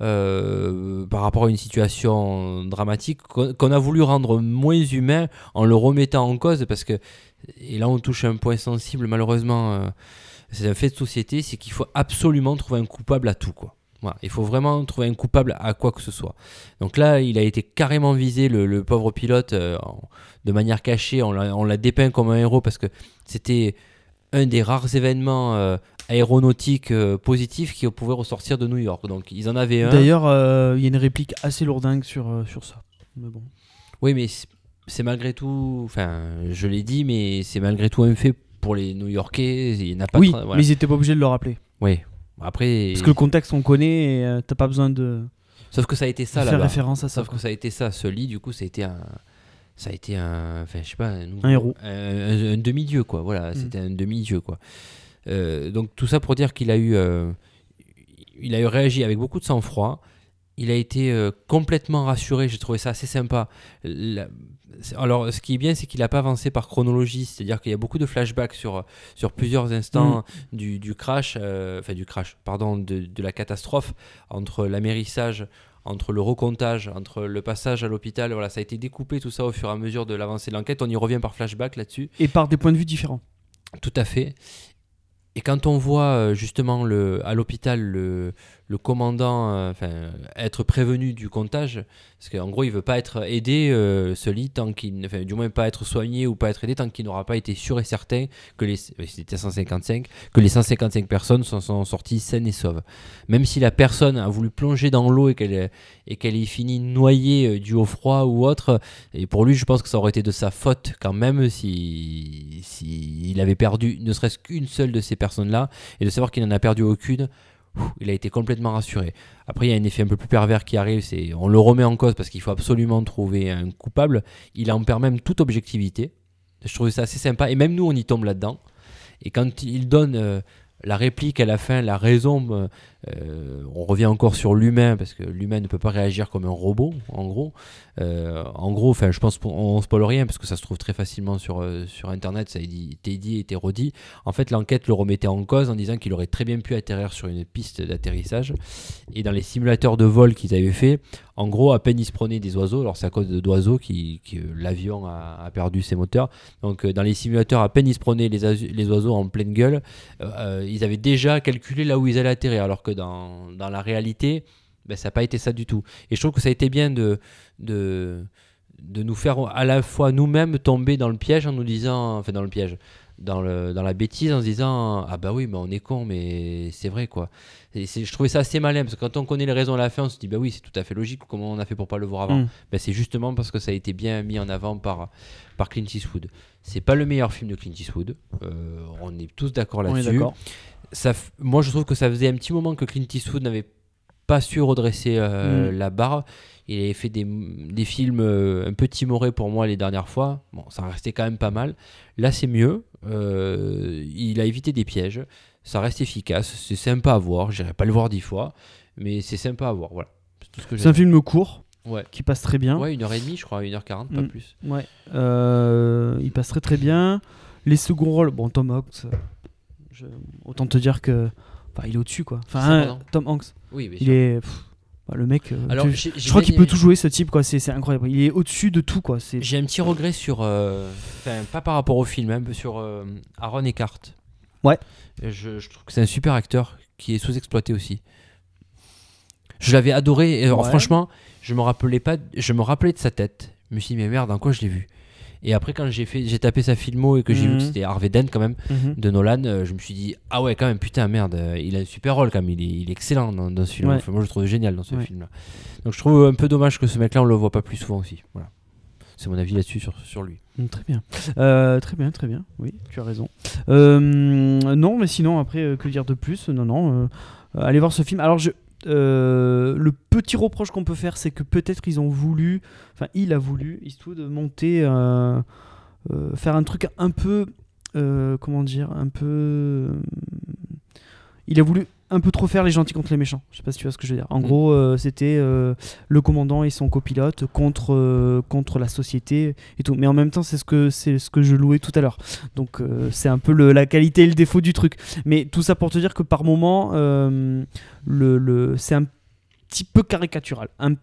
[SPEAKER 6] euh, par rapport à une situation dramatique qu'on qu'on a voulu rendre moins humain en le remettant en cause parce que et là on touche à un point sensible malheureusement euh, c'est un fait de société c'est qu'il faut absolument trouver un coupable à tout quoi voilà, il faut vraiment trouver un coupable à quoi que ce soit donc là il a été carrément visé le, le pauvre pilote euh, en- de manière cachée on l'a on l'a dépeint comme un héros parce que c'était un des rares événements euh, aéronautiques euh, positifs qui pouvaient ressortir de New York donc ils en avaient un
[SPEAKER 7] D'ailleurs, euh, il y a une réplique assez lourdingue sur, euh, sur ça. Mais bon.
[SPEAKER 6] Oui, mais c'est- c'est malgré tout. Enfin, je l'ai dit, mais c'est malgré tout un fait pour les New Yorkais. Il n'y en a pas.
[SPEAKER 7] oui,
[SPEAKER 6] tra- voilà.
[SPEAKER 7] mais ils étaient pas obligés de le rappeler.
[SPEAKER 6] Oui. Après.
[SPEAKER 7] Parce que le contexte, on le connaît et euh, t'as pas besoin de
[SPEAKER 6] Sauf que ça a été ça
[SPEAKER 7] faire
[SPEAKER 6] là.
[SPEAKER 7] référence à ça.
[SPEAKER 6] Sauf que ça a été ça. Ce lit, du coup, ça a été un. Ça a été un. Enfin, je sais pas. Un, nouveau-
[SPEAKER 7] Un héros.
[SPEAKER 6] Un, un demi-dieu, quoi. Voilà,
[SPEAKER 7] Mm.
[SPEAKER 6] c'était un demi-dieu, quoi. Euh, donc, tout ça pour dire qu'il a eu. euh, il a eu réagi avec beaucoup de sang-froid. Il a été euh, complètement rassuré. J'ai trouvé ça assez sympa. La- c'est- alors, ce qui est bien, c'est qu'il n'a pas avancé par chronologie, c'est-à-dire qu'il y a beaucoup de flashbacks sur, sur plusieurs instants du, du crash, euh, enfin du crash, pardon, de, de la catastrophe entre l'amérissage, entre le recomptage, entre le passage à l'hôpital. Voilà, ça a été découpé tout ça au fur et à mesure de l'avancée de l'enquête. On y revient par flashback là-dessus.
[SPEAKER 7] Et par des points de vue différents.
[SPEAKER 6] Tout à fait. Et quand on voit euh, justement le, à l'hôpital le, le commandant euh, enfin, être prévenu du comptage, parce qu'en gros il veut pas être aidé, euh, ce lit, tant qu'il, ne- enfin, du moins pas être soigné ou pas être aidé, tant qu'il n'aura pas été sûr et certain que les, euh, c'était 155, que les 155 personnes s'en sont sorties saines et sauves. Même si la personne a voulu plonger dans l'eau et qu'elle ait- et qu'elle ait fini noyée euh, due au froid ou autre, et pour lui, je pense que ça aurait été de sa faute quand même si, si il avait perdu ne serait-ce qu'une seule de ces personnes-là, et de savoir qu'il n'en a perdu aucune. ouf, Il a été complètement rassuré. Après, il y a un effet un peu plus pervers qui arrive, c'est on le remet en cause parce qu'il faut absolument trouver un coupable. Il en perd même toute objectivité. Je trouve ça assez sympa. Et même nous, on y tombe là-dedans. Et quand il donne euh, la réplique à la fin, la raison, euh, euh, on revient encore sur l'humain parce que l'humain ne peut pas réagir comme un robot, en gros. Euh, en gros, enfin, je pense qu'on on spoil rien parce que ça se trouve très facilement sur, euh, sur internet. Ça a été dit et été redit. En fait, l'enquête le remettait en cause en disant qu'il aurait très bien pu atterrir sur une piste d'atterrissage. Et dans les simulateurs de vol qu'ils avaient fait, en gros, à peine ils se prenaient des oiseaux. Alors, c'est à cause de- d'oiseaux qui, qui, euh, l'avion a, a perdu ses moteurs. Donc, euh, dans les simulateurs, à peine ils se prenaient les, azu- les oiseaux en pleine gueule, euh, euh, ils avaient déjà calculé là où ils allaient atterrir. Alors que dans, dans la réalité, ben, ça n'a pas été ça du tout. Et je trouve que ça a été bien de de, de nous faire à la fois nous-mêmes tomber dans le piège en nous disant, enfin dans le piège, dans, le, dans la bêtise en se disant ah bah oui mais on est con mais c'est vrai quoi. Et c'est- je trouvais ça assez malin parce que quand on connaît les raisons à la fin on se dit bah oui c'est tout à fait logique comment on a fait pour pas le voir avant.
[SPEAKER 7] Mm.
[SPEAKER 6] Bah, c'est justement parce que ça a été bien mis en avant par, par Clint Eastwood. C'est pas le meilleur film de Clint Eastwood, Euh, on est tous d'accord
[SPEAKER 7] On est
[SPEAKER 6] là-dessus
[SPEAKER 7] d'accord.
[SPEAKER 6] ça, f- moi je trouve que ça faisait un petit moment que Clint Eastwood n'avait pas su redresser euh,
[SPEAKER 7] Mm.
[SPEAKER 6] la barre. Il avait fait des, des films euh, un peu timorés pour moi les dernières fois. Bon, ça restait quand même pas mal. Là, c'est mieux. Euh, il a évité des pièges. Ça reste efficace. C'est sympa à voir. J'irai pas le voir dix fois, mais c'est sympa à voir. Voilà. C'est tout ce que j'ai.
[SPEAKER 7] C'est un film court
[SPEAKER 6] Ouais.
[SPEAKER 7] qui passe très bien.
[SPEAKER 6] Ouais, une heure et demie, je crois, une heure quarante, pas
[SPEAKER 7] Mm.
[SPEAKER 6] plus.
[SPEAKER 7] Ouais. Euh, il passe très très bien. Les seconds rôles, bon, Tom Hanks, euh, je- autant te dire que enfin, il est au-dessus quoi. Enfin,
[SPEAKER 6] C'est
[SPEAKER 7] hein,
[SPEAKER 6] pardon.
[SPEAKER 7] Tom Hanks,
[SPEAKER 6] Oui, mais
[SPEAKER 7] il est. pff, bah, le mec. euh, tu-
[SPEAKER 6] j'ai- j'ai
[SPEAKER 7] je crois
[SPEAKER 6] bien
[SPEAKER 7] qu'il peut
[SPEAKER 6] aimé.
[SPEAKER 7] tout jouer ce type quoi, c'est c'est incroyable. Il est au-dessus de tout quoi. C'est
[SPEAKER 6] J'ai un petit regret sur. euh, Enfin, pas par rapport au film, un peu sur euh, Aaron Eckhart.
[SPEAKER 7] Ouais.
[SPEAKER 6] Euh, Je, je trouve que c'est un super acteur qui est sous-exploité aussi. Je l'avais adoré. Et, alors,
[SPEAKER 7] Ouais.
[SPEAKER 6] franchement, je me rappelais pas. Je me rappelais de sa tête. Je me suis dit, mais merde, dans quoi je l'ai vu Et après, quand j'ai fait, j'ai tapé sa filmo et que j'ai vu
[SPEAKER 7] Mhm.
[SPEAKER 6] que c'était Harvey Dent quand même
[SPEAKER 7] Mhm.
[SPEAKER 6] de Nolan, euh, je me suis dit ah ouais quand même putain merde, euh, il a un super rôle quand même, il est, il est excellent dans, dans ce film.
[SPEAKER 7] Ouais.
[SPEAKER 6] Enfin, moi je le trouve génial dans ce
[SPEAKER 7] Ouais.
[SPEAKER 6] film-là. Donc je trouve un peu dommage que ce mec-là on le voit pas plus souvent aussi. Voilà, c'est mon avis là-dessus sur, sur lui.
[SPEAKER 7] Mm, Très bien. Euh, très bien, très bien. Oui, tu as raison. Euh, non, mais sinon, après, euh, que dire de plus Non, non. euh, allez voir ce film. Alors, je, euh, le petit reproche qu'on peut faire, c'est que peut-être ils ont voulu, enfin, il a voulu, histoire de monter, euh, euh, faire un truc un peu. euh, comment dire Un peu. euh, il a voulu un peu trop faire les gentils contre les méchants. Je sais pas si tu vois ce que je veux dire. En
[SPEAKER 6] Mm.
[SPEAKER 7] gros, euh, c'était euh, le commandant et son copilote contre, euh, contre la société et tout. Mais en même temps, c'est ce que c'est ce que je louais tout à l'heure. Donc euh, c'est un peu le- la qualité et le défaut du truc. Mais tout ça pour te dire que par moment, euh, le, le- c'est un petit peu caricatural un-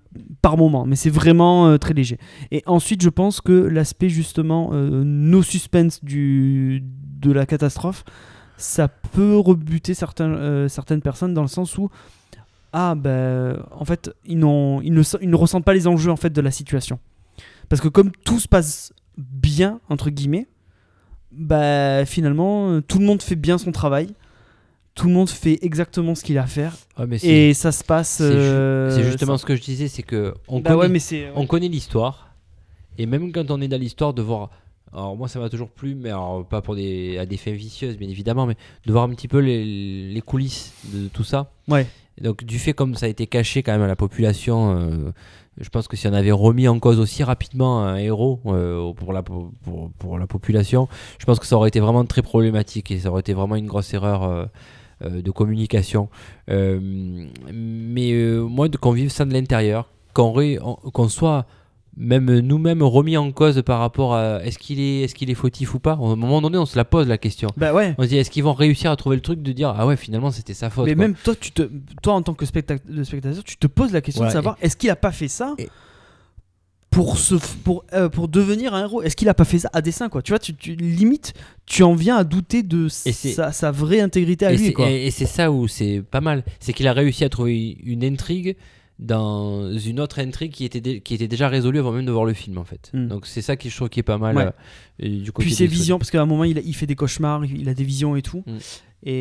[SPEAKER 7] par moment, mais c'est vraiment euh, très léger. Et ensuite, je pense que l'aspect justement euh, no suspense du de la catastrophe, ça peut rebuter certains, euh, certaines personnes dans le sens où ah ben en fait ils n'ont ils ne se- ils ne ressentent pas les enjeux en fait de la situation parce que comme tout se passe bien entre guillemets bah finalement euh, tout le monde fait bien son travail tout le monde fait exactement ce qu'il a à faire
[SPEAKER 6] mais c'est
[SPEAKER 7] et ça se passe
[SPEAKER 6] ju-
[SPEAKER 7] euh,
[SPEAKER 6] c'est justement
[SPEAKER 7] ça-
[SPEAKER 6] ce que je disais, c'est que on
[SPEAKER 7] bah
[SPEAKER 6] connaît,
[SPEAKER 7] ouais mais c'est
[SPEAKER 6] on connaît l'histoire et même quand on est dans l'histoire de voir alors moi ça m'a toujours plu, mais alors pas pour des à des fins vicieuses bien évidemment, mais de voir un petit peu les, les coulisses de tout ça.
[SPEAKER 7] ouais
[SPEAKER 6] Et Donc du fait comme ça a été caché quand même à la population, euh, je pense que si on avait remis en cause aussi rapidement un héros euh, pour, la, po- pour, pour la population, je pense que ça aurait été vraiment très problématique et ça aurait été vraiment une grosse erreur euh, euh, de communication. Euh, mais euh, moi, de- qu'on vive ça de l'intérieur, qu'on ré- on- qu'on soit même nous-mêmes remis en cause par rapport à est-ce qu'il est, est, qu'il est fautif ou pas. À un moment donné, on se la pose la question.
[SPEAKER 7] Bah ouais.
[SPEAKER 6] On se dit est-ce qu'ils vont réussir à trouver le truc de dire ah ouais, finalement c'était sa faute.
[SPEAKER 7] Mais
[SPEAKER 6] quoi.
[SPEAKER 7] même toi, tu te, toi en tant que spectac- le spectateur, tu te poses la question
[SPEAKER 6] Ouais,
[SPEAKER 7] de savoir est-ce qu'il a pas fait ça
[SPEAKER 6] et-
[SPEAKER 7] pour se, f- pour, euh, pour devenir un héros Est-ce qu'il a pas fait ça à dessein quoi Tu vois, tu, tu- limite, tu en viens à douter de
[SPEAKER 6] Et c'est-
[SPEAKER 7] sa, sa vraie intégrité à
[SPEAKER 6] et
[SPEAKER 7] lui
[SPEAKER 6] c'est-
[SPEAKER 7] quoi.
[SPEAKER 6] et- et c'est ça où c'est pas mal. C'est qu'il a réussi à trouver une intrigue dans une autre intrigue qui était, dé- qui était déjà résolue avant même de voir le film en fait.
[SPEAKER 7] Mm.
[SPEAKER 6] Donc c'est ça qui je trouve qui est pas mal.
[SPEAKER 7] Ouais.
[SPEAKER 6] euh, et du côté
[SPEAKER 7] Puis ses
[SPEAKER 6] des-
[SPEAKER 7] visions, parce qu'à un moment il, a- il fait des cauchemars, il a des visions et tout.
[SPEAKER 6] Mm.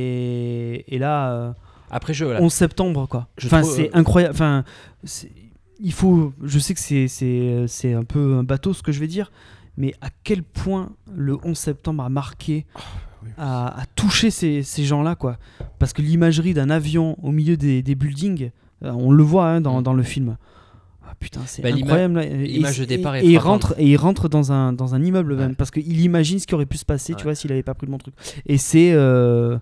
[SPEAKER 7] Et, et là, euh,
[SPEAKER 6] Après je voilà.
[SPEAKER 7] 11 septembre quoi.
[SPEAKER 6] Je
[SPEAKER 7] enfin,
[SPEAKER 6] trouve,
[SPEAKER 7] c'est
[SPEAKER 6] euh,
[SPEAKER 7] incroyable. Enfin, c'est- il faut. Je sais que c'est c'est c'est un peu un bateau ce que je vais dire, mais à quel point le 11 septembre a marqué,
[SPEAKER 6] Ah, bah oui.
[SPEAKER 7] a, a touché ces, ces gens-là quoi. Parce que l'imagerie d'un avion au milieu des, des buildings, euh, on le voit hein, dans,
[SPEAKER 6] Mm.
[SPEAKER 7] dans le film. Ah, putain, c'est
[SPEAKER 6] Bah, l'ima-
[SPEAKER 7] incroyable. là. Et-
[SPEAKER 6] l'image de
[SPEAKER 7] et-
[SPEAKER 6] départ est
[SPEAKER 7] et il
[SPEAKER 6] frappante.
[SPEAKER 7] rentre et il rentre dans un dans un immeuble
[SPEAKER 6] Ouais.
[SPEAKER 7] même parce qu'il imagine ce qui aurait pu se passer,
[SPEAKER 6] Ouais.
[SPEAKER 7] tu vois, s'il avait pas pris le bon truc. Et c'est euh,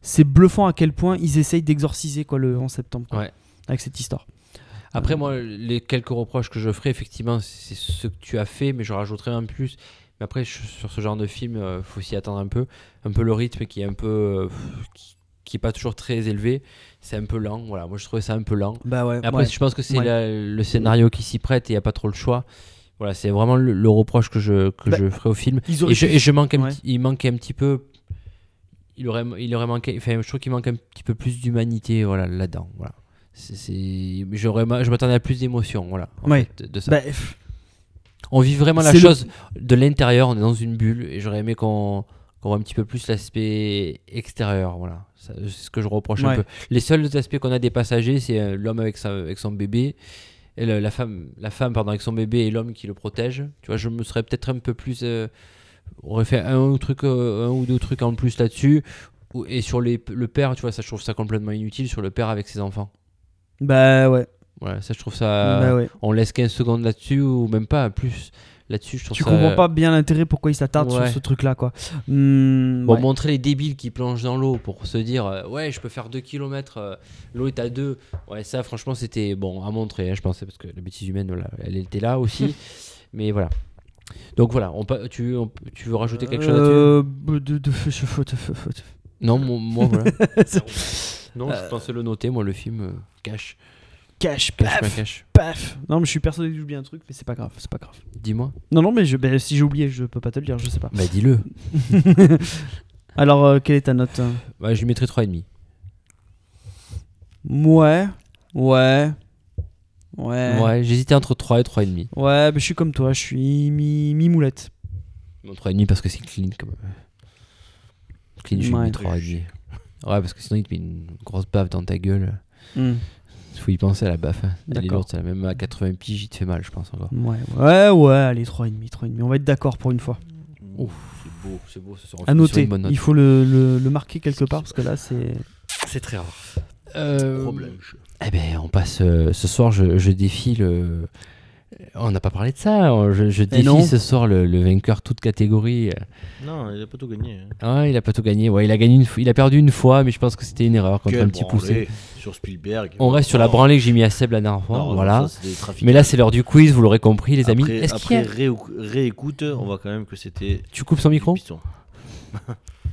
[SPEAKER 7] c'est bluffant à quel point ils essayent d'exorciser quoi le 11 septembre quoi,
[SPEAKER 6] Ouais.
[SPEAKER 7] avec cette histoire.
[SPEAKER 6] Après,
[SPEAKER 7] Euh,
[SPEAKER 6] moi, les quelques reproches que je ferai, effectivement, c'est ce que tu as fait, mais je rajouterai un plus. Mais après, je- sur ce genre de film, euh, faut s'y attendre un peu. Un peu le rythme qui est un peu. euh, qui- qui est pas toujours très élevé. C'est un peu lent. Voilà, moi, je trouvais ça un peu lent.
[SPEAKER 7] Bah ouais.
[SPEAKER 6] Mais après, je pense que c'est
[SPEAKER 7] Ouais.
[SPEAKER 6] la- le scénario qui s'y prête et il n'y a pas trop le choix. Voilà, c'est vraiment le, le reproche que je, que
[SPEAKER 7] Bah,
[SPEAKER 6] je ferai au film.
[SPEAKER 7] Ils auraient
[SPEAKER 6] Et je,
[SPEAKER 7] pu-
[SPEAKER 6] et je manque un
[SPEAKER 7] Ouais.
[SPEAKER 6] petit- il manquait un petit peu. Il aurait, il aurait manqué. Enfin, je trouve qu'il manque un petit peu plus d'humanité, voilà, là-dedans. Voilà. C'est, c'est- j'aurais, ma- je m'attendais à plus d'émotion, voilà. en
[SPEAKER 7] Ouais.
[SPEAKER 6] fait, de ça.
[SPEAKER 7] Bah, pff,
[SPEAKER 6] on vit vraiment la
[SPEAKER 7] c'est le-
[SPEAKER 6] chose de l'intérieur. On est dans une bulle, et j'aurais aimé qu'on, qu'on voit un petit peu plus l'aspect extérieur, voilà. Ça, c'est ce que je reproche un
[SPEAKER 7] Ouais.
[SPEAKER 6] peu. Les seuls aspects qu'on a des passagers, c'est euh, l'homme avec, sa- avec son bébé. Et le- la femme, la femme pardon, avec son bébé et l'homme qui le protège. Tu vois, je me serais peut-être un peu plus. euh, aurait fait un ou, truc, euh, un ou deux trucs en plus là-dessus. Ou- Et sur les, le père, tu vois, ça je trouve ça complètement inutile sur le père avec ses enfants.
[SPEAKER 7] bah ouais.
[SPEAKER 6] Voilà, ça je trouve ça.
[SPEAKER 7] bah ouais.
[SPEAKER 6] On laisse 15 secondes là-dessus ou même pas plus là-dessus. Je trouve
[SPEAKER 7] Tu
[SPEAKER 6] ça- euh,
[SPEAKER 7] comprends pas bien l'intérêt pourquoi ils s'attardent
[SPEAKER 6] Ouais.
[SPEAKER 7] sur ce truc là quoi. Hmm,
[SPEAKER 6] Bon,
[SPEAKER 7] ouais.
[SPEAKER 6] montrer les débiles qui plongent dans l'eau pour se dire euh, ouais, je peux faire 2 km, l'eau est à 2. Ouais, ça, franchement, c'était bon à montrer, hein, je pensais, parce que la bêtise humaine, voilà, elle était là aussi. mais voilà. Donc voilà, on pa- tu, on- tu veux rajouter quelque chose là-dessus
[SPEAKER 7] Euh, de, de, de, de- de- de-
[SPEAKER 6] Non, mon- moi, voilà.
[SPEAKER 7] C'est- Euh.
[SPEAKER 6] non, je pensais le noter, moi, le film euh, cache.
[SPEAKER 7] Cache,
[SPEAKER 6] Cache, pas
[SPEAKER 7] paf,
[SPEAKER 6] cache.
[SPEAKER 7] paf. Non, mais je suis persuadé que j'ai oublié un truc, mais c'est pas grave, c'est pas grave.
[SPEAKER 6] Dis-moi.
[SPEAKER 7] Non, non, mais je, bah, si j'ai oublié, je peux pas te le dire, je sais pas.
[SPEAKER 6] Bah, dis-le.
[SPEAKER 7] Alors, euh, quelle est ta note hein
[SPEAKER 6] Bah, je lui mettrai 3,5.
[SPEAKER 7] Ouais, ouais, ouais.
[SPEAKER 6] Ouais, j'hésitais entre 3 et 3,5.
[SPEAKER 7] Ouais, mais je suis comme toi, je suis mi- mi-moulette.
[SPEAKER 6] Bon, 3,5 parce que c'est clean quand même. Clean, je lui
[SPEAKER 7] Ouais.
[SPEAKER 6] mets 3,5. Ouais, parce que sinon, il te met une grosse baffe dans ta gueule.
[SPEAKER 7] Hmm.
[SPEAKER 6] Faut y penser à la baffe. hein. Elle est
[SPEAKER 7] D'accord.
[SPEAKER 6] lourde, celle-là. même à 80 piges, il te fait mal, je pense encore.
[SPEAKER 7] Ouais, ouais, ouais, allez, 3,5, 3,5. On va être d'accord pour une fois.
[SPEAKER 6] C'est beau, c'est beau.
[SPEAKER 7] À noter, il faut le, le- le marquer quelque part parce que là, c'est.
[SPEAKER 6] C'est très rare.
[SPEAKER 8] Problème.
[SPEAKER 6] Eh ben, on passe. euh, ce soir, je, je défie le. On n'a pas parlé de ça. on- Je, je défie
[SPEAKER 7] non.
[SPEAKER 6] ce soir le, le vainqueur toute catégorie.
[SPEAKER 8] Non, il a pas tout gagné. hein.
[SPEAKER 6] Ah, il a pas tout gagné. Ouais, il a gagné une fois- Il a perdu une fois, mais je pense que c'était une erreur contre
[SPEAKER 8] Quel
[SPEAKER 6] un petit poussé.
[SPEAKER 8] branlé Sur Spielberg.
[SPEAKER 6] On reste sur la branlée que j'ai mis à Seb la dernière fois.
[SPEAKER 8] Non,
[SPEAKER 6] voilà.
[SPEAKER 8] ça, c'est des trafiquants.
[SPEAKER 6] mais là, c'est l'heure du quiz. Vous l'aurez compris, les amis.
[SPEAKER 8] Après,
[SPEAKER 6] Est-ce qu'il y
[SPEAKER 8] après
[SPEAKER 6] a-
[SPEAKER 8] réécou- réécoute, on voit quand même que c'était.
[SPEAKER 6] Tu coupes son micro.
[SPEAKER 8] du piston.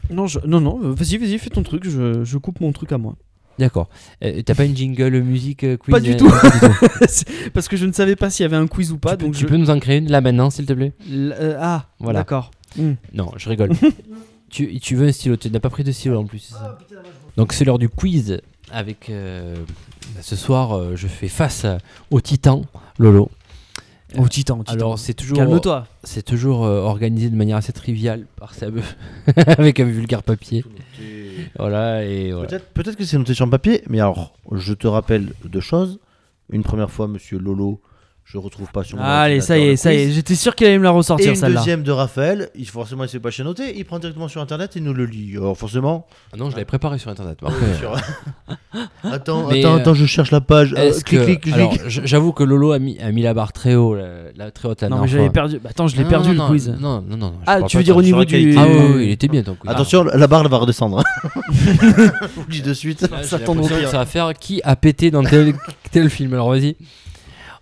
[SPEAKER 7] Non, je- non, non, euh, vas-y, vas-y, fais ton truc, je, je coupe mon truc à moi.
[SPEAKER 6] D'accord. Euh, T'as pas une jingle musique euh, quiz
[SPEAKER 7] Pas du
[SPEAKER 6] euh,
[SPEAKER 7] tout. C'est- parce que je ne savais pas s'il y avait un quiz ou pas,
[SPEAKER 6] tu, peux-
[SPEAKER 7] donc
[SPEAKER 6] tu
[SPEAKER 7] je.
[SPEAKER 6] peux nous en créer une là maintenant, s'il te plaît
[SPEAKER 7] L- euh, ah,
[SPEAKER 6] Voilà.
[SPEAKER 7] d'accord.
[SPEAKER 6] Non, je rigole. tu, tu veux un stylo Tu n'as pas pris de stylo en plus, c'est ça Donc c'est l'heure du quiz. Avec euh, bah, ce soir, euh, je fais face à- au Titan Lolo.
[SPEAKER 7] Oh, titan, titan.
[SPEAKER 6] Alors c'est toujours
[SPEAKER 7] calme-toi.
[SPEAKER 6] c'est toujours euh, organisé de manière assez triviale par Seb avec un vulgaire papier. Voilà et voilà.
[SPEAKER 8] Peut-être peut-être que c'est noté sur un papier, mais alors, je te rappelle deux choses. Une première fois, monsieur Lolo, je retrouve pas sur mon
[SPEAKER 7] Allez,
[SPEAKER 8] ordinateur
[SPEAKER 7] ça y
[SPEAKER 8] le
[SPEAKER 7] est, ça y
[SPEAKER 8] quiz.
[SPEAKER 7] est, j'étais sûr qu'il allait me la
[SPEAKER 8] Et
[SPEAKER 7] ressortir
[SPEAKER 8] une
[SPEAKER 7] celle-là.
[SPEAKER 8] deuxième de Raphaël, il, forcément il s'est pas chez noté, il prend directement sur internet et nous le lit. Alors forcément.
[SPEAKER 6] Ah non, je l'avais préparé sur internet. mais après,
[SPEAKER 8] euh, sur- attends,
[SPEAKER 6] Mais,
[SPEAKER 8] attends,
[SPEAKER 6] euh,
[SPEAKER 8] attends, je cherche la page. Euh,
[SPEAKER 6] est-ce
[SPEAKER 8] clic,
[SPEAKER 6] que-
[SPEAKER 8] clic, clic.
[SPEAKER 6] alors, j- j'avoue que Lolo a mis, a mis la barre très haut, la, la- très haute la
[SPEAKER 7] Non, mais
[SPEAKER 6] dernière
[SPEAKER 7] j'avais
[SPEAKER 6] fois.
[SPEAKER 7] perdu. bah, attends, je l'ai
[SPEAKER 6] Non,
[SPEAKER 7] perdu
[SPEAKER 6] non,
[SPEAKER 7] le
[SPEAKER 6] non,
[SPEAKER 7] quiz.
[SPEAKER 6] Non, non, non. non, je
[SPEAKER 7] Ah,
[SPEAKER 6] parle
[SPEAKER 7] tu
[SPEAKER 6] pas de
[SPEAKER 7] veux dire
[SPEAKER 6] ça.
[SPEAKER 7] au
[SPEAKER 8] sur
[SPEAKER 7] niveau
[SPEAKER 8] la
[SPEAKER 7] du.
[SPEAKER 8] qualité.
[SPEAKER 6] Ah oui, oui, oui, il était bien ton quiz.
[SPEAKER 8] Attention, la barre elle va redescendre. je vous le dis de suite.
[SPEAKER 6] Ah, j'ai
[SPEAKER 7] ça tombe au
[SPEAKER 6] l'impression que
[SPEAKER 7] pire.
[SPEAKER 6] Ça va faire qui a pété dans tel, tel film. Alors vas-y.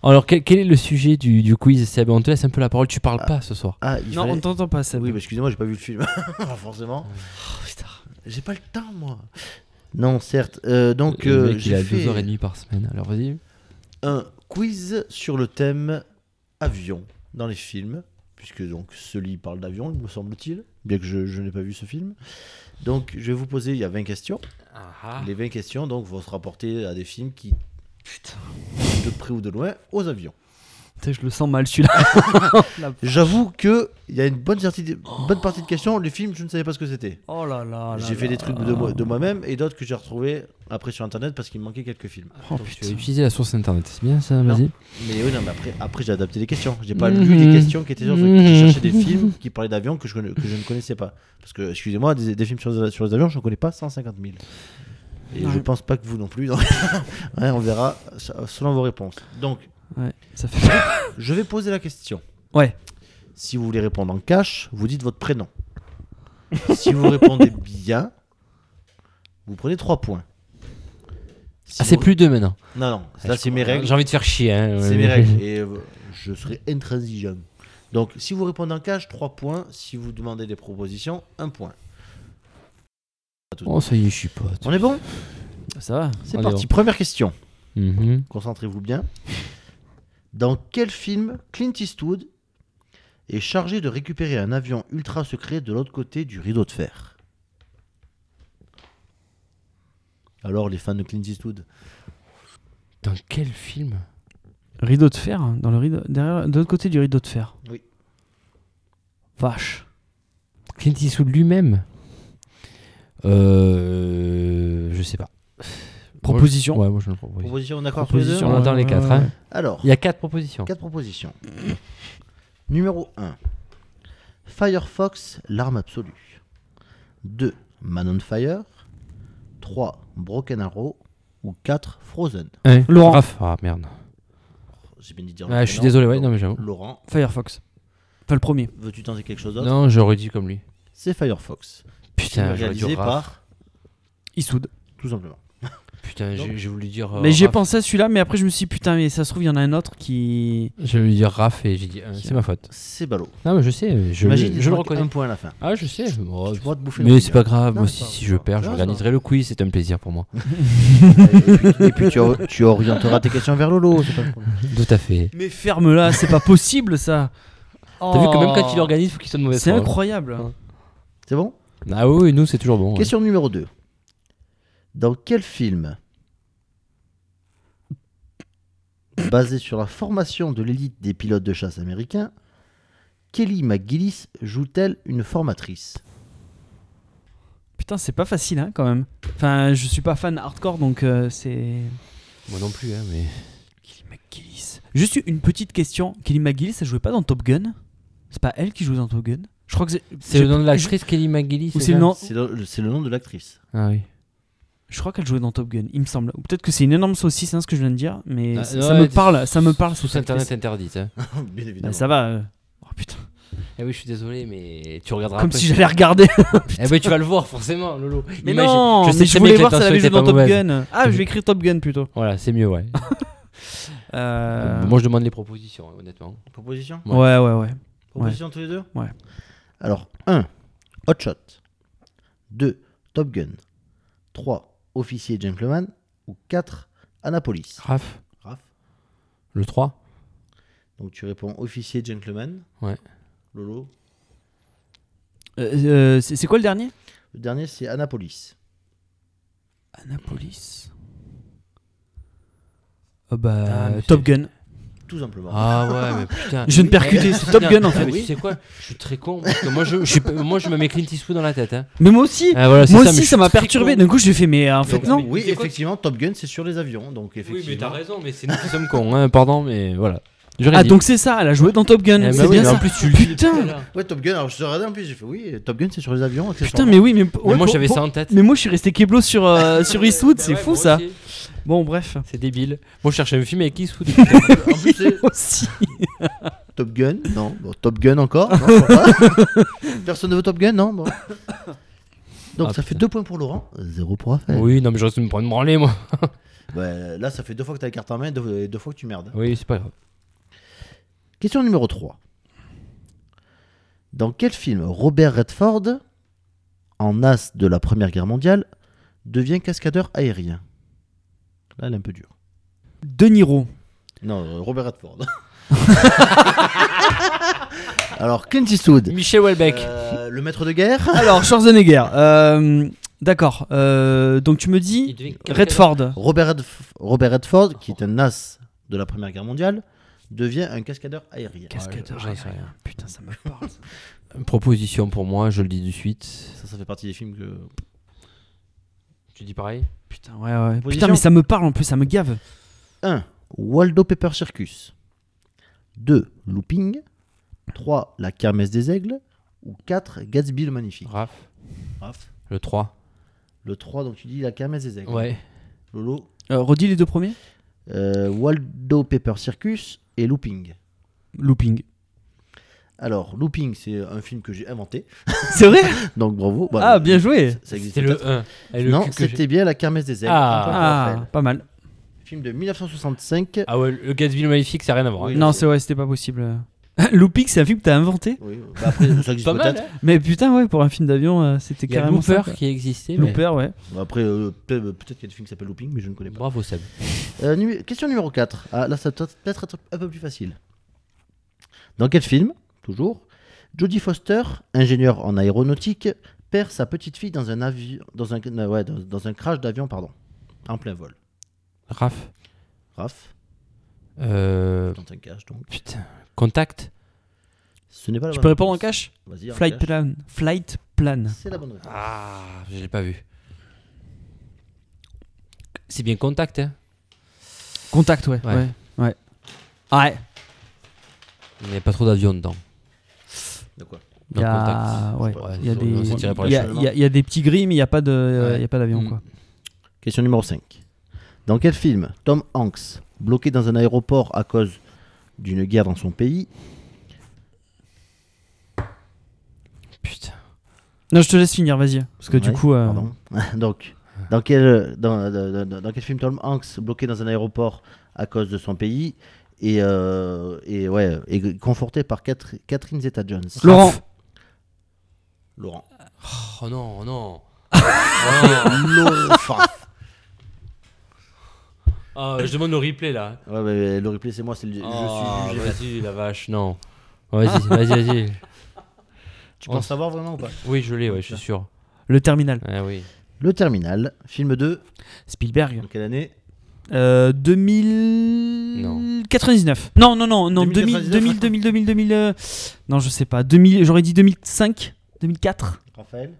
[SPEAKER 6] Alors, quel, quel est le sujet du, du quiz, Seb On te laisse un peu la parole, tu parles pas ce soir.
[SPEAKER 8] Ah, il
[SPEAKER 7] Non,
[SPEAKER 8] fallait-
[SPEAKER 7] on t'entend pas, Seb.
[SPEAKER 8] Oui, mais excusez-moi, j'ai pas vu le film. Forcément. Oh, putain, j'ai pas le temps, moi. Non, certes. Euh, donc,
[SPEAKER 6] Le
[SPEAKER 8] euh,
[SPEAKER 6] mec, il
[SPEAKER 8] j'ai
[SPEAKER 6] a
[SPEAKER 8] fait
[SPEAKER 6] 2h30 par semaine. Alors, vas-y.
[SPEAKER 8] un quiz sur le thème avion dans les films, puisque donc Sully parle d'avion, me semble-t-il, bien que je, je n'ai pas vu ce film. Donc, je vais vous poser, il y a 20 questions. Les 20 questions donc, vont se rapporter à des films qui, de près ou de loin, aux avions.
[SPEAKER 7] Putain, je le sens mal celui-là.
[SPEAKER 8] J'avoue que il y a une bonne, certitude- une bonne partie de questions, les films, je ne savais pas ce que c'était.
[SPEAKER 7] Oh là là. là
[SPEAKER 8] J'ai fait
[SPEAKER 7] là
[SPEAKER 8] des trucs
[SPEAKER 7] là.
[SPEAKER 8] de, moi- de moi-même et d'autres que j'ai retrouvés après sur internet parce qu'il me manquait quelques films.
[SPEAKER 7] Oh
[SPEAKER 6] Donc, tu as
[SPEAKER 7] putain.
[SPEAKER 6] utilisé la source internet, c'est bien ça,
[SPEAKER 8] Non.
[SPEAKER 6] vas-y.
[SPEAKER 8] Mais oui, non, mais après, après j'ai adapté les questions. J'ai pas
[SPEAKER 6] Mhm.
[SPEAKER 8] lu des questions qui étaient sur.
[SPEAKER 6] Mhm.
[SPEAKER 8] J'ai cherché des films qui parlaient d'avions que je, conna- que je ne connaissais pas. Parce que, excusez-moi, des, des films sur, sur les avions, j'en connais pas 150 000. Et je
[SPEAKER 7] Ouais.
[SPEAKER 8] pense pas que vous non plus. donc, ouais, on verra s- selon vos réponses. Donc,
[SPEAKER 7] Ouais, ça fait peur.
[SPEAKER 8] je vais poser la question.
[SPEAKER 7] Ouais.
[SPEAKER 8] Si vous voulez répondre en cash, vous dites votre prénom. si vous répondez bien, vous prenez 3 points. Si
[SPEAKER 6] Ah, c'est
[SPEAKER 8] vous-
[SPEAKER 6] plus deux maintenant.
[SPEAKER 8] Non, non,
[SPEAKER 6] Ah,
[SPEAKER 8] là
[SPEAKER 6] je
[SPEAKER 8] c'est mes
[SPEAKER 6] comprends.
[SPEAKER 8] règles.
[SPEAKER 6] J'ai envie de faire chier. hein,
[SPEAKER 8] C'est
[SPEAKER 6] ouais.
[SPEAKER 8] mes règles. Et euh, je serai intransigeant. Donc, si vous répondez en cash, 3 points. Si vous demandez des propositions, 1 point.
[SPEAKER 6] Oh, ça y est, je suis pote.
[SPEAKER 8] On est bon
[SPEAKER 7] Ça va.
[SPEAKER 8] C'est
[SPEAKER 6] Allez,
[SPEAKER 8] parti. Première question.
[SPEAKER 6] Mhm.
[SPEAKER 8] Concentrez-vous bien. Dans quel film Clint Eastwood est chargé de récupérer un avion ultra secret de l'autre côté du rideau de fer Alors, les fans de Clint Eastwood
[SPEAKER 6] Dans quel film
[SPEAKER 7] Rideau de fer, hein, dans le rideau, derrière, de l'autre côté du rideau de fer.
[SPEAKER 8] Oui.
[SPEAKER 7] Vache.
[SPEAKER 6] Clint Eastwood lui-même Euh. Je sais pas.
[SPEAKER 7] Proposition.
[SPEAKER 6] Ouais, moi je le propose.
[SPEAKER 8] Proposition, on est d'accord tous les deux
[SPEAKER 6] Proposition. On entend les quatre, hein.
[SPEAKER 8] Alors,
[SPEAKER 6] Il y a quatre propositions.
[SPEAKER 8] Quatre propositions. Numéro 1. Firefox, l'arme absolue. 2. Man on Fire. 3. Broken Arrow. Ou 4. Frozen.
[SPEAKER 6] Hein
[SPEAKER 7] Laurent.
[SPEAKER 6] Raph. Ah merde.
[SPEAKER 8] J'ai bien dit de dire le
[SPEAKER 6] Ah, je suis
[SPEAKER 8] prénom.
[SPEAKER 6] désolé, ouais, non mais j'avoue.
[SPEAKER 8] Laurent,
[SPEAKER 7] Firefox. Enfin, le premier.
[SPEAKER 8] veux-tu tenter quelque chose d'autre
[SPEAKER 6] Non, j'aurais dit comme lui.
[SPEAKER 8] C'est Firefox.
[SPEAKER 6] Putain, j'aurais dit
[SPEAKER 8] réalisé
[SPEAKER 6] Raph.
[SPEAKER 8] par.
[SPEAKER 7] Issoud.
[SPEAKER 8] Tout simplement.
[SPEAKER 6] Putain, j'ai
[SPEAKER 8] Donc-
[SPEAKER 6] j'ai voulu dire. euh,
[SPEAKER 7] mais j'ai
[SPEAKER 6] Raph.
[SPEAKER 7] pensé à celui-là, mais après je me suis dit, putain, mais ça se trouve, il y en a un autre qui.
[SPEAKER 6] J'ai voulu dire Raph et j'ai dit. hein,
[SPEAKER 7] Tiens.
[SPEAKER 6] C'est ma faute.
[SPEAKER 8] C'est ballot.
[SPEAKER 6] Non, mais je sais, je,
[SPEAKER 8] Imagine,
[SPEAKER 6] le-
[SPEAKER 8] il
[SPEAKER 6] je le
[SPEAKER 8] manque Un
[SPEAKER 6] reconnais.
[SPEAKER 8] point à la fin.
[SPEAKER 6] Ah, je sais. Oh,
[SPEAKER 8] Tu pourras te bouffer
[SPEAKER 6] mais
[SPEAKER 8] le
[SPEAKER 6] c'est
[SPEAKER 8] pognon.
[SPEAKER 6] pas grave,
[SPEAKER 8] Non,
[SPEAKER 6] moi
[SPEAKER 8] c'est
[SPEAKER 6] si,
[SPEAKER 8] pas
[SPEAKER 6] si
[SPEAKER 8] grave.
[SPEAKER 6] je perds, je
[SPEAKER 8] Non,
[SPEAKER 6] organiserai le quiz, c'est un plaisir pour moi.
[SPEAKER 8] Et puis, et puis tu, or- tu orienteras tes questions vers Lolo. c'est pas le problème.
[SPEAKER 6] Tout à fait.
[SPEAKER 7] Mais ferme-la, c'est pas possible ça. Oh.
[SPEAKER 6] T'as vu que même quand il organise, faut qu'il soit de mauvaise
[SPEAKER 7] C'est
[SPEAKER 6] foi.
[SPEAKER 7] incroyable.
[SPEAKER 8] C'est bon
[SPEAKER 6] Ah oui, oui, nous c'est toujours bon. ouais.
[SPEAKER 8] Question numéro 2. Dans quel film basé sur la formation de l'élite des pilotes de chasse américains, Kelly McGillis joue-t-elle une formatrice
[SPEAKER 7] Putain, c'est pas facile hein, quand même. Enfin, je suis pas fan hardcore donc euh, c'est.
[SPEAKER 6] Moi non plus, hein, mais.
[SPEAKER 7] Kelly McGillis. Juste une petite question. Kelly McGillis, elle jouait pas dans Top Gun C'est pas elle qui joue dans Top Gun Je crois que c'est.
[SPEAKER 6] C'est le
[SPEAKER 7] je-
[SPEAKER 6] nom de
[SPEAKER 7] je-
[SPEAKER 6] l'actrice Kelly McGillis
[SPEAKER 7] Ou
[SPEAKER 6] c'est
[SPEAKER 7] c'est le
[SPEAKER 6] ça
[SPEAKER 7] nom.
[SPEAKER 8] C'est le, c'est le nom de l'actrice.
[SPEAKER 6] Ah oui.
[SPEAKER 7] Je crois qu'elle jouait dans Top Gun, il me semble. Ou peut-être que c'est une énorme saucisse, hein, ce que je viens de dire, mais
[SPEAKER 6] Ah,
[SPEAKER 7] ça, ça
[SPEAKER 6] ouais,
[SPEAKER 7] me parle, ça me parle.
[SPEAKER 6] Sous
[SPEAKER 7] cette
[SPEAKER 6] internet
[SPEAKER 7] actrice.
[SPEAKER 6] interdite. Hein.
[SPEAKER 8] Bien
[SPEAKER 7] Bah,
[SPEAKER 8] évidemment.
[SPEAKER 7] ça va. euh. Oh putain.
[SPEAKER 6] Eh oui, je suis désolé, mais tu regarderas.
[SPEAKER 7] Comme
[SPEAKER 6] après.
[SPEAKER 7] si j'allais regarder.
[SPEAKER 6] Eh ben, tu vas le voir forcément, Lolo.
[SPEAKER 7] Mais
[SPEAKER 6] Imagine-
[SPEAKER 7] non,
[SPEAKER 6] je sais
[SPEAKER 7] mais
[SPEAKER 6] très
[SPEAKER 7] je
[SPEAKER 6] bien
[SPEAKER 7] voulais
[SPEAKER 6] que
[SPEAKER 7] voir si elle avait
[SPEAKER 6] l'intention
[SPEAKER 7] joué
[SPEAKER 6] était
[SPEAKER 7] dans
[SPEAKER 6] pas
[SPEAKER 7] Top
[SPEAKER 6] mauvaise.
[SPEAKER 7] Gun. Ah, je vais écrire Top Gun plutôt.
[SPEAKER 6] Voilà, c'est mieux, ouais.
[SPEAKER 7] Euh,
[SPEAKER 6] Moi, je demande les propositions, hein, honnêtement.
[SPEAKER 8] Proposition
[SPEAKER 7] Ouais, ouais, ouais.
[SPEAKER 8] Proposition tous les deux
[SPEAKER 7] Ouais.
[SPEAKER 8] Alors, 1. Hot Shot. 2. Top Gun. 3. Officier Gentleman. Ou 4. Annapolis.
[SPEAKER 6] Raph,
[SPEAKER 8] Raph.
[SPEAKER 6] le 3
[SPEAKER 8] Donc tu réponds officier Gentleman.
[SPEAKER 6] Ouais.
[SPEAKER 8] Lolo.
[SPEAKER 7] Euh, euh, c'est c'est quoi le dernier
[SPEAKER 8] Le dernier, c'est Annapolis.
[SPEAKER 7] Annapolis. Oh bah,
[SPEAKER 6] Ah, mais
[SPEAKER 7] Top
[SPEAKER 6] c'est-
[SPEAKER 7] Gun.
[SPEAKER 8] Tout simplement.
[SPEAKER 6] Ah ouais, mais putain.
[SPEAKER 7] Je viens de percuter,
[SPEAKER 6] Eh,
[SPEAKER 7] c'est Top
[SPEAKER 6] putain,
[SPEAKER 7] Gun en
[SPEAKER 6] ah,
[SPEAKER 7] fait.
[SPEAKER 6] mais Tu sais quoi Je suis très con. Parce que moi, je, je suis- moi, je me mets Clint Eastwood dans la tête. Hein.
[SPEAKER 7] Mais moi aussi
[SPEAKER 6] Ah, voilà, c'est
[SPEAKER 7] Moi
[SPEAKER 6] ça, mais
[SPEAKER 7] aussi,
[SPEAKER 6] je suis
[SPEAKER 7] ça m'a
[SPEAKER 6] très
[SPEAKER 7] perturbé.
[SPEAKER 6] con.
[SPEAKER 7] Du coup, j'ai fait, mais euh, en fait,
[SPEAKER 6] Donc,
[SPEAKER 7] non.
[SPEAKER 6] mais-
[SPEAKER 8] oui,
[SPEAKER 6] c'est quoi
[SPEAKER 8] effectivement, Top Gun, c'est sur les avions. Donc, effectivement.
[SPEAKER 6] raison, mais c'est nous qui sommes cons. Hein. Pardon, mais voilà. J'aurais
[SPEAKER 7] Ah,
[SPEAKER 6] dit.
[SPEAKER 7] donc c'est ça, elle a joué dans Top Gun.
[SPEAKER 6] Eh ben
[SPEAKER 7] c'est
[SPEAKER 6] oui,
[SPEAKER 7] bien
[SPEAKER 6] mais
[SPEAKER 7] ça.
[SPEAKER 6] en plus, tu le dis.
[SPEAKER 7] Putain.
[SPEAKER 6] Voilà.
[SPEAKER 8] Ouais, Top Gun, alors je te regardais en plus, j'ai fait oui, Top Gun, c'est sur les avions.
[SPEAKER 7] Putain,
[SPEAKER 8] accessoirement.
[SPEAKER 7] mais oui, mais.
[SPEAKER 6] Mais
[SPEAKER 7] ouais,
[SPEAKER 6] moi,
[SPEAKER 7] pour-
[SPEAKER 6] j'avais
[SPEAKER 7] pour-
[SPEAKER 6] ça en tête.
[SPEAKER 7] Mais moi, je suis resté keblo sur, euh, sur Eastwood, c'est fou ça. Bon, bref.
[SPEAKER 6] C'est débile. Moi, je cherchais un film avec Eastwood.
[SPEAKER 8] En plus, c'est
[SPEAKER 7] Aussi.
[SPEAKER 8] Top Gun, non. Bon, Top Gun encore. non, je crois pas. Personne ne veut Top Gun, non. bon. Donc,
[SPEAKER 6] Ah,
[SPEAKER 8] ça fait
[SPEAKER 6] putain.
[SPEAKER 8] 2 points pour Laurent, 0 pour Raphaël.
[SPEAKER 6] oui, non, mais je reste me prendre branler, moi.
[SPEAKER 8] Bah, là, ça fait deux fois que t'as la carte en main et deux, et deux fois que tu merdes.
[SPEAKER 6] Oui, c'est pas grave.
[SPEAKER 8] Question numéro 3. Dans quel film Robert Redford, en as de la Première Guerre mondiale, devient cascadeur aérien Là, elle est un peu dure.
[SPEAKER 7] De Niro.
[SPEAKER 8] Non, euh, Robert Redford. Alors, Clint Eastwood,
[SPEAKER 6] Michel Welbeck.
[SPEAKER 8] euh, le maître de guerre.
[SPEAKER 7] Alors, Schwarzenegger. euh, D'accord. euh, donc tu me dis Redford.
[SPEAKER 8] Robert, Redf- Robert Redford, qui est un as de la Première Guerre mondiale, devient un cascadeur aérien.
[SPEAKER 7] Cascadeur.
[SPEAKER 6] j'en sais rien.
[SPEAKER 7] Putain, ça me parle. ça.
[SPEAKER 6] Une proposition pour moi, je le dis de suite.
[SPEAKER 8] Ça, ça fait partie des films que.
[SPEAKER 6] Tu dis pareil
[SPEAKER 7] Putain, ouais, ouais. Putain,
[SPEAKER 8] Position.
[SPEAKER 7] mais ça me parle en plus, ça me gave.
[SPEAKER 8] 1. Waldo Pepper Circus. 2. Looping. 3. La Kermesse des Aigles. Ou 4. Gatsby le Magnifique.
[SPEAKER 6] Raph.
[SPEAKER 8] Raph.
[SPEAKER 6] Le 3.
[SPEAKER 8] Le 3, donc tu dis La Kermesse des Aigles.
[SPEAKER 6] Ouais.
[SPEAKER 8] Lolo.
[SPEAKER 7] Euh, redis les deux premiers.
[SPEAKER 8] Euh, Waldo Pepper Circus et Looping.
[SPEAKER 7] Looping.
[SPEAKER 8] Alors, Looping, c'est un film que j'ai inventé.
[SPEAKER 7] C'est vrai
[SPEAKER 8] Donc bravo. Voilà.
[SPEAKER 7] Ah, bien joué.
[SPEAKER 8] Ça existe
[SPEAKER 6] C'était le
[SPEAKER 8] peut-être.
[SPEAKER 6] 1.
[SPEAKER 8] non, c'était bien La Kermesse des Aigles.
[SPEAKER 6] Ah.
[SPEAKER 8] Antoine
[SPEAKER 7] Ah,
[SPEAKER 8] Raphaël.
[SPEAKER 7] pas mal.
[SPEAKER 8] Film de 1965.
[SPEAKER 6] Ah ouais, le Gatsby le Magnifique, ça n'a rien à voir.
[SPEAKER 8] Ah, Oui.
[SPEAKER 6] hein.
[SPEAKER 7] Non, c'est ouais, c'était pas possible. Looping, c'est un film que t'as inventé.
[SPEAKER 8] Oui, bah après, ça existe
[SPEAKER 6] Pas mal.
[SPEAKER 8] peut-être.
[SPEAKER 6] hein.
[SPEAKER 7] Mais putain, ouais, pour un film d'avion, euh, c'était
[SPEAKER 6] Il y a
[SPEAKER 7] carrément. ça,
[SPEAKER 6] Looper
[SPEAKER 7] quoi.
[SPEAKER 6] qui existait. mais-
[SPEAKER 7] Looper, ouais.
[SPEAKER 8] Bah Après, euh, peut-être peut-être qu'il y a des films qui s'appellent Looping, mais je ne connais pas.
[SPEAKER 6] Bravo Seb.
[SPEAKER 8] Euh, numé- question numéro 4. Ah, là, ça doit peut-être être un peu plus facile. Dans quel film, toujours, Jodie Foster, ingénieur en aéronautique, perd sa petite fille dans un, avi- dans un, euh, ouais, dans, dans un crash d'avion pardon, en plein vol
[SPEAKER 6] Raph.
[SPEAKER 8] Raph,
[SPEAKER 6] Euh,
[SPEAKER 8] dans un crash, donc.
[SPEAKER 6] Putain. Contact.
[SPEAKER 8] Ce n'est pas la
[SPEAKER 7] Tu
[SPEAKER 8] bonne
[SPEAKER 7] peux répondre en
[SPEAKER 8] réponse.
[SPEAKER 7] cash
[SPEAKER 8] Vas-y, en
[SPEAKER 7] Flight
[SPEAKER 8] cash.
[SPEAKER 7] plan. Flight plan.
[SPEAKER 8] C'est la bonne réponse.
[SPEAKER 6] Ah, je l'ai pas vu. C'est bien Contact, hein
[SPEAKER 7] Contact, ouais.
[SPEAKER 6] Ouais.
[SPEAKER 7] Ouais. Ouais. Ah Ouais.
[SPEAKER 6] Il n'y a pas trop d'avions dedans.
[SPEAKER 8] De quoi
[SPEAKER 7] Il y
[SPEAKER 6] Dans
[SPEAKER 7] a, ouais,
[SPEAKER 6] Ouais,
[SPEAKER 7] il y a
[SPEAKER 6] c'est-
[SPEAKER 7] des,
[SPEAKER 6] c'est tiré par
[SPEAKER 7] il
[SPEAKER 6] les
[SPEAKER 7] y a,
[SPEAKER 6] cheveux,
[SPEAKER 7] il y a- il y a des petits gris, mais il n'y a pas de, euh,
[SPEAKER 6] Ouais.
[SPEAKER 7] il y a pas d'avion,
[SPEAKER 6] Mm.
[SPEAKER 7] quoi.
[SPEAKER 8] Question numéro 5. Dans quel film Tom Hanks, bloqué dans un aéroport à cause d'une guerre dans son pays,
[SPEAKER 6] Putain.
[SPEAKER 7] Non, je te laisse finir, vas-y. Parce que du
[SPEAKER 8] Ouais,
[SPEAKER 7] coup, euh,
[SPEAKER 8] Pardon. Donc, dans quel, dans, dans- dans- dans quel film Tom Hanks, bloqué dans un aéroport à cause de son pays, et, euh, et, ouais, et conforté par Catherine, Catherine Zeta-Jones
[SPEAKER 7] Laurent,
[SPEAKER 8] Laurent.
[SPEAKER 6] Oh non, oh non.
[SPEAKER 8] Laurent.
[SPEAKER 6] Ah, je demande le replay là.
[SPEAKER 8] Ouais, mais le replay, c'est moi, c'est le,
[SPEAKER 6] Ah,
[SPEAKER 8] je suis jugé.
[SPEAKER 6] vas-y, la vache, non. Vas-y, vas-y, vas-y.
[SPEAKER 8] Tu
[SPEAKER 6] on
[SPEAKER 8] penses
[SPEAKER 6] s-
[SPEAKER 8] savoir vraiment ou pas
[SPEAKER 6] Oui, je l'ai, ouais, je suis sûr.
[SPEAKER 7] le terminal.
[SPEAKER 6] Ah oui.
[SPEAKER 8] Le Terminal, film de.
[SPEAKER 7] Spielberg.
[SPEAKER 6] Mm.
[SPEAKER 8] En quelle année
[SPEAKER 7] Euh, 2099. Non, non, non, non, 2000,
[SPEAKER 8] 2099,
[SPEAKER 7] 2000, 2000, 2000, 2000, euh, Non, je sais pas. 2000, j'aurais dit 2005, 2004.
[SPEAKER 8] Raphaël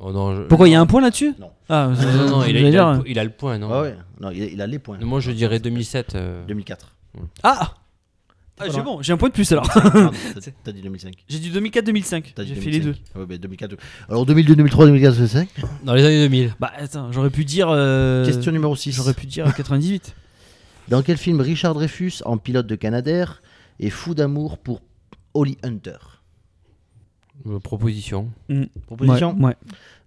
[SPEAKER 6] Oh non, je...
[SPEAKER 7] Pourquoi il y a un point là-dessus
[SPEAKER 8] Non.
[SPEAKER 7] Ah,
[SPEAKER 6] Ah, Non, non, il a, il
[SPEAKER 7] j'allais
[SPEAKER 6] a le,
[SPEAKER 7] dire, euh, hein.
[SPEAKER 6] po- il a le point, non
[SPEAKER 8] Ah ouais, non, il a, il a les points.
[SPEAKER 6] Moi, je dirais 2007. euh.
[SPEAKER 8] 2004.
[SPEAKER 7] Ah, Ah,
[SPEAKER 8] Voilà.
[SPEAKER 7] j'ai bon, j'ai un point de plus alors.
[SPEAKER 8] Pardon, t'as- T'as dit 2005.
[SPEAKER 7] J'ai dit 2004, 2005.
[SPEAKER 8] T'as dit
[SPEAKER 7] J'ai fait les deux.
[SPEAKER 8] 2005. Ah Ouais, ben, mais 2004. Alors 2002, 2003, 2004, 2005.
[SPEAKER 6] Dans les années 2000.
[SPEAKER 7] Bah attends, j'aurais pu dire. euh,
[SPEAKER 8] Question numéro 6.
[SPEAKER 7] J'aurais pu dire 98.
[SPEAKER 8] Dans quel film Richard Dreyfus, en pilote de Canadair, est fou d'amour pour Holly Hunter
[SPEAKER 6] Euh, Proposition.
[SPEAKER 7] Hmm.
[SPEAKER 8] Proposition
[SPEAKER 7] Ouais, ouais.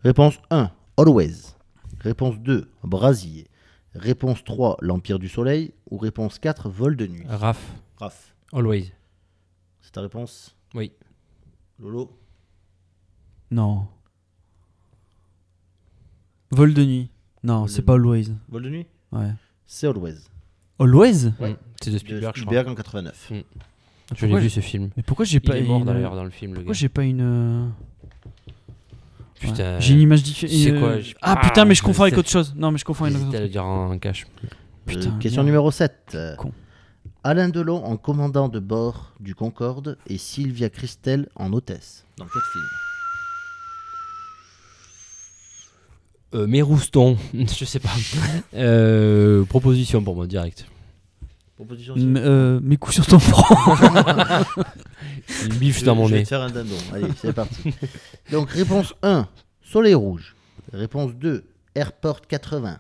[SPEAKER 8] Réponse 1, Always. Réponse 2, Brasier. Réponse 3, L'Empire du Soleil. Ou réponse 4, Vol de nuit.
[SPEAKER 7] Ah.
[SPEAKER 6] Raph.
[SPEAKER 8] Raph,
[SPEAKER 6] Always.
[SPEAKER 8] c'est ta réponse
[SPEAKER 6] Oui.
[SPEAKER 8] Lolo
[SPEAKER 7] Non. Vol de nuit. Non,
[SPEAKER 8] Vol de
[SPEAKER 7] c'est pas Always.
[SPEAKER 8] Vol de nuit
[SPEAKER 7] Ouais.
[SPEAKER 8] C'est Always.
[SPEAKER 7] Always
[SPEAKER 8] Ouais.
[SPEAKER 6] Mm. C'est de
[SPEAKER 8] De
[SPEAKER 6] Spielberg, je crois.
[SPEAKER 8] Spielberg en 89.
[SPEAKER 6] Ah, Je l'ai
[SPEAKER 7] Pourquoi
[SPEAKER 6] vu
[SPEAKER 7] je-
[SPEAKER 6] ce film.
[SPEAKER 7] Mais pourquoi j'ai
[SPEAKER 6] Il
[SPEAKER 7] pas
[SPEAKER 6] est mort
[SPEAKER 7] une- euh,
[SPEAKER 6] d'ailleurs dans le film, le gars.
[SPEAKER 7] Pourquoi j'ai pas une. euh, ouais.
[SPEAKER 6] Putain.
[SPEAKER 7] J'ai une image différente.
[SPEAKER 6] c'est quoi, je-
[SPEAKER 7] Ah putain, mais je
[SPEAKER 6] Ah,
[SPEAKER 7] confonds avec
[SPEAKER 6] c'est-
[SPEAKER 7] autre chose. Non, mais je confonds avec autre
[SPEAKER 6] J'hésitais à le
[SPEAKER 7] chose.
[SPEAKER 6] dire en cash.
[SPEAKER 7] Putain,
[SPEAKER 8] Euh, question
[SPEAKER 7] merde.
[SPEAKER 8] numéro 7.
[SPEAKER 7] Con.
[SPEAKER 8] Alain Delon en commandant de bord du Concorde et Sylvia Christel en hôtesse. Dans quel film
[SPEAKER 6] Euh, mais Rouston, je sais pas. Euh, proposition pour moi, direct.
[SPEAKER 8] Proposition
[SPEAKER 7] M- euh, mes coups sur ton front.
[SPEAKER 6] Une biffe dans mon
[SPEAKER 8] je vais
[SPEAKER 6] nez.
[SPEAKER 8] te faire un dindon. Allez, c'est parti. Donc, réponse 1, Soleil Rouge. Réponse 2, Airport 80.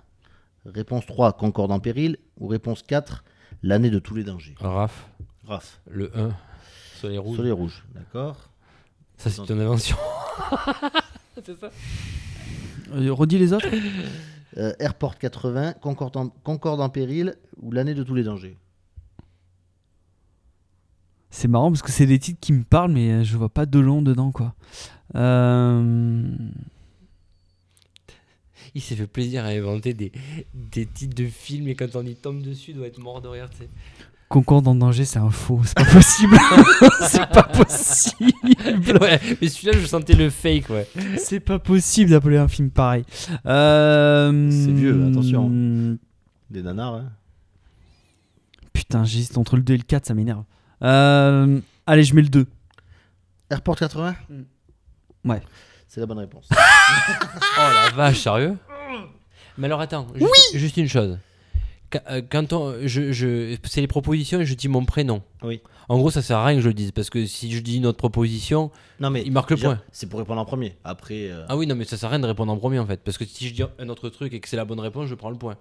[SPEAKER 8] Réponse 3, Concorde en péril. Ou réponse 4, L'année de tous les dangers.
[SPEAKER 6] Raph,
[SPEAKER 8] Raph,
[SPEAKER 6] le 1. Soleil rouge.
[SPEAKER 8] Soleil Rouge. D'accord.
[SPEAKER 6] Ça, c'est ton invention.
[SPEAKER 7] Euh, redis les autres.
[SPEAKER 9] euh, Airport 80, Concorde en, Concorde en péril ou l'année de tous les dangers.
[SPEAKER 7] C'est marrant parce que c'est des titres qui me parlent, mais euh, je vois pas Delon dedans, quoi. Euh,
[SPEAKER 6] Il s'est fait plaisir à inventer des, des titres de films et quand on y tombe dessus, doit être mort de rire. tu sais.
[SPEAKER 7] Concorde en danger, c'est un faux. C'est pas possible. c'est pas possible.
[SPEAKER 6] ouais, mais celui-là, je sentais le fake, ouais.
[SPEAKER 7] C'est pas possible d'appeler un film pareil. Euh,
[SPEAKER 8] C'est vieux, attention. Des nanars, hein.
[SPEAKER 7] Putain, j'hésite entre le 2 et le 4, ça m'énerve. Euh, Allez, je mets le 2.
[SPEAKER 9] Airport 80
[SPEAKER 6] Mm.
[SPEAKER 7] Ouais.
[SPEAKER 9] C'est la bonne réponse.
[SPEAKER 6] Oh la vache, sérieux Mais alors attends, juste, juste une chose. Qu- euh, Quand on, je, je, c'est les propositions et je dis mon prénom.
[SPEAKER 8] Oui.
[SPEAKER 6] En gros, ça sert à rien que je le dise parce que si je dis notre proposition,
[SPEAKER 8] Non, mais
[SPEAKER 6] Il marque le
[SPEAKER 8] je veux
[SPEAKER 6] point.
[SPEAKER 8] dire, C'est pour répondre en premier. Après, euh,
[SPEAKER 6] ah oui, non, mais ça sert à rien de répondre en premier en fait parce que si je dis un autre truc et que c'est la bonne réponse, je prends le point.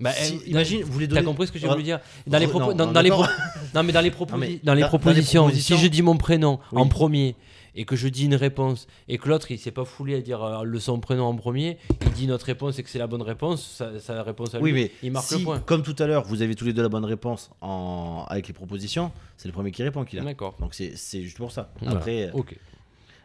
[SPEAKER 6] Bah,
[SPEAKER 8] si-
[SPEAKER 6] eh,
[SPEAKER 8] imagine, vous voulez
[SPEAKER 6] T'as
[SPEAKER 8] donner.
[SPEAKER 6] compris ce que j'ai
[SPEAKER 8] Re-
[SPEAKER 6] voulu dire Dans les
[SPEAKER 8] re-
[SPEAKER 6] propos-
[SPEAKER 8] non,
[SPEAKER 6] dans-
[SPEAKER 8] non,
[SPEAKER 6] dans les
[SPEAKER 8] d'accord.
[SPEAKER 6] pro- Non, mais dans
[SPEAKER 8] Non, mais
[SPEAKER 6] les, proposi-
[SPEAKER 8] dans-
[SPEAKER 6] dans les
[SPEAKER 8] dans les
[SPEAKER 6] propositions, si
[SPEAKER 8] propositions-
[SPEAKER 6] je dis mon prénom en
[SPEAKER 8] Oui.
[SPEAKER 6] premier et que je dis une réponse et que l'autre il s'est pas foulé à dire euh, le son prénom en premier, il dit notre réponse et que c'est la bonne réponse, sa, sa réponse à lui,
[SPEAKER 8] Oui, mais
[SPEAKER 6] il marque
[SPEAKER 8] si,
[SPEAKER 6] le point.
[SPEAKER 8] comme tout à l'heure, vous avez tous les deux la bonne réponse en... avec les propositions, c'est le premier qui répond qui l'a.
[SPEAKER 6] D'accord.
[SPEAKER 8] Donc c'est c'est juste pour ça.
[SPEAKER 6] Voilà.
[SPEAKER 8] Après, euh,
[SPEAKER 6] Ok.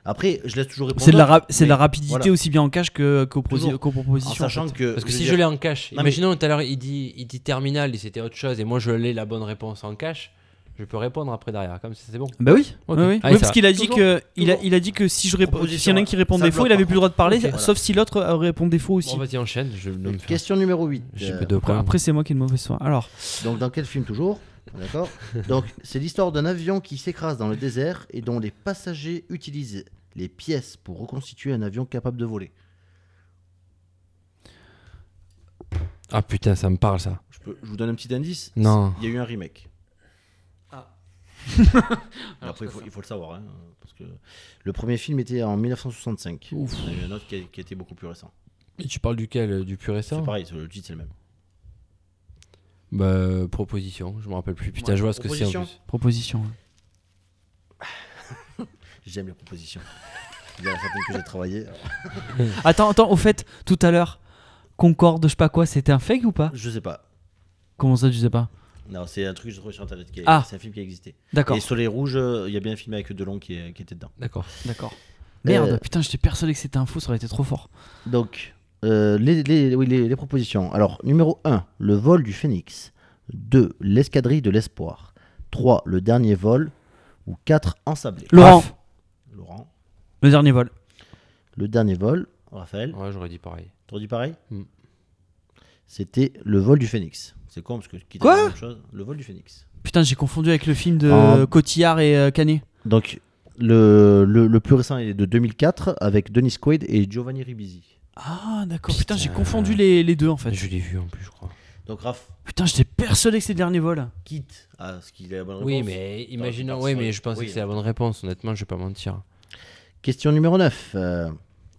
[SPEAKER 8] après, je laisse toujours répondre.
[SPEAKER 7] C'est de, la
[SPEAKER 8] l'autre,
[SPEAKER 7] ra- c'est de la
[SPEAKER 8] mais
[SPEAKER 7] rapidité
[SPEAKER 8] voilà.
[SPEAKER 7] aussi bien en cash que- qu'aux prosi-
[SPEAKER 8] Toujours. Ah,
[SPEAKER 7] qu'aux
[SPEAKER 8] En
[SPEAKER 7] propositions.
[SPEAKER 8] sachant
[SPEAKER 7] en fait.
[SPEAKER 8] que.
[SPEAKER 6] Parce que
[SPEAKER 8] je veux
[SPEAKER 6] si
[SPEAKER 8] dire,
[SPEAKER 6] je l'ai en cash,
[SPEAKER 8] Non, mais-
[SPEAKER 6] imaginons tout à l'heure il dit, il dit terminal et c'était autre chose et moi je l'ai la bonne réponse en cash, je peux répondre après derrière, comme ça c'est bon.
[SPEAKER 7] Bah oui.
[SPEAKER 6] Ok.
[SPEAKER 7] Oui, oui.
[SPEAKER 6] Allez,
[SPEAKER 7] Oui,
[SPEAKER 6] ça
[SPEAKER 7] parce
[SPEAKER 6] va.
[SPEAKER 7] qu'il a dit
[SPEAKER 8] Toujours,
[SPEAKER 7] que il a,
[SPEAKER 8] toujours.
[SPEAKER 7] il a dit que si je réponds,
[SPEAKER 8] Proposition,
[SPEAKER 7] s'il y en a un qui répond
[SPEAKER 8] ça
[SPEAKER 7] défaut,
[SPEAKER 8] bloque,
[SPEAKER 7] il avait
[SPEAKER 8] par
[SPEAKER 7] plus le droit de parler,
[SPEAKER 8] Ok, voilà.
[SPEAKER 7] sauf si l'autre euh, répond défaut aussi.
[SPEAKER 6] Bon, vas-y, enchaîne, je vais me faire.
[SPEAKER 9] Question numéro 8.
[SPEAKER 6] J'ai
[SPEAKER 8] euh,
[SPEAKER 6] peu de
[SPEAKER 7] après,
[SPEAKER 6] points.
[SPEAKER 7] après, c'est moi qui ai le mauvais soin. Alors,
[SPEAKER 9] Donc dans quel film toujours D'accord. Donc c'est l'histoire d'un avion qui s'écrase dans le désert et dont les passagers utilisent les pièces pour reconstituer un avion capable de voler.
[SPEAKER 6] Ah putain, ça me parle ça.
[SPEAKER 8] Je, peux- je vous donne un petit indice.
[SPEAKER 6] Non.
[SPEAKER 8] Il y a eu un remake.
[SPEAKER 7] Ah.
[SPEAKER 8] Mais après, il faut, il faut le savoir. hein, parce que...
[SPEAKER 9] Le premier film était en 1965.
[SPEAKER 8] Il y en a eu un autre qui a, qui a été beaucoup plus récent.
[SPEAKER 6] Et tu parles duquel euh, Du plus récent
[SPEAKER 8] C'est pareil, le titre c'est le même.
[SPEAKER 6] Bah, euh, proposition, je me rappelle plus. Putain,
[SPEAKER 8] Ouais,
[SPEAKER 6] je vois ce que c'est en
[SPEAKER 8] proposition.
[SPEAKER 6] plus.
[SPEAKER 7] proposition.
[SPEAKER 8] J'aime les propositions. Il y en a certaines que j'ai travaillées.
[SPEAKER 7] Attends, attends, au fait, tout à l'heure, Concorde, je sais pas quoi, c'était un fake ou pas
[SPEAKER 8] Je sais pas.
[SPEAKER 7] Comment ça, tu sais pas
[SPEAKER 8] Non, c'est un truc que j'ai trouvé sur internet. qui est-
[SPEAKER 7] Ah.
[SPEAKER 8] C'est un film qui a existé.
[SPEAKER 7] D'accord,
[SPEAKER 8] Et Soleil Rouge, euh, il y a bien un film avec Delon qui, est- qui était dedans.
[SPEAKER 6] D'accord.
[SPEAKER 7] d'accord. Merde,
[SPEAKER 9] Euh,
[SPEAKER 7] putain, j'étais persuadé que c'était un faux, ça aurait été trop fort.
[SPEAKER 9] Donc euh, les, les- oui, les- les propositions. Alors numéro 1, le vol du Phénix. 2, l'escadrille de l'espoir. 3, le dernier vol. Ou 4, ensablé.
[SPEAKER 7] Laurent,
[SPEAKER 6] Raph.
[SPEAKER 8] Laurent,
[SPEAKER 7] le dernier vol.
[SPEAKER 9] Le dernier vol,
[SPEAKER 8] Raphaël,
[SPEAKER 6] Ouais, j'aurais dit pareil.
[SPEAKER 8] t'aurais dit pareil
[SPEAKER 6] Hmm.
[SPEAKER 9] c'était le vol du Phénix.
[SPEAKER 8] C'est con parce que quitte à
[SPEAKER 7] Quoi
[SPEAKER 8] dire la même chose, le vol du Phénix.
[SPEAKER 7] Putain, j'ai confondu avec le film de
[SPEAKER 9] En-
[SPEAKER 7] Cotillard et euh, Canet.
[SPEAKER 9] Donc, le, le, le plus récent est de 2004 avec Denis Quaid et Giovanni Ribisi.
[SPEAKER 7] Ah, d'accord. Putain, j'ai
[SPEAKER 6] Putain.
[SPEAKER 7] confondu les, les deux en fait.
[SPEAKER 6] Je l'ai vu en plus, je crois.
[SPEAKER 8] Donc Raph,
[SPEAKER 7] Putain, j'étais persuadé que c'était le dernier vol.
[SPEAKER 8] quitte à ce qu'il ait la bonne réponse.
[SPEAKER 6] Oui, mais imaginons.
[SPEAKER 8] parti
[SPEAKER 6] Oui,
[SPEAKER 8] sur
[SPEAKER 6] mais
[SPEAKER 8] le-
[SPEAKER 6] je pensais
[SPEAKER 8] oui,
[SPEAKER 6] que c'est la bonne réponse. Honnêtement, je vais pas mentir.
[SPEAKER 9] Question numéro 9. euh,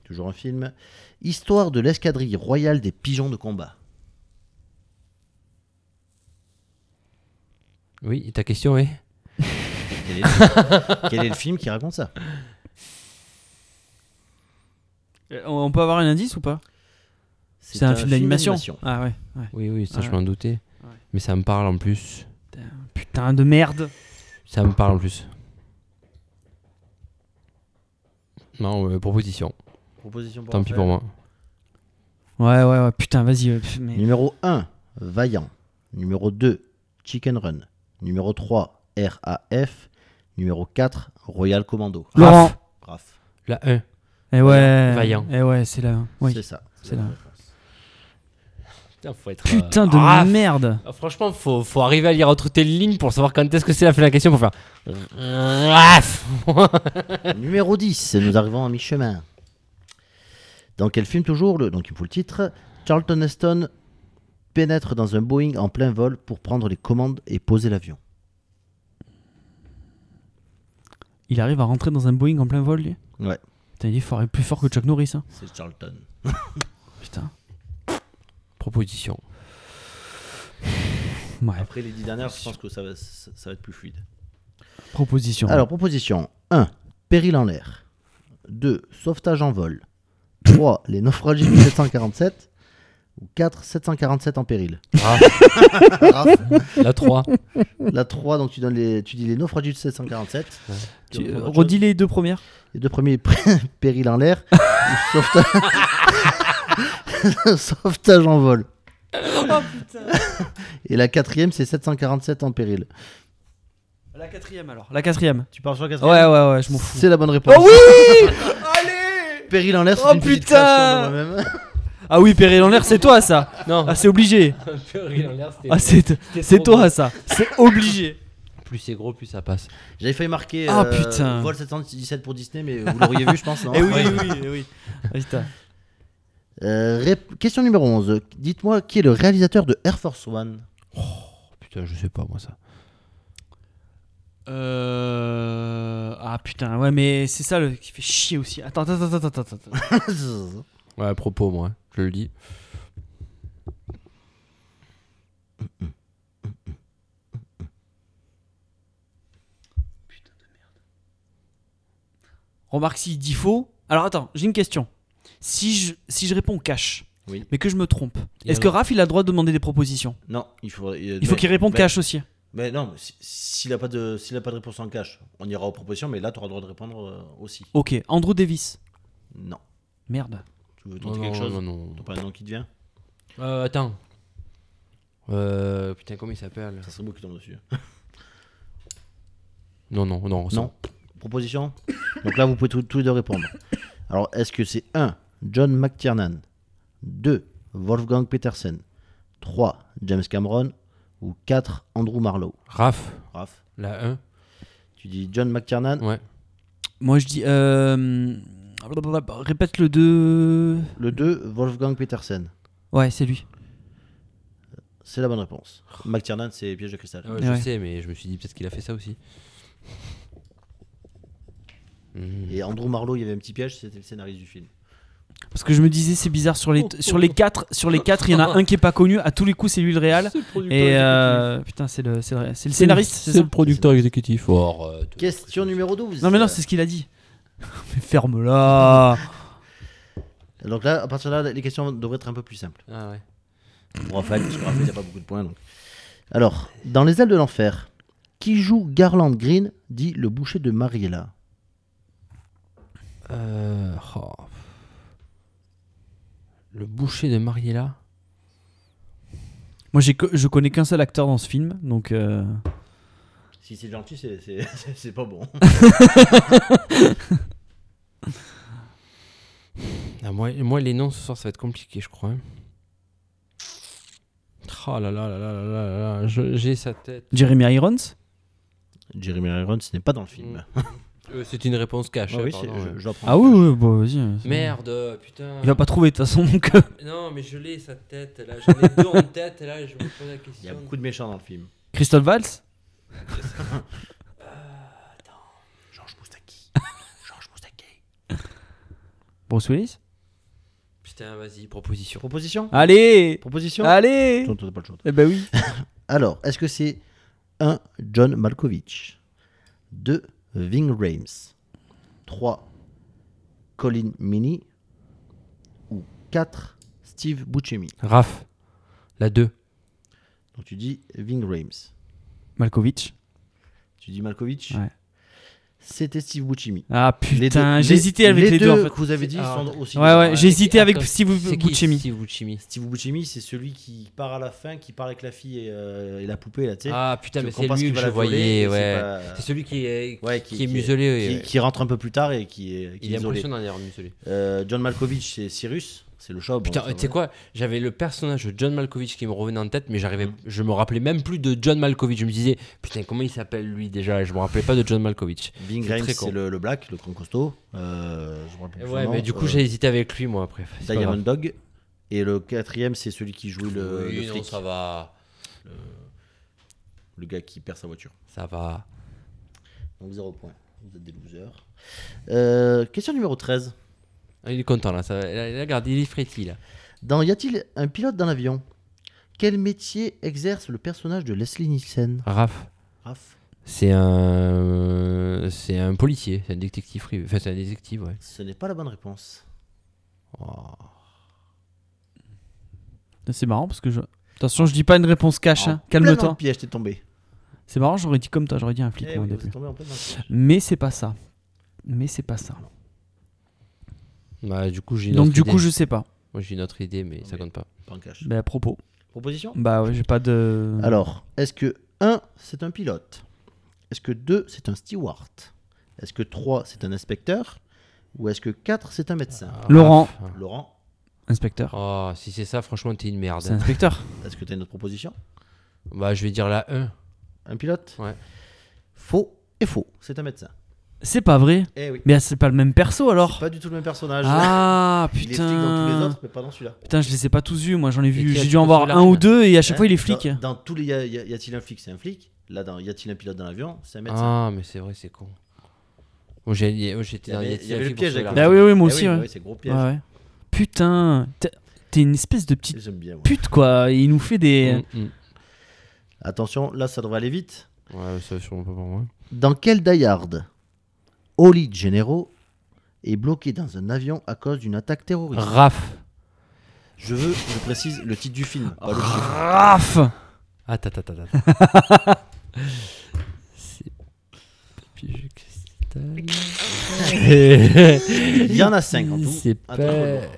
[SPEAKER 9] toujours un film. Histoire de l'escadrille royale des pigeons de combat.
[SPEAKER 6] Oui, et ta question est
[SPEAKER 8] Quel est, le- quel est le film qui raconte ça
[SPEAKER 7] Euh, On on peut avoir un indice ou pas C'est un, film d'animation. Ah ouais, ouais.
[SPEAKER 6] Oui, oui, ça, je
[SPEAKER 7] Ouais.
[SPEAKER 6] m'en doutais.
[SPEAKER 7] Ouais.
[SPEAKER 6] Mais ça me parle en plus.
[SPEAKER 7] Putain de merde.
[SPEAKER 6] Ça me parle en plus. Non, euh, proposition.
[SPEAKER 8] Proposition pour
[SPEAKER 6] Tant pis
[SPEAKER 8] Raphaël.
[SPEAKER 6] pour moi.
[SPEAKER 7] Ouais, ouais, ouais. Putain, vas-y. euh, pff, mais-
[SPEAKER 9] Numéro 1, Vaillant. Numéro 2, Chicken Run. Numéro 3, RAF. Numéro 4, Royal Commando.
[SPEAKER 7] Laurent.
[SPEAKER 8] Raph,
[SPEAKER 6] La 1.
[SPEAKER 7] Eh ouais.
[SPEAKER 6] Vaillant.
[SPEAKER 7] Eh ouais, c'est là. Oui.
[SPEAKER 9] C'est ça.
[SPEAKER 7] C'est
[SPEAKER 8] la
[SPEAKER 7] là.
[SPEAKER 8] réponse.
[SPEAKER 6] Putain, faut être. euh, ah,
[SPEAKER 7] Putain de merde.
[SPEAKER 6] Franchement, faut, faut arriver à lire entre tes lignes pour savoir quand est-ce que c'est la fin de la question pour faire. Raf
[SPEAKER 9] Numéro 10, nous arrivons à mi-chemin. Dans quel film toujours le, Donc il me faut le titre. Charlton Heston pénètre dans un Boeing en plein vol pour prendre les commandes et poser l'avion.
[SPEAKER 7] Il arrive à rentrer dans un Boeing en plein vol, lui.
[SPEAKER 9] Ouais.
[SPEAKER 7] Putain, il est fort, il est plus fort que Chuck Norris, hein.
[SPEAKER 8] C'est Charlton.
[SPEAKER 7] Putain.
[SPEAKER 6] Proposition.
[SPEAKER 7] Ouais.
[SPEAKER 8] Après les dix dernières, je pense que ça va, ça, ça va être plus fluide.
[SPEAKER 7] Proposition.
[SPEAKER 9] Alors, proposition 1. Péril en l'air. 2. Sauvetage en vol.
[SPEAKER 8] 3. Les naufragés 1747. Ou 4. 747 en péril. Raph,
[SPEAKER 6] La 3.
[SPEAKER 8] la 3, donc tu, donnes les, tu dis les naufragés 1747. Tu
[SPEAKER 7] Tu-
[SPEAKER 8] vas
[SPEAKER 7] euh,
[SPEAKER 8] prendre autre
[SPEAKER 7] redis les deux premières.
[SPEAKER 8] chose. Les deux premiers, pr- péril en l'air. ou sauvetage... sauvetage en vol. Et la quatrième, c'est 747 en péril.
[SPEAKER 7] La quatrième alors. La quatrième.
[SPEAKER 10] Tu pars sur la
[SPEAKER 7] Ouais,
[SPEAKER 10] quatrième
[SPEAKER 7] ouais, ouais, je m'en fous.
[SPEAKER 8] C'est la bonne réponse.
[SPEAKER 7] Oh oui Allez
[SPEAKER 8] Péril en l'air, c'est
[SPEAKER 7] Oh,
[SPEAKER 8] une petite
[SPEAKER 7] putain
[SPEAKER 8] création de moi-même.
[SPEAKER 7] Ah oui, Péril en l'air, c'est toi ça
[SPEAKER 6] Non,
[SPEAKER 7] Ah, c'est obligé Ah, c'est c'est toi ça C'est obligé
[SPEAKER 6] Plus c'est gros, plus ça passe.
[SPEAKER 8] J'avais failli marquer
[SPEAKER 7] Ah,
[SPEAKER 8] euh,
[SPEAKER 7] putain.
[SPEAKER 8] Vol 717 pour Disney, mais vous l'auriez vu, je pense. Non
[SPEAKER 7] Eh oui, oui, oui, oui. Ah, putain.
[SPEAKER 8] Euh, rép- Question numéro 11. Dites-moi qui est le réalisateur de Air Force One
[SPEAKER 6] Oh, Putain, je sais pas moi ça.
[SPEAKER 7] Euh... Ah putain, ouais, mais c'est ça le... qui fait chier aussi. Attends, attends, attends, attends, attends. attends.
[SPEAKER 6] Ouais, à propos, moi, je le dis.
[SPEAKER 7] Remarque s'il dit faux. Alors attends, j'ai une question. Si je, si je réponds cash,
[SPEAKER 8] Oui.
[SPEAKER 7] mais que je me trompe,
[SPEAKER 8] Et
[SPEAKER 7] est-ce que
[SPEAKER 8] alors
[SPEAKER 7] Raph il a le droit Ben, de demander des propositions
[SPEAKER 10] Non, il faut.
[SPEAKER 7] Il faut qu'il réponde
[SPEAKER 10] mais-
[SPEAKER 7] cash aussi.
[SPEAKER 10] Mais non, mais si- s'il n'a pas, de- s'il a pas de réponse en cash, on ira aux propositions, mais là, tu auras le droit de répondre euh, aussi.
[SPEAKER 7] Ok, Andrew Davis.
[SPEAKER 10] Non.
[SPEAKER 7] Merde.
[SPEAKER 10] Tu veux
[SPEAKER 6] Non,
[SPEAKER 10] tenter
[SPEAKER 6] non,
[SPEAKER 10] quelque chose
[SPEAKER 6] non, non.
[SPEAKER 10] T'as pas un nom qui te vient
[SPEAKER 6] Euh, attends. Euh, putain, comment il s'appelle
[SPEAKER 10] Ça serait beau qu'il tombe dessus.
[SPEAKER 6] Non, non, non. ça-
[SPEAKER 8] Non. Proposition Donc là, vous pouvez tous, tous les deux répondre. Alors, est-ce que c'est 1. John McTiernan 2. Wolfgang Petersen 3. James Cameron Ou 4. Andrew Marlowe
[SPEAKER 6] Raph,
[SPEAKER 10] Raph,
[SPEAKER 6] la 1.
[SPEAKER 8] Tu dis John McTiernan
[SPEAKER 6] Ouais.
[SPEAKER 7] Moi je dis... Euh... blablabla, Répète le 2.
[SPEAKER 8] Le 2. Wolfgang Petersen
[SPEAKER 7] Ouais, c'est lui.
[SPEAKER 8] C'est la bonne réponse.
[SPEAKER 6] Oh.
[SPEAKER 10] McTiernan, c'est piège de cristal.
[SPEAKER 6] Euh, je
[SPEAKER 7] Ouais.
[SPEAKER 6] sais, mais je me suis dit peut-être qu'il a fait ça aussi. Mhm.
[SPEAKER 8] Et Andrew Marlowe, il y avait un petit piège, c'était le scénariste du film.
[SPEAKER 7] Parce que je me disais c'est bizarre sur les sur les quatre sur les quatre il y en a un qui est pas connu à tous les coups c'est lui le réal et euh, putain c'est le c'est le, c'est le scénariste c'est ça
[SPEAKER 6] producteur exécutif. Or, euh, tout-
[SPEAKER 8] Question numéro 12.
[SPEAKER 7] non mais non c'est ce qu'il a dit mais ferme là
[SPEAKER 8] Donc là, à partir de là, les questions devraient être un peu plus simples.
[SPEAKER 6] Ah ouais.
[SPEAKER 8] Pour Raphaël, parce que Raphaël, il a pas beaucoup de points. donc. Alors, dans Les ailes de l'enfer, qui joue Garland Green, dit le boucher de Mariella
[SPEAKER 6] Euh, oh. Le boucher de Mariella.
[SPEAKER 7] moi j'ai que- je connais qu'un seul acteur dans ce film donc euh,
[SPEAKER 8] Si c'est gentil, c'est- c'est c'est pas bon.
[SPEAKER 6] Ah, moi, moi, les noms ce soir, ça va être compliqué, je crois. hein. Oh là là là là là là là là, je- j'ai sa tête.
[SPEAKER 7] Jeremy Irons
[SPEAKER 10] Jeremy Irons, ce n'est pas dans le
[SPEAKER 7] Mmh.
[SPEAKER 10] film.
[SPEAKER 6] Euh, c'est une réponse cash.
[SPEAKER 10] Ah
[SPEAKER 6] hein,
[SPEAKER 10] oui,
[SPEAKER 6] pardon,
[SPEAKER 10] c'est-
[SPEAKER 6] ouais.
[SPEAKER 10] je, je dois prendre
[SPEAKER 7] ah oui
[SPEAKER 10] cash.
[SPEAKER 7] oui bon vas-y c'est
[SPEAKER 6] Merde,
[SPEAKER 7] bon.
[SPEAKER 6] putain.
[SPEAKER 8] euh,
[SPEAKER 7] il va pas trouver de toute façon donc euh,
[SPEAKER 6] Non, mais je l'ai sa tête. Là, j'en ai deux en tête. Là, je me pose la question.
[SPEAKER 10] Il y a beaucoup de méchants dans le film.
[SPEAKER 7] Christophe Valls
[SPEAKER 10] Euh, Georges Moustaki. Georges Moustaki.
[SPEAKER 7] Bruce Willis
[SPEAKER 6] Putain, vas-y, proposition.
[SPEAKER 10] Proposition
[SPEAKER 7] allez
[SPEAKER 10] Proposition
[SPEAKER 7] allez
[SPEAKER 10] Non, t'as pas le choix.
[SPEAKER 7] eh ben oui
[SPEAKER 8] Alors, est-ce que c'est 1. John Malkovich 2. Ving Rhames 3. Colin Mini Ou 4. Steve Buscemi
[SPEAKER 6] Raph, la 2.
[SPEAKER 8] Donc tu dis Ving Rhames.
[SPEAKER 7] Malkovich
[SPEAKER 8] Tu dis Malkovich
[SPEAKER 7] Ouais.
[SPEAKER 8] C'était Steve Buscemi.
[SPEAKER 7] ah
[SPEAKER 8] Les
[SPEAKER 7] putain
[SPEAKER 8] deux-
[SPEAKER 7] j'ai hésité avec les, deux, en fait.
[SPEAKER 8] que vous avez dit ils
[SPEAKER 6] Ah.
[SPEAKER 8] sont aussi.
[SPEAKER 7] Ouais, ouais, j'ai
[SPEAKER 6] c'est-
[SPEAKER 7] hésité avec
[SPEAKER 6] attends,
[SPEAKER 7] Steve
[SPEAKER 6] c'est qui,
[SPEAKER 7] Buscemi.
[SPEAKER 6] Steve Buscemi.
[SPEAKER 10] Steve Buscemi, c'est celui qui part à la fin, qui part avec la fille et, euh, et la poupée, là, tu sais.
[SPEAKER 6] Ah putain,
[SPEAKER 10] Tu
[SPEAKER 6] mais c'est
[SPEAKER 10] comprends pas ce
[SPEAKER 6] lui
[SPEAKER 10] qu'il
[SPEAKER 6] que
[SPEAKER 10] va
[SPEAKER 6] je
[SPEAKER 10] la voler,
[SPEAKER 6] voyais,
[SPEAKER 10] et c'est
[SPEAKER 6] ouais.
[SPEAKER 10] pas-
[SPEAKER 6] C'est celui qui est,
[SPEAKER 10] Ouais,
[SPEAKER 6] qui, est muselé.
[SPEAKER 10] qui-
[SPEAKER 6] ouais.
[SPEAKER 10] qui rentre un peu plus tard et qui est, qui
[SPEAKER 6] Il
[SPEAKER 10] est
[SPEAKER 6] est
[SPEAKER 10] isolé.
[SPEAKER 6] impressionnant d'ailleurs, muselé.
[SPEAKER 10] Euh, John Malkovich, c'est Cyrus, c'est le chat. bon,
[SPEAKER 6] Putain,
[SPEAKER 10] ça
[SPEAKER 6] euh, tu sais
[SPEAKER 10] va.
[SPEAKER 6] quoi J'avais le personnage de John Malkovich qui me revenait en tête, mais j'arrivais, je me rappelais même plus de John Malkovich. Je me disais, putain, comment il s'appelle lui déjà Et Je me rappelais pas de John Malkovich.
[SPEAKER 10] Bing
[SPEAKER 6] C'est
[SPEAKER 10] Rhames,
[SPEAKER 6] très
[SPEAKER 10] c'est
[SPEAKER 6] con.
[SPEAKER 10] le, le black, le grand costaud. Euh, je me rappelle plus
[SPEAKER 6] Ouais,
[SPEAKER 10] son
[SPEAKER 6] mais
[SPEAKER 10] nom.
[SPEAKER 6] du coup,
[SPEAKER 10] Euh,
[SPEAKER 6] j'ai hésité avec lui, moi, après. C'est pas
[SPEAKER 10] Diamond
[SPEAKER 6] grave.
[SPEAKER 10] Dog. Et le quatrième, c'est celui qui joue le,
[SPEAKER 6] Oui,
[SPEAKER 10] le
[SPEAKER 6] non,
[SPEAKER 10] flic,
[SPEAKER 6] ça va.
[SPEAKER 10] le gars qui perd sa voiture.
[SPEAKER 6] Ça va.
[SPEAKER 8] Donc 0 point. Vous êtes des losers. Euh, question numéro 13.
[SPEAKER 6] Ah, il est content là, ça, là, là, regarde, il est frétille là.
[SPEAKER 8] Dans Y a-t-il un pilote dans l'avion Quel métier exerce le personnage de Leslie Nielsen
[SPEAKER 6] Raph,
[SPEAKER 8] Raph
[SPEAKER 6] c'est euh, un. C'est un policier, c'est un détective privé. Enfin, c'est un détective, ouais.
[SPEAKER 8] Ce n'est pas la bonne réponse.
[SPEAKER 6] Oh.
[SPEAKER 7] C'est marrant parce que je. Attention, je dis pas une réponse cash,
[SPEAKER 8] En
[SPEAKER 7] hein.
[SPEAKER 8] Oh. plein dans
[SPEAKER 7] calme-toi.
[SPEAKER 8] le piège, t'es tombé.
[SPEAKER 7] C'est marrant, j'aurais dit comme toi, j'aurais dit un flic
[SPEAKER 8] Eh
[SPEAKER 7] moi,
[SPEAKER 8] oui, vous
[SPEAKER 7] au début.
[SPEAKER 8] êtes tombé en plein dans le piège.
[SPEAKER 7] Mais c'est pas ça. Mais c'est pas ça.
[SPEAKER 6] Bah, du coup, j'ai une
[SPEAKER 7] Donc
[SPEAKER 6] autre
[SPEAKER 7] du
[SPEAKER 6] idée.
[SPEAKER 7] coup, je sais pas.
[SPEAKER 6] Moi, j'ai une autre idée, mais ça compte pas.
[SPEAKER 11] Pas en cash.
[SPEAKER 7] Bah à propos.
[SPEAKER 11] Proposition
[SPEAKER 7] Bah ouais, j'ai pas de.
[SPEAKER 8] Alors, est-ce que 1, c'est un pilote Est-ce que 2, c'est un steward Est-ce que 3, c'est un inspecteur Ou est-ce que 4, c'est un médecin
[SPEAKER 7] Laurent.
[SPEAKER 6] Ah.
[SPEAKER 8] Laurent,
[SPEAKER 7] Inspecteur.
[SPEAKER 6] Oh, si c'est ça, franchement, t'es une
[SPEAKER 7] C'est
[SPEAKER 6] merde.
[SPEAKER 7] inspecteur.
[SPEAKER 8] est-ce que t'as une autre proposition
[SPEAKER 6] Bah, je vais dire la 1.
[SPEAKER 8] Un pilote
[SPEAKER 6] Ouais.
[SPEAKER 8] Faux et faux, c'est un médecin.
[SPEAKER 7] C'est pas vrai.
[SPEAKER 8] Eh oui.
[SPEAKER 7] Mais ah, c'est pas le même perso
[SPEAKER 8] C'est
[SPEAKER 7] alors.
[SPEAKER 8] Pas du tout le même personnage.
[SPEAKER 7] Ah
[SPEAKER 8] Il est flic dans tous les
[SPEAKER 7] putain.
[SPEAKER 8] autres, mais pas dans celui-là.
[SPEAKER 7] Putain, je les ai pas tous vus. Moi, j'en ai vu.
[SPEAKER 6] qui a
[SPEAKER 7] J'ai
[SPEAKER 6] dit
[SPEAKER 7] dû en
[SPEAKER 6] que
[SPEAKER 7] voir
[SPEAKER 6] celui-là,
[SPEAKER 7] un ou
[SPEAKER 6] hein.
[SPEAKER 7] deux et à
[SPEAKER 8] Hein
[SPEAKER 7] chaque fois il est flic.
[SPEAKER 8] Dans, dans tous les y a- y a- y a-t-il un flic, c'est un flic. Là, dans y a-t-il un pilote dans l'avion, c'est un médecin.
[SPEAKER 6] Ah, mais c'est vrai, c'est con. Bon, j'ai- oh,
[SPEAKER 8] Il
[SPEAKER 6] J'étais
[SPEAKER 8] y
[SPEAKER 6] dans
[SPEAKER 8] avait-
[SPEAKER 6] Yeti
[SPEAKER 8] il y avait
[SPEAKER 6] la
[SPEAKER 8] le
[SPEAKER 6] fille pour
[SPEAKER 8] piège
[SPEAKER 6] cela.
[SPEAKER 8] avec
[SPEAKER 7] Bah oui, oui, moi
[SPEAKER 8] Eh
[SPEAKER 7] aussi.
[SPEAKER 8] oui,
[SPEAKER 7] ouais.
[SPEAKER 8] ouais, c'est gros piège.
[SPEAKER 7] Ouais, ouais. Putain, t'es- t'es une espèce de petite
[SPEAKER 8] J'aime bien. ouais.
[SPEAKER 7] pute quoi. Il nous fait des.
[SPEAKER 6] Mm, mm.
[SPEAKER 8] Attention, là, ça devrait aller vite.
[SPEAKER 6] Ouais, ça, sûrement pas pour moi.
[SPEAKER 8] Dans quel die-hard Oli Gennaro est bloqué dans un avion à cause d'une attaque terroriste
[SPEAKER 6] Raph.
[SPEAKER 8] Je veux, je précise, le titre du film. pas le chiffre.
[SPEAKER 7] Raf
[SPEAKER 6] Attends, attends, attends. attends. C'est- Pigeon cristal.
[SPEAKER 8] Il y en a 5 en tout.
[SPEAKER 6] C'est
[SPEAKER 8] Attends, je
[SPEAKER 6] pas-
[SPEAKER 8] vais le voir.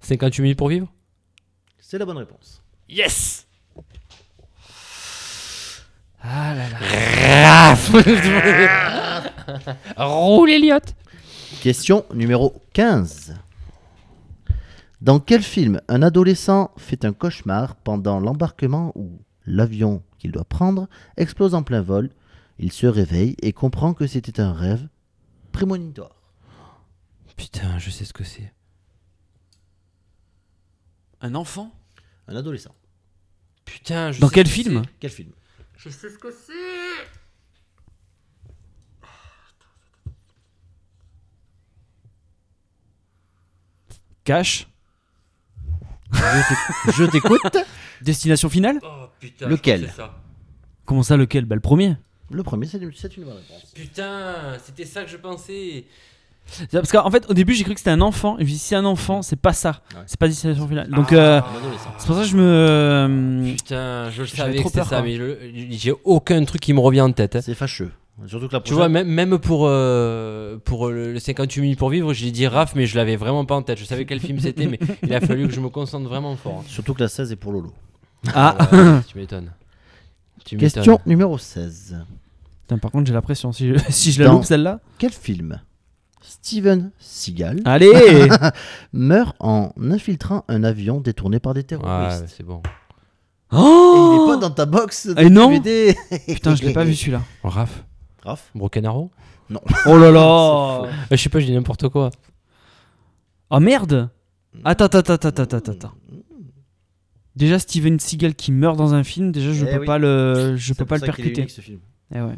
[SPEAKER 6] 58 minutes pour vivre
[SPEAKER 8] C'est la bonne réponse.
[SPEAKER 6] Yes
[SPEAKER 7] Ah là là.
[SPEAKER 6] Roule Elliot
[SPEAKER 8] Question numéro 15. Dans quel film un adolescent fait un cauchemar pendant l'embarquement où l'avion qu'il doit prendre explose en plein vol Il se réveille et comprend que c'était un rêve prémonitoire.
[SPEAKER 6] Putain, je sais ce que c'est.
[SPEAKER 7] Un enfant
[SPEAKER 8] Un adolescent.
[SPEAKER 6] Putain, je
[SPEAKER 7] Dans
[SPEAKER 6] sais
[SPEAKER 7] quel
[SPEAKER 6] ce que
[SPEAKER 7] film
[SPEAKER 6] c'est.
[SPEAKER 8] Quel film
[SPEAKER 7] Cash
[SPEAKER 8] Je t'écoute.
[SPEAKER 7] Destination finale
[SPEAKER 6] Oh putain.
[SPEAKER 8] Lequel
[SPEAKER 6] je sais ça.
[SPEAKER 7] Comment ça, lequel Bah, le premier.
[SPEAKER 8] Le premier, c'est une, c'est une bonne réponse.
[SPEAKER 6] Putain, c'était ça que je pensais.
[SPEAKER 7] C'est- Parce qu'en fait, au début, j'ai cru que c'était un enfant. Et je me suis dit, si c'est un enfant, c'est pas ça.
[SPEAKER 8] Ouais. Ah.
[SPEAKER 7] C'est pas destination finale. Donc, euh, c'est pour ça que je
[SPEAKER 6] Mm.
[SPEAKER 7] euh, me.
[SPEAKER 6] Putain, je le
[SPEAKER 7] J'avais
[SPEAKER 6] savais
[SPEAKER 7] trop
[SPEAKER 6] que c'était
[SPEAKER 7] peur,
[SPEAKER 6] ça,
[SPEAKER 7] quoi.
[SPEAKER 6] mais je- j'ai aucun truc qui me revient en tête. hein.
[SPEAKER 8] C'est fâcheux. Surtout que la
[SPEAKER 6] Tu vois, même, même pour, euh, pour le le 58 minutes pour vivre, j'ai dit Raph, mais je l'avais vraiment pas en tête. Je savais quel film c'était, mais il a fallu que je me concentre vraiment fort.
[SPEAKER 8] Surtout que la 16 est pour Lolo.
[SPEAKER 7] Ah
[SPEAKER 6] Ouais, tu m'étonnes. Tu m'étonnes.
[SPEAKER 8] Question numéro 16.
[SPEAKER 7] Putain, par contre, j'ai la pression. Si je, si je la
[SPEAKER 8] Dans-
[SPEAKER 7] loupe, celle-là.
[SPEAKER 8] Quel film Steven Seagal
[SPEAKER 7] Ah. Allez
[SPEAKER 8] meurt en infiltrant un avion détourné par des terroristes.
[SPEAKER 6] Ouais, c'est bon.
[SPEAKER 8] Et il
[SPEAKER 7] Oh
[SPEAKER 8] est pas dans ta box de
[SPEAKER 7] Eh non
[SPEAKER 8] DVD.
[SPEAKER 7] Putain, je l'ai pas vu celui-là.
[SPEAKER 6] Raph
[SPEAKER 8] Raph
[SPEAKER 6] Broken Arrow
[SPEAKER 7] Oh là là
[SPEAKER 6] Euh, Je sais pas, je dis n'importe quoi.
[SPEAKER 7] Oh merde Attends, attends, attends, attends, attends, attends. Déjà Steven Seagal qui meurt dans un film, déjà je
[SPEAKER 8] Eh
[SPEAKER 7] peux
[SPEAKER 8] oui.
[SPEAKER 7] pas le je
[SPEAKER 8] C'est
[SPEAKER 7] peux pas
[SPEAKER 8] pour
[SPEAKER 7] le
[SPEAKER 8] ça qu'il est
[SPEAKER 7] percuter.
[SPEAKER 8] unique, ce film.
[SPEAKER 7] Eh ouais.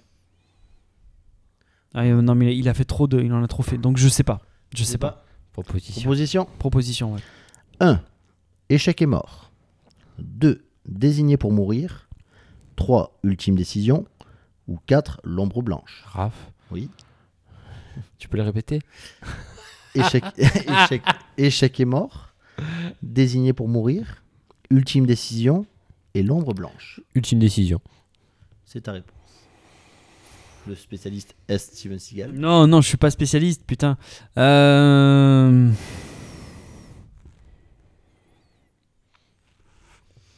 [SPEAKER 7] Ah, euh, non mais il a fait trop de il en a trop fait. Donc je sais pas. Je sais pas.
[SPEAKER 6] Proposition.
[SPEAKER 8] Proposition
[SPEAKER 7] Proposition ouais.
[SPEAKER 8] Échec et mort. 2. Désigné pour mourir. 3. Ultime décision. Ou 4. L'ombre blanche.
[SPEAKER 6] Raph
[SPEAKER 8] Oui.
[SPEAKER 6] Tu peux le répéter
[SPEAKER 8] échec, échec, échec et mort, désigné pour mourir, ultime décision et l'ombre blanche.
[SPEAKER 6] Ultime décision.
[SPEAKER 8] C'est ta réponse. Le spécialiste est Steven Seagal.
[SPEAKER 7] Non non, je suis pas spécialiste, putain. Euh...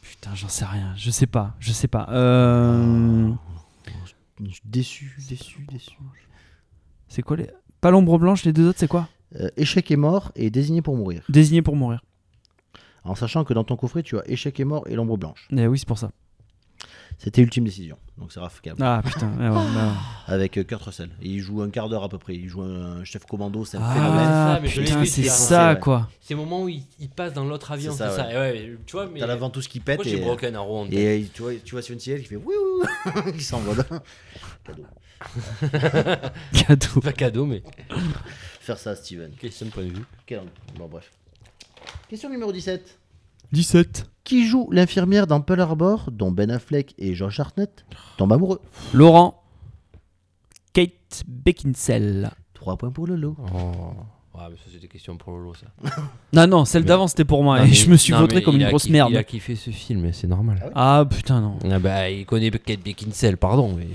[SPEAKER 7] Putain, j'en sais rien. Je sais pas, je sais pas. Euh...
[SPEAKER 8] Déçu, déçu, déçu.
[SPEAKER 7] C'est quoi les pas l'ombre blanche, les deux autres c'est quoi
[SPEAKER 8] Euh, échec et mort et désigné pour mourir.
[SPEAKER 7] Désigné pour mourir.
[SPEAKER 8] En sachant que dans ton coffret, tu as échec et mort et l'ombre blanche.
[SPEAKER 7] Eh oui, c'est pour ça.
[SPEAKER 8] C'était ultime décision. Donc c'est Raph Cab.
[SPEAKER 7] Ah putain, eh ouais, bah ouais.
[SPEAKER 8] Avec euh, Kurt Russell. Et il joue un quart d'heure à peu près. Il joue un chef commando, c'est un phénomène.
[SPEAKER 7] Ah,
[SPEAKER 6] ça, mais je hein. l'ai
[SPEAKER 7] putain,
[SPEAKER 6] vu,
[SPEAKER 7] c'est
[SPEAKER 6] celui-là.
[SPEAKER 7] ça
[SPEAKER 8] C'est vrai.
[SPEAKER 7] quoi.
[SPEAKER 6] C'est le moment où il, il passe dans l'autre avion, c'est
[SPEAKER 8] C'est ça,
[SPEAKER 6] ça, ouais, Tu vois, mais.
[SPEAKER 8] T'as la ventouse qui pète
[SPEAKER 6] Pourquoi j'ai
[SPEAKER 8] et, euh,
[SPEAKER 6] Broken Arrow en tête
[SPEAKER 8] et tu, vois, tu vois Steven Seagal qui fait wouh qui s'envole. Cadeau.
[SPEAKER 7] Cadeau.
[SPEAKER 6] Pas cadeau, mais.
[SPEAKER 8] Faire ça à Steven.
[SPEAKER 6] Question de point de vue.
[SPEAKER 8] Quel- Bon, bref. Question numéro 17.
[SPEAKER 7] 17.
[SPEAKER 8] Qui joue l'infirmière dans Pearl Harbor, dont Ben Affleck et George Hartnett tombent amoureux
[SPEAKER 7] Laurent. Kate Beckinsale.
[SPEAKER 8] 3 points pour Lolo.
[SPEAKER 6] Oh. Ouais, mais ça, c'est des questions pour Lolo, ça.
[SPEAKER 7] Non, non, celle
[SPEAKER 6] Mais-
[SPEAKER 7] d'avant c'était pour moi.
[SPEAKER 6] Non,
[SPEAKER 7] et
[SPEAKER 6] mais-
[SPEAKER 7] je me suis
[SPEAKER 6] non,
[SPEAKER 7] vautré
[SPEAKER 6] mais
[SPEAKER 7] comme
[SPEAKER 6] il
[SPEAKER 7] une
[SPEAKER 6] a
[SPEAKER 7] grosse
[SPEAKER 6] kiff- Il a
[SPEAKER 7] merde.
[SPEAKER 6] kiffé ce film, et c'est normal.
[SPEAKER 7] Ah putain, non.
[SPEAKER 6] Ah bah, il connaît Kate Beckinsale, pardon. Mais...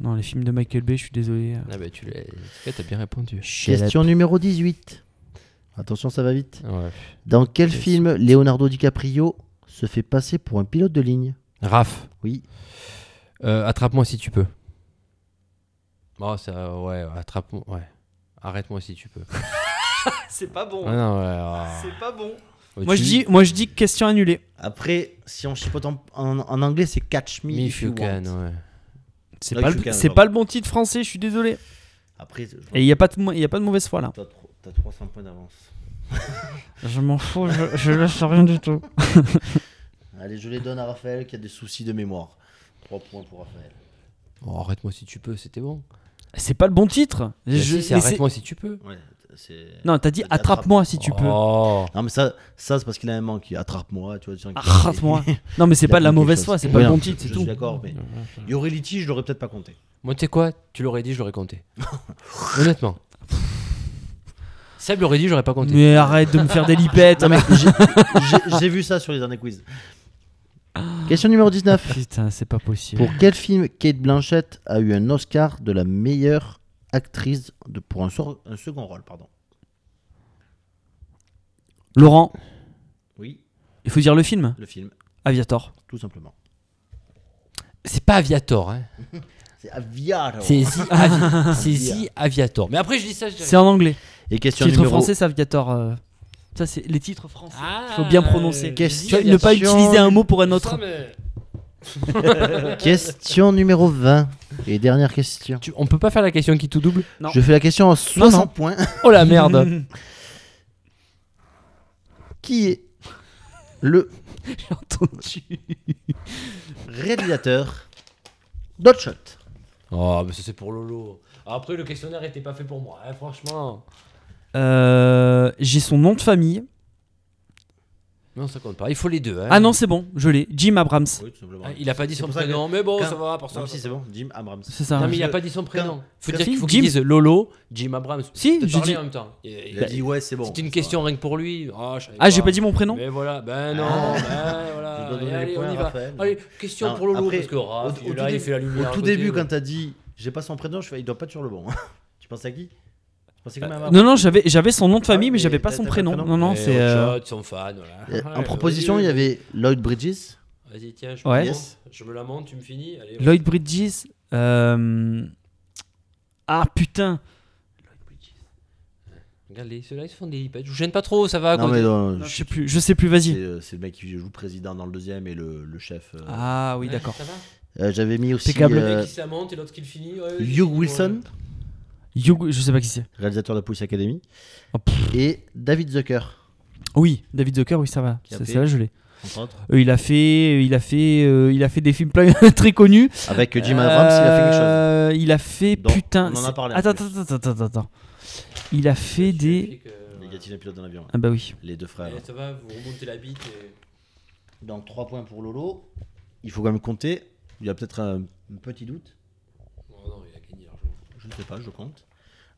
[SPEAKER 7] Non, les films de Michael Bay, je suis désolé. euh.
[SPEAKER 6] Ah bah, tu l'as. en tout cas, t'as bien répondu.
[SPEAKER 8] Question numéro 18. Attention, ça va vite.
[SPEAKER 6] Ouais.
[SPEAKER 8] Dans quel
[SPEAKER 6] Yes.
[SPEAKER 8] film Leonardo DiCaprio se fait passer pour un pilote de ligne
[SPEAKER 6] Raph,
[SPEAKER 8] Oui.
[SPEAKER 6] euh, attrape-moi si tu peux. Oh, ça, ouais, attrape-moi, ouais. Arrête-moi si tu peux.
[SPEAKER 7] C'est pas bon.
[SPEAKER 6] Ah non, ouais, oh.
[SPEAKER 7] C'est pas bon.
[SPEAKER 6] Oh,
[SPEAKER 7] Moi
[SPEAKER 6] tu-
[SPEAKER 7] je, dis, moi je dis question annulée.
[SPEAKER 8] Après, si on chipote en, en- en anglais, c'est Catch Me,
[SPEAKER 6] Me
[SPEAKER 8] If You
[SPEAKER 6] can,
[SPEAKER 8] Want.
[SPEAKER 6] ouais.
[SPEAKER 7] C'est
[SPEAKER 12] Ah,
[SPEAKER 7] pas,
[SPEAKER 12] je suis
[SPEAKER 7] le,
[SPEAKER 12] calme,
[SPEAKER 7] c'est
[SPEAKER 12] pardon.
[SPEAKER 7] pas le bon titre français, je suis désolé.
[SPEAKER 8] Après, je vois
[SPEAKER 7] Et il n'y a, pas de mo- y a pas de mauvaise foi là.
[SPEAKER 8] que t'as tro- t'as 300 points d'avance.
[SPEAKER 7] Je m'en fous, je, je lâche rien du tout.
[SPEAKER 8] Allez, je les donne à Raphaël qui a des soucis de mémoire. 3 points pour Raphaël.
[SPEAKER 6] Oh, arrête-moi si tu peux, c'était bon.
[SPEAKER 7] C'est pas le bon titre.
[SPEAKER 6] Bah
[SPEAKER 7] Je-
[SPEAKER 6] si, c'est
[SPEAKER 7] mais c'est-
[SPEAKER 6] arrête-moi si tu peux.
[SPEAKER 8] Ouais, c'est-
[SPEAKER 7] Non, t'as dit
[SPEAKER 8] T'as dit
[SPEAKER 7] attrape-moi si tu peux.
[SPEAKER 6] Oh.
[SPEAKER 8] Non, mais ça, ça c'est parce qu'il a un manque. Il Attrape-moi, tu vois. tu sens qu'il-
[SPEAKER 7] Arrate-moi. Non, mais c'est
[SPEAKER 8] Il a
[SPEAKER 7] pas de la
[SPEAKER 8] manqué
[SPEAKER 7] mauvaise
[SPEAKER 8] quelque
[SPEAKER 7] foi,
[SPEAKER 8] chose.
[SPEAKER 7] c'est pas
[SPEAKER 8] Oui,
[SPEAKER 7] le
[SPEAKER 8] non,
[SPEAKER 7] bon titre, c'est
[SPEAKER 8] je
[SPEAKER 7] tout.
[SPEAKER 8] suis d'accord, mais il y aurait litige, je l'aurais peut-être pas compté.
[SPEAKER 6] Moi, tu sais quoi Tu l'aurais dit, je l'aurais compté. Honnêtement. Seb l'aurait dit, j'aurais pas compté.
[SPEAKER 7] Mais arrête de me faire des lipettes.
[SPEAKER 8] Non, mais j'ai- j'ai- j'ai vu ça sur les derniers quiz. Question numéro 19.
[SPEAKER 7] Putain, c'est pas possible.
[SPEAKER 8] Pour quel film Kate Blanchett a eu un Oscar de la meilleure actrice de- pour un, sor- un second rôle pardon.
[SPEAKER 7] Laurent,
[SPEAKER 8] Oui,
[SPEAKER 7] il faut dire le film
[SPEAKER 8] le film,
[SPEAKER 7] Aviator.
[SPEAKER 8] tout simplement.
[SPEAKER 6] C'est pas Aviator, hein.
[SPEAKER 8] C'est Aviator.
[SPEAKER 6] C'est The, Avi- c'est The Aviator. Mais après, je dis ça, je dirais-
[SPEAKER 7] C'est en anglais.
[SPEAKER 8] Et question
[SPEAKER 7] Titre
[SPEAKER 8] numéro...
[SPEAKER 7] français, c'est Aviator. euh. Ça, c'est les titres français.
[SPEAKER 6] Ah,
[SPEAKER 7] faut bien prononcer.
[SPEAKER 6] euh,
[SPEAKER 7] Tu vois,
[SPEAKER 8] Question...
[SPEAKER 7] ne pas utiliser un mot pour un
[SPEAKER 6] Ça,
[SPEAKER 7] autre.
[SPEAKER 6] mais-
[SPEAKER 8] Question numéro 20. Et dernière question.
[SPEAKER 6] Tu- on peut pas faire la question qui tout double
[SPEAKER 7] Non.
[SPEAKER 8] Je fais la question en 60
[SPEAKER 7] non.
[SPEAKER 8] points.
[SPEAKER 6] Oh
[SPEAKER 7] Ah,
[SPEAKER 6] la merde
[SPEAKER 8] Qui est le
[SPEAKER 7] J'ai entendu.
[SPEAKER 8] réalisateur d'Hotshot
[SPEAKER 6] Oh, mais ça c'est pour Lolo. Après, le questionnaire était pas fait pour moi, hein, franchement.
[SPEAKER 7] Euh, J'ai son nom de famille.
[SPEAKER 6] Non, ça compte pas. Il faut les deux. hein.
[SPEAKER 7] Ah non, c'est bon, je l'ai. Jim Abrams.
[SPEAKER 8] Oui, tout simplement.
[SPEAKER 6] Ah, il a pas dit
[SPEAKER 8] C'est
[SPEAKER 6] son
[SPEAKER 8] pour ça
[SPEAKER 6] prénom, mais bon,
[SPEAKER 8] Quand-
[SPEAKER 6] ça va, pour
[SPEAKER 8] que-
[SPEAKER 6] ça.
[SPEAKER 8] Non,
[SPEAKER 6] ça
[SPEAKER 8] si,
[SPEAKER 6] va.
[SPEAKER 8] c'est bon, Jim Abrams.
[SPEAKER 7] C'est ça.
[SPEAKER 6] Non, mais il a
[SPEAKER 8] Je-
[SPEAKER 6] pas dit son prénom. Faut
[SPEAKER 8] Quand-
[SPEAKER 6] dire qu'il faut
[SPEAKER 7] Jim.
[SPEAKER 6] qu'il dise Lolo, Jim Abrams.
[SPEAKER 7] Si, Bah,
[SPEAKER 6] T'as
[SPEAKER 7] j'ai
[SPEAKER 6] parlé
[SPEAKER 7] dit.
[SPEAKER 6] en même temps. Il- il-
[SPEAKER 8] Il a dit ouais, c'est bon.
[SPEAKER 6] C'était
[SPEAKER 8] ça
[SPEAKER 6] une
[SPEAKER 8] va.
[SPEAKER 6] question rien que pour lui. Ah, je savais
[SPEAKER 7] Ah, j'ai pas dit mon prénom
[SPEAKER 6] Mais voilà, ben non, ben voilà.
[SPEAKER 8] Je dois Ah. donner
[SPEAKER 6] Et
[SPEAKER 8] les
[SPEAKER 6] allez,
[SPEAKER 8] points
[SPEAKER 6] on y
[SPEAKER 8] à
[SPEAKER 6] va.
[SPEAKER 8] Raphaël.
[SPEAKER 6] Allez, question
[SPEAKER 8] Non,
[SPEAKER 6] pour Lolo,
[SPEAKER 8] après,
[SPEAKER 6] parce que
[SPEAKER 8] au-
[SPEAKER 6] Raph,
[SPEAKER 8] au
[SPEAKER 6] là,
[SPEAKER 8] tout
[SPEAKER 6] il fait la
[SPEAKER 8] Au
[SPEAKER 6] lumière. à
[SPEAKER 8] tout
[SPEAKER 6] côté, euh,
[SPEAKER 8] début,
[SPEAKER 6] mais-
[SPEAKER 8] quand t'as dit j'ai pas son prénom, je fais il doit pas être sur le bon. tu penses à qui Tu pensais
[SPEAKER 6] Euh,
[SPEAKER 8] quand même à
[SPEAKER 7] Non, non, j'avais j'avais son nom de
[SPEAKER 8] Ah
[SPEAKER 7] famille,
[SPEAKER 8] oui,
[SPEAKER 7] mais
[SPEAKER 8] mais
[SPEAKER 7] j'avais pas
[SPEAKER 8] t'as-
[SPEAKER 7] son
[SPEAKER 8] t'as pas
[SPEAKER 7] prénom.
[SPEAKER 8] le prénom.
[SPEAKER 7] Non, non,
[SPEAKER 6] Eh,
[SPEAKER 7] c'est.
[SPEAKER 6] Hot
[SPEAKER 7] euh,
[SPEAKER 6] Shot, son fan, voilà.
[SPEAKER 8] Euh, En
[SPEAKER 6] Ouais,
[SPEAKER 8] proposition, il y
[SPEAKER 6] vas-y,
[SPEAKER 8] avait Lloyd Bridges.
[SPEAKER 6] Vas-y, tiens, je,
[SPEAKER 7] Ouais.
[SPEAKER 6] me
[SPEAKER 8] Yes.
[SPEAKER 6] monte, je me la monte, tu me finis. Allez, vas-y.
[SPEAKER 7] Lloyd Bridges. euh, Ah putain.
[SPEAKER 6] Regarde, les- ceux-là, ils se font des hypettes. Je vous gêne pas trop, ça va.
[SPEAKER 8] Non,
[SPEAKER 6] quoi.
[SPEAKER 8] mais non,
[SPEAKER 7] Non,
[SPEAKER 8] je-
[SPEAKER 7] je sais plus, je sais plus, vas-y.
[SPEAKER 8] c'est euh, c'est le mec qui joue président dans le deuxième et le, le chef. euh.
[SPEAKER 7] Ah oui,
[SPEAKER 6] Ouais,
[SPEAKER 7] d'accord.
[SPEAKER 6] Ça va
[SPEAKER 8] Euh, J'avais mis aussi
[SPEAKER 7] Impeccable.
[SPEAKER 6] Le
[SPEAKER 8] euh,
[SPEAKER 6] mec qui se la monte et l'autre qui le finit. ouais, vas-y,
[SPEAKER 8] Hugh
[SPEAKER 6] ouais.
[SPEAKER 8] Wilson,
[SPEAKER 7] Hugh- je sais pas qui c'est.
[SPEAKER 8] réalisateur de Police Academy,
[SPEAKER 7] Oh, pff.
[SPEAKER 8] et David Zucker.
[SPEAKER 7] Oui, David Zucker, oui, ça va.
[SPEAKER 8] Qui a
[SPEAKER 7] C'est
[SPEAKER 8] fait-
[SPEAKER 7] là, je l'ai.
[SPEAKER 8] entre autres.
[SPEAKER 7] Euh, il a fait, il a fait, euh, il a fait des films plein, très connus.
[SPEAKER 8] Avec
[SPEAKER 6] Euh,
[SPEAKER 8] Jim Abrams, il a fait quelque chose.
[SPEAKER 7] Euh, Il a fait
[SPEAKER 8] Dont
[SPEAKER 7] putain.
[SPEAKER 8] on en a
[SPEAKER 7] c'est-
[SPEAKER 8] parlé en
[SPEAKER 7] Attends,
[SPEAKER 8] plus.
[SPEAKER 7] attends, attends, attends, attends. Il a fait des.
[SPEAKER 6] Suffit que, voilà.
[SPEAKER 8] Il y a-t-il un pilote dans l'avion
[SPEAKER 7] Ah bah oui.
[SPEAKER 8] Les deux frères.
[SPEAKER 6] Allez, ça va, vous remontez la bite. et-
[SPEAKER 8] Donc 3 points pour Lolo. Il faut quand même compter. Il y a peut-être un petit doute.
[SPEAKER 6] Oh non, il a gagné largement.
[SPEAKER 8] Je ne sais pas, je compte.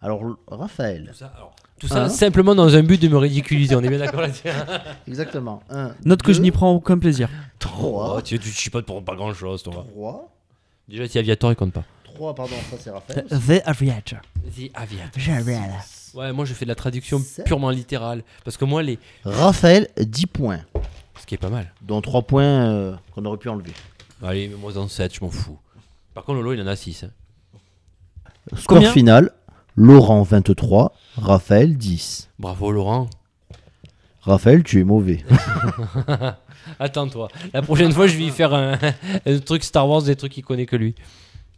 [SPEAKER 8] Alors, L- Raphaël.
[SPEAKER 6] Tout ça, alors, tout ça
[SPEAKER 8] Hein
[SPEAKER 6] simplement dans un but de me ridiculiser, on est bien d'accord là-dessus. hein.
[SPEAKER 8] Exactement. 1,
[SPEAKER 7] Note que je n'y prends aucun plaisir.
[SPEAKER 8] 3.
[SPEAKER 6] Bah, tu, tu chipotes pour pas grand-chose, toi.
[SPEAKER 8] 3.
[SPEAKER 6] Déjà, si Aviator, il compte pas.
[SPEAKER 8] 3, pardon, ça c'est Raphaël.
[SPEAKER 7] The Aviator.
[SPEAKER 6] The Aviator.
[SPEAKER 8] Raphaël.
[SPEAKER 6] Ouais, moi, je fais de la traduction
[SPEAKER 8] C'est-
[SPEAKER 6] purement littérale. Parce que moi, les.
[SPEAKER 8] 10 points.
[SPEAKER 6] Ce qui est pas mal.
[SPEAKER 8] Dont 3 points euh, qu'on aurait pu enlever.
[SPEAKER 6] Allez, mais moi, en 7, je m'en fous. Par contre, Lolo, il en a hein. 6.
[SPEAKER 8] Score
[SPEAKER 7] Combien
[SPEAKER 8] final Laurent 23, Raphaël 10.
[SPEAKER 6] Bravo, Laurent.
[SPEAKER 8] Raphaël, tu es mauvais.
[SPEAKER 6] Attends-toi. La prochaine fois, je vais y faire un, un truc Star Wars, des trucs qu'il connaît que lui.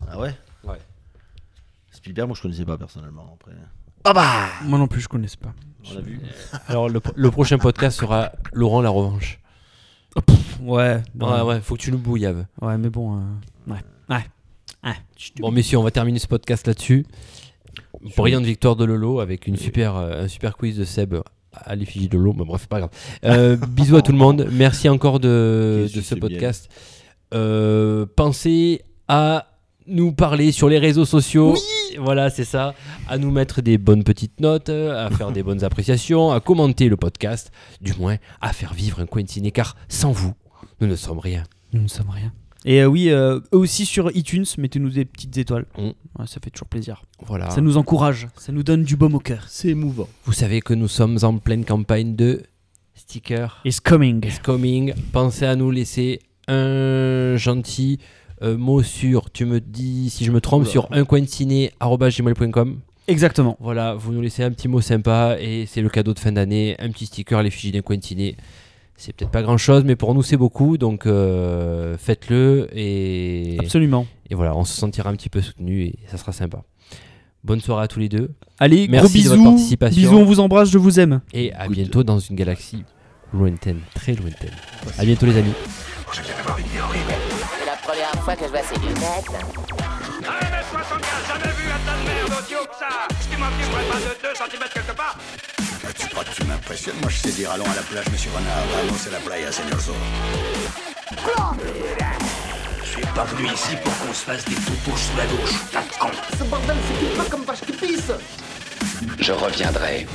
[SPEAKER 8] Ah ouais
[SPEAKER 6] Ouais.
[SPEAKER 8] Spielberg, moi je connaissais pas personnellement. Après, Ah.
[SPEAKER 7] Moi non plus, je connais pas.
[SPEAKER 8] on l'a vu.
[SPEAKER 6] Alors, le, pro- le prochain podcast sera Laurent la revanche.
[SPEAKER 7] Ouais.
[SPEAKER 6] Ouais, ouais, faut que tu nous bouillaves.
[SPEAKER 7] Ouais, mais bon. euh, Ouais. Ouais.
[SPEAKER 6] Bon, messieurs, on va terminer ce podcast là-dessus. Brillante victoire de Lolo avec une super, euh, un super quiz de Seb à l'effigie de Lolo. Mais bref, pas grave. Euh, bisous à tout le monde. Merci encore de,
[SPEAKER 12] Qu'est-ce
[SPEAKER 6] de
[SPEAKER 12] que
[SPEAKER 6] ce
[SPEAKER 12] c'est bien.
[SPEAKER 6] podcast. Euh, pensez à nous parler sur les réseaux sociaux. Voilà, c'est ça. À nous mettre des bonnes petites notes, euh, à faire des bonnes appréciations, à commenter le podcast, du moins à faire vivre un coin de ciné, car sans vous, nous ne sommes rien.
[SPEAKER 7] Nous ne sommes rien. Et euh, oui, euh, eux aussi sur iTunes, mettez-nous des petites étoiles.
[SPEAKER 6] Mm.
[SPEAKER 7] Ouais, ça fait toujours plaisir.
[SPEAKER 6] Voilà.
[SPEAKER 8] Ah.
[SPEAKER 7] Ça nous encourage, ça nous donne du baume au cœur.
[SPEAKER 8] C'est émouvant.
[SPEAKER 6] Vous savez que nous sommes en pleine campagne de stickers.
[SPEAKER 7] It's coming.
[SPEAKER 6] It's coming. Pensez à nous laisser un gentil euh, mot sur, tu me dis si je me trompe, sur uncointiné.com.
[SPEAKER 7] Exactement.
[SPEAKER 6] Voilà, vous nous laissez un petit mot sympa et c'est le cadeau de fin d'année, un petit sticker à l'effigie d'un coin de ciné. C'est peut-être pas grand chose, mais pour nous c'est beaucoup, donc euh, faites-le et,
[SPEAKER 7] Absolument.
[SPEAKER 6] et voilà, on se sentira un petit peu soutenu et ça sera sympa. Bonne soirée à tous les deux
[SPEAKER 7] Allez,
[SPEAKER 6] Merci
[SPEAKER 7] gros bisous.
[SPEAKER 6] de votre participation.
[SPEAKER 7] Bisous, on vous embrasse, je vous aime.
[SPEAKER 6] et à bientôt dans une galaxie lointaine, très lointaine. À bientôt les amis.
[SPEAKER 2] C'est la première fois que je vois ces lunettes.
[SPEAKER 3] 1m75, jamais vu un tas de merde aussi haut que ça. Ce qui m'infligerait pas de 2 cm quelque part.
[SPEAKER 1] Mais tu crois que tu m'impressionnes Moi, je sais dire allons à la plage, monsieur Renard. Allons, c'est la playa, señor Zorro.
[SPEAKER 4] Je suis pas venu ici pour qu'on se fasse des toutouches sous la douche, tas de cons.
[SPEAKER 5] Je reviendrai.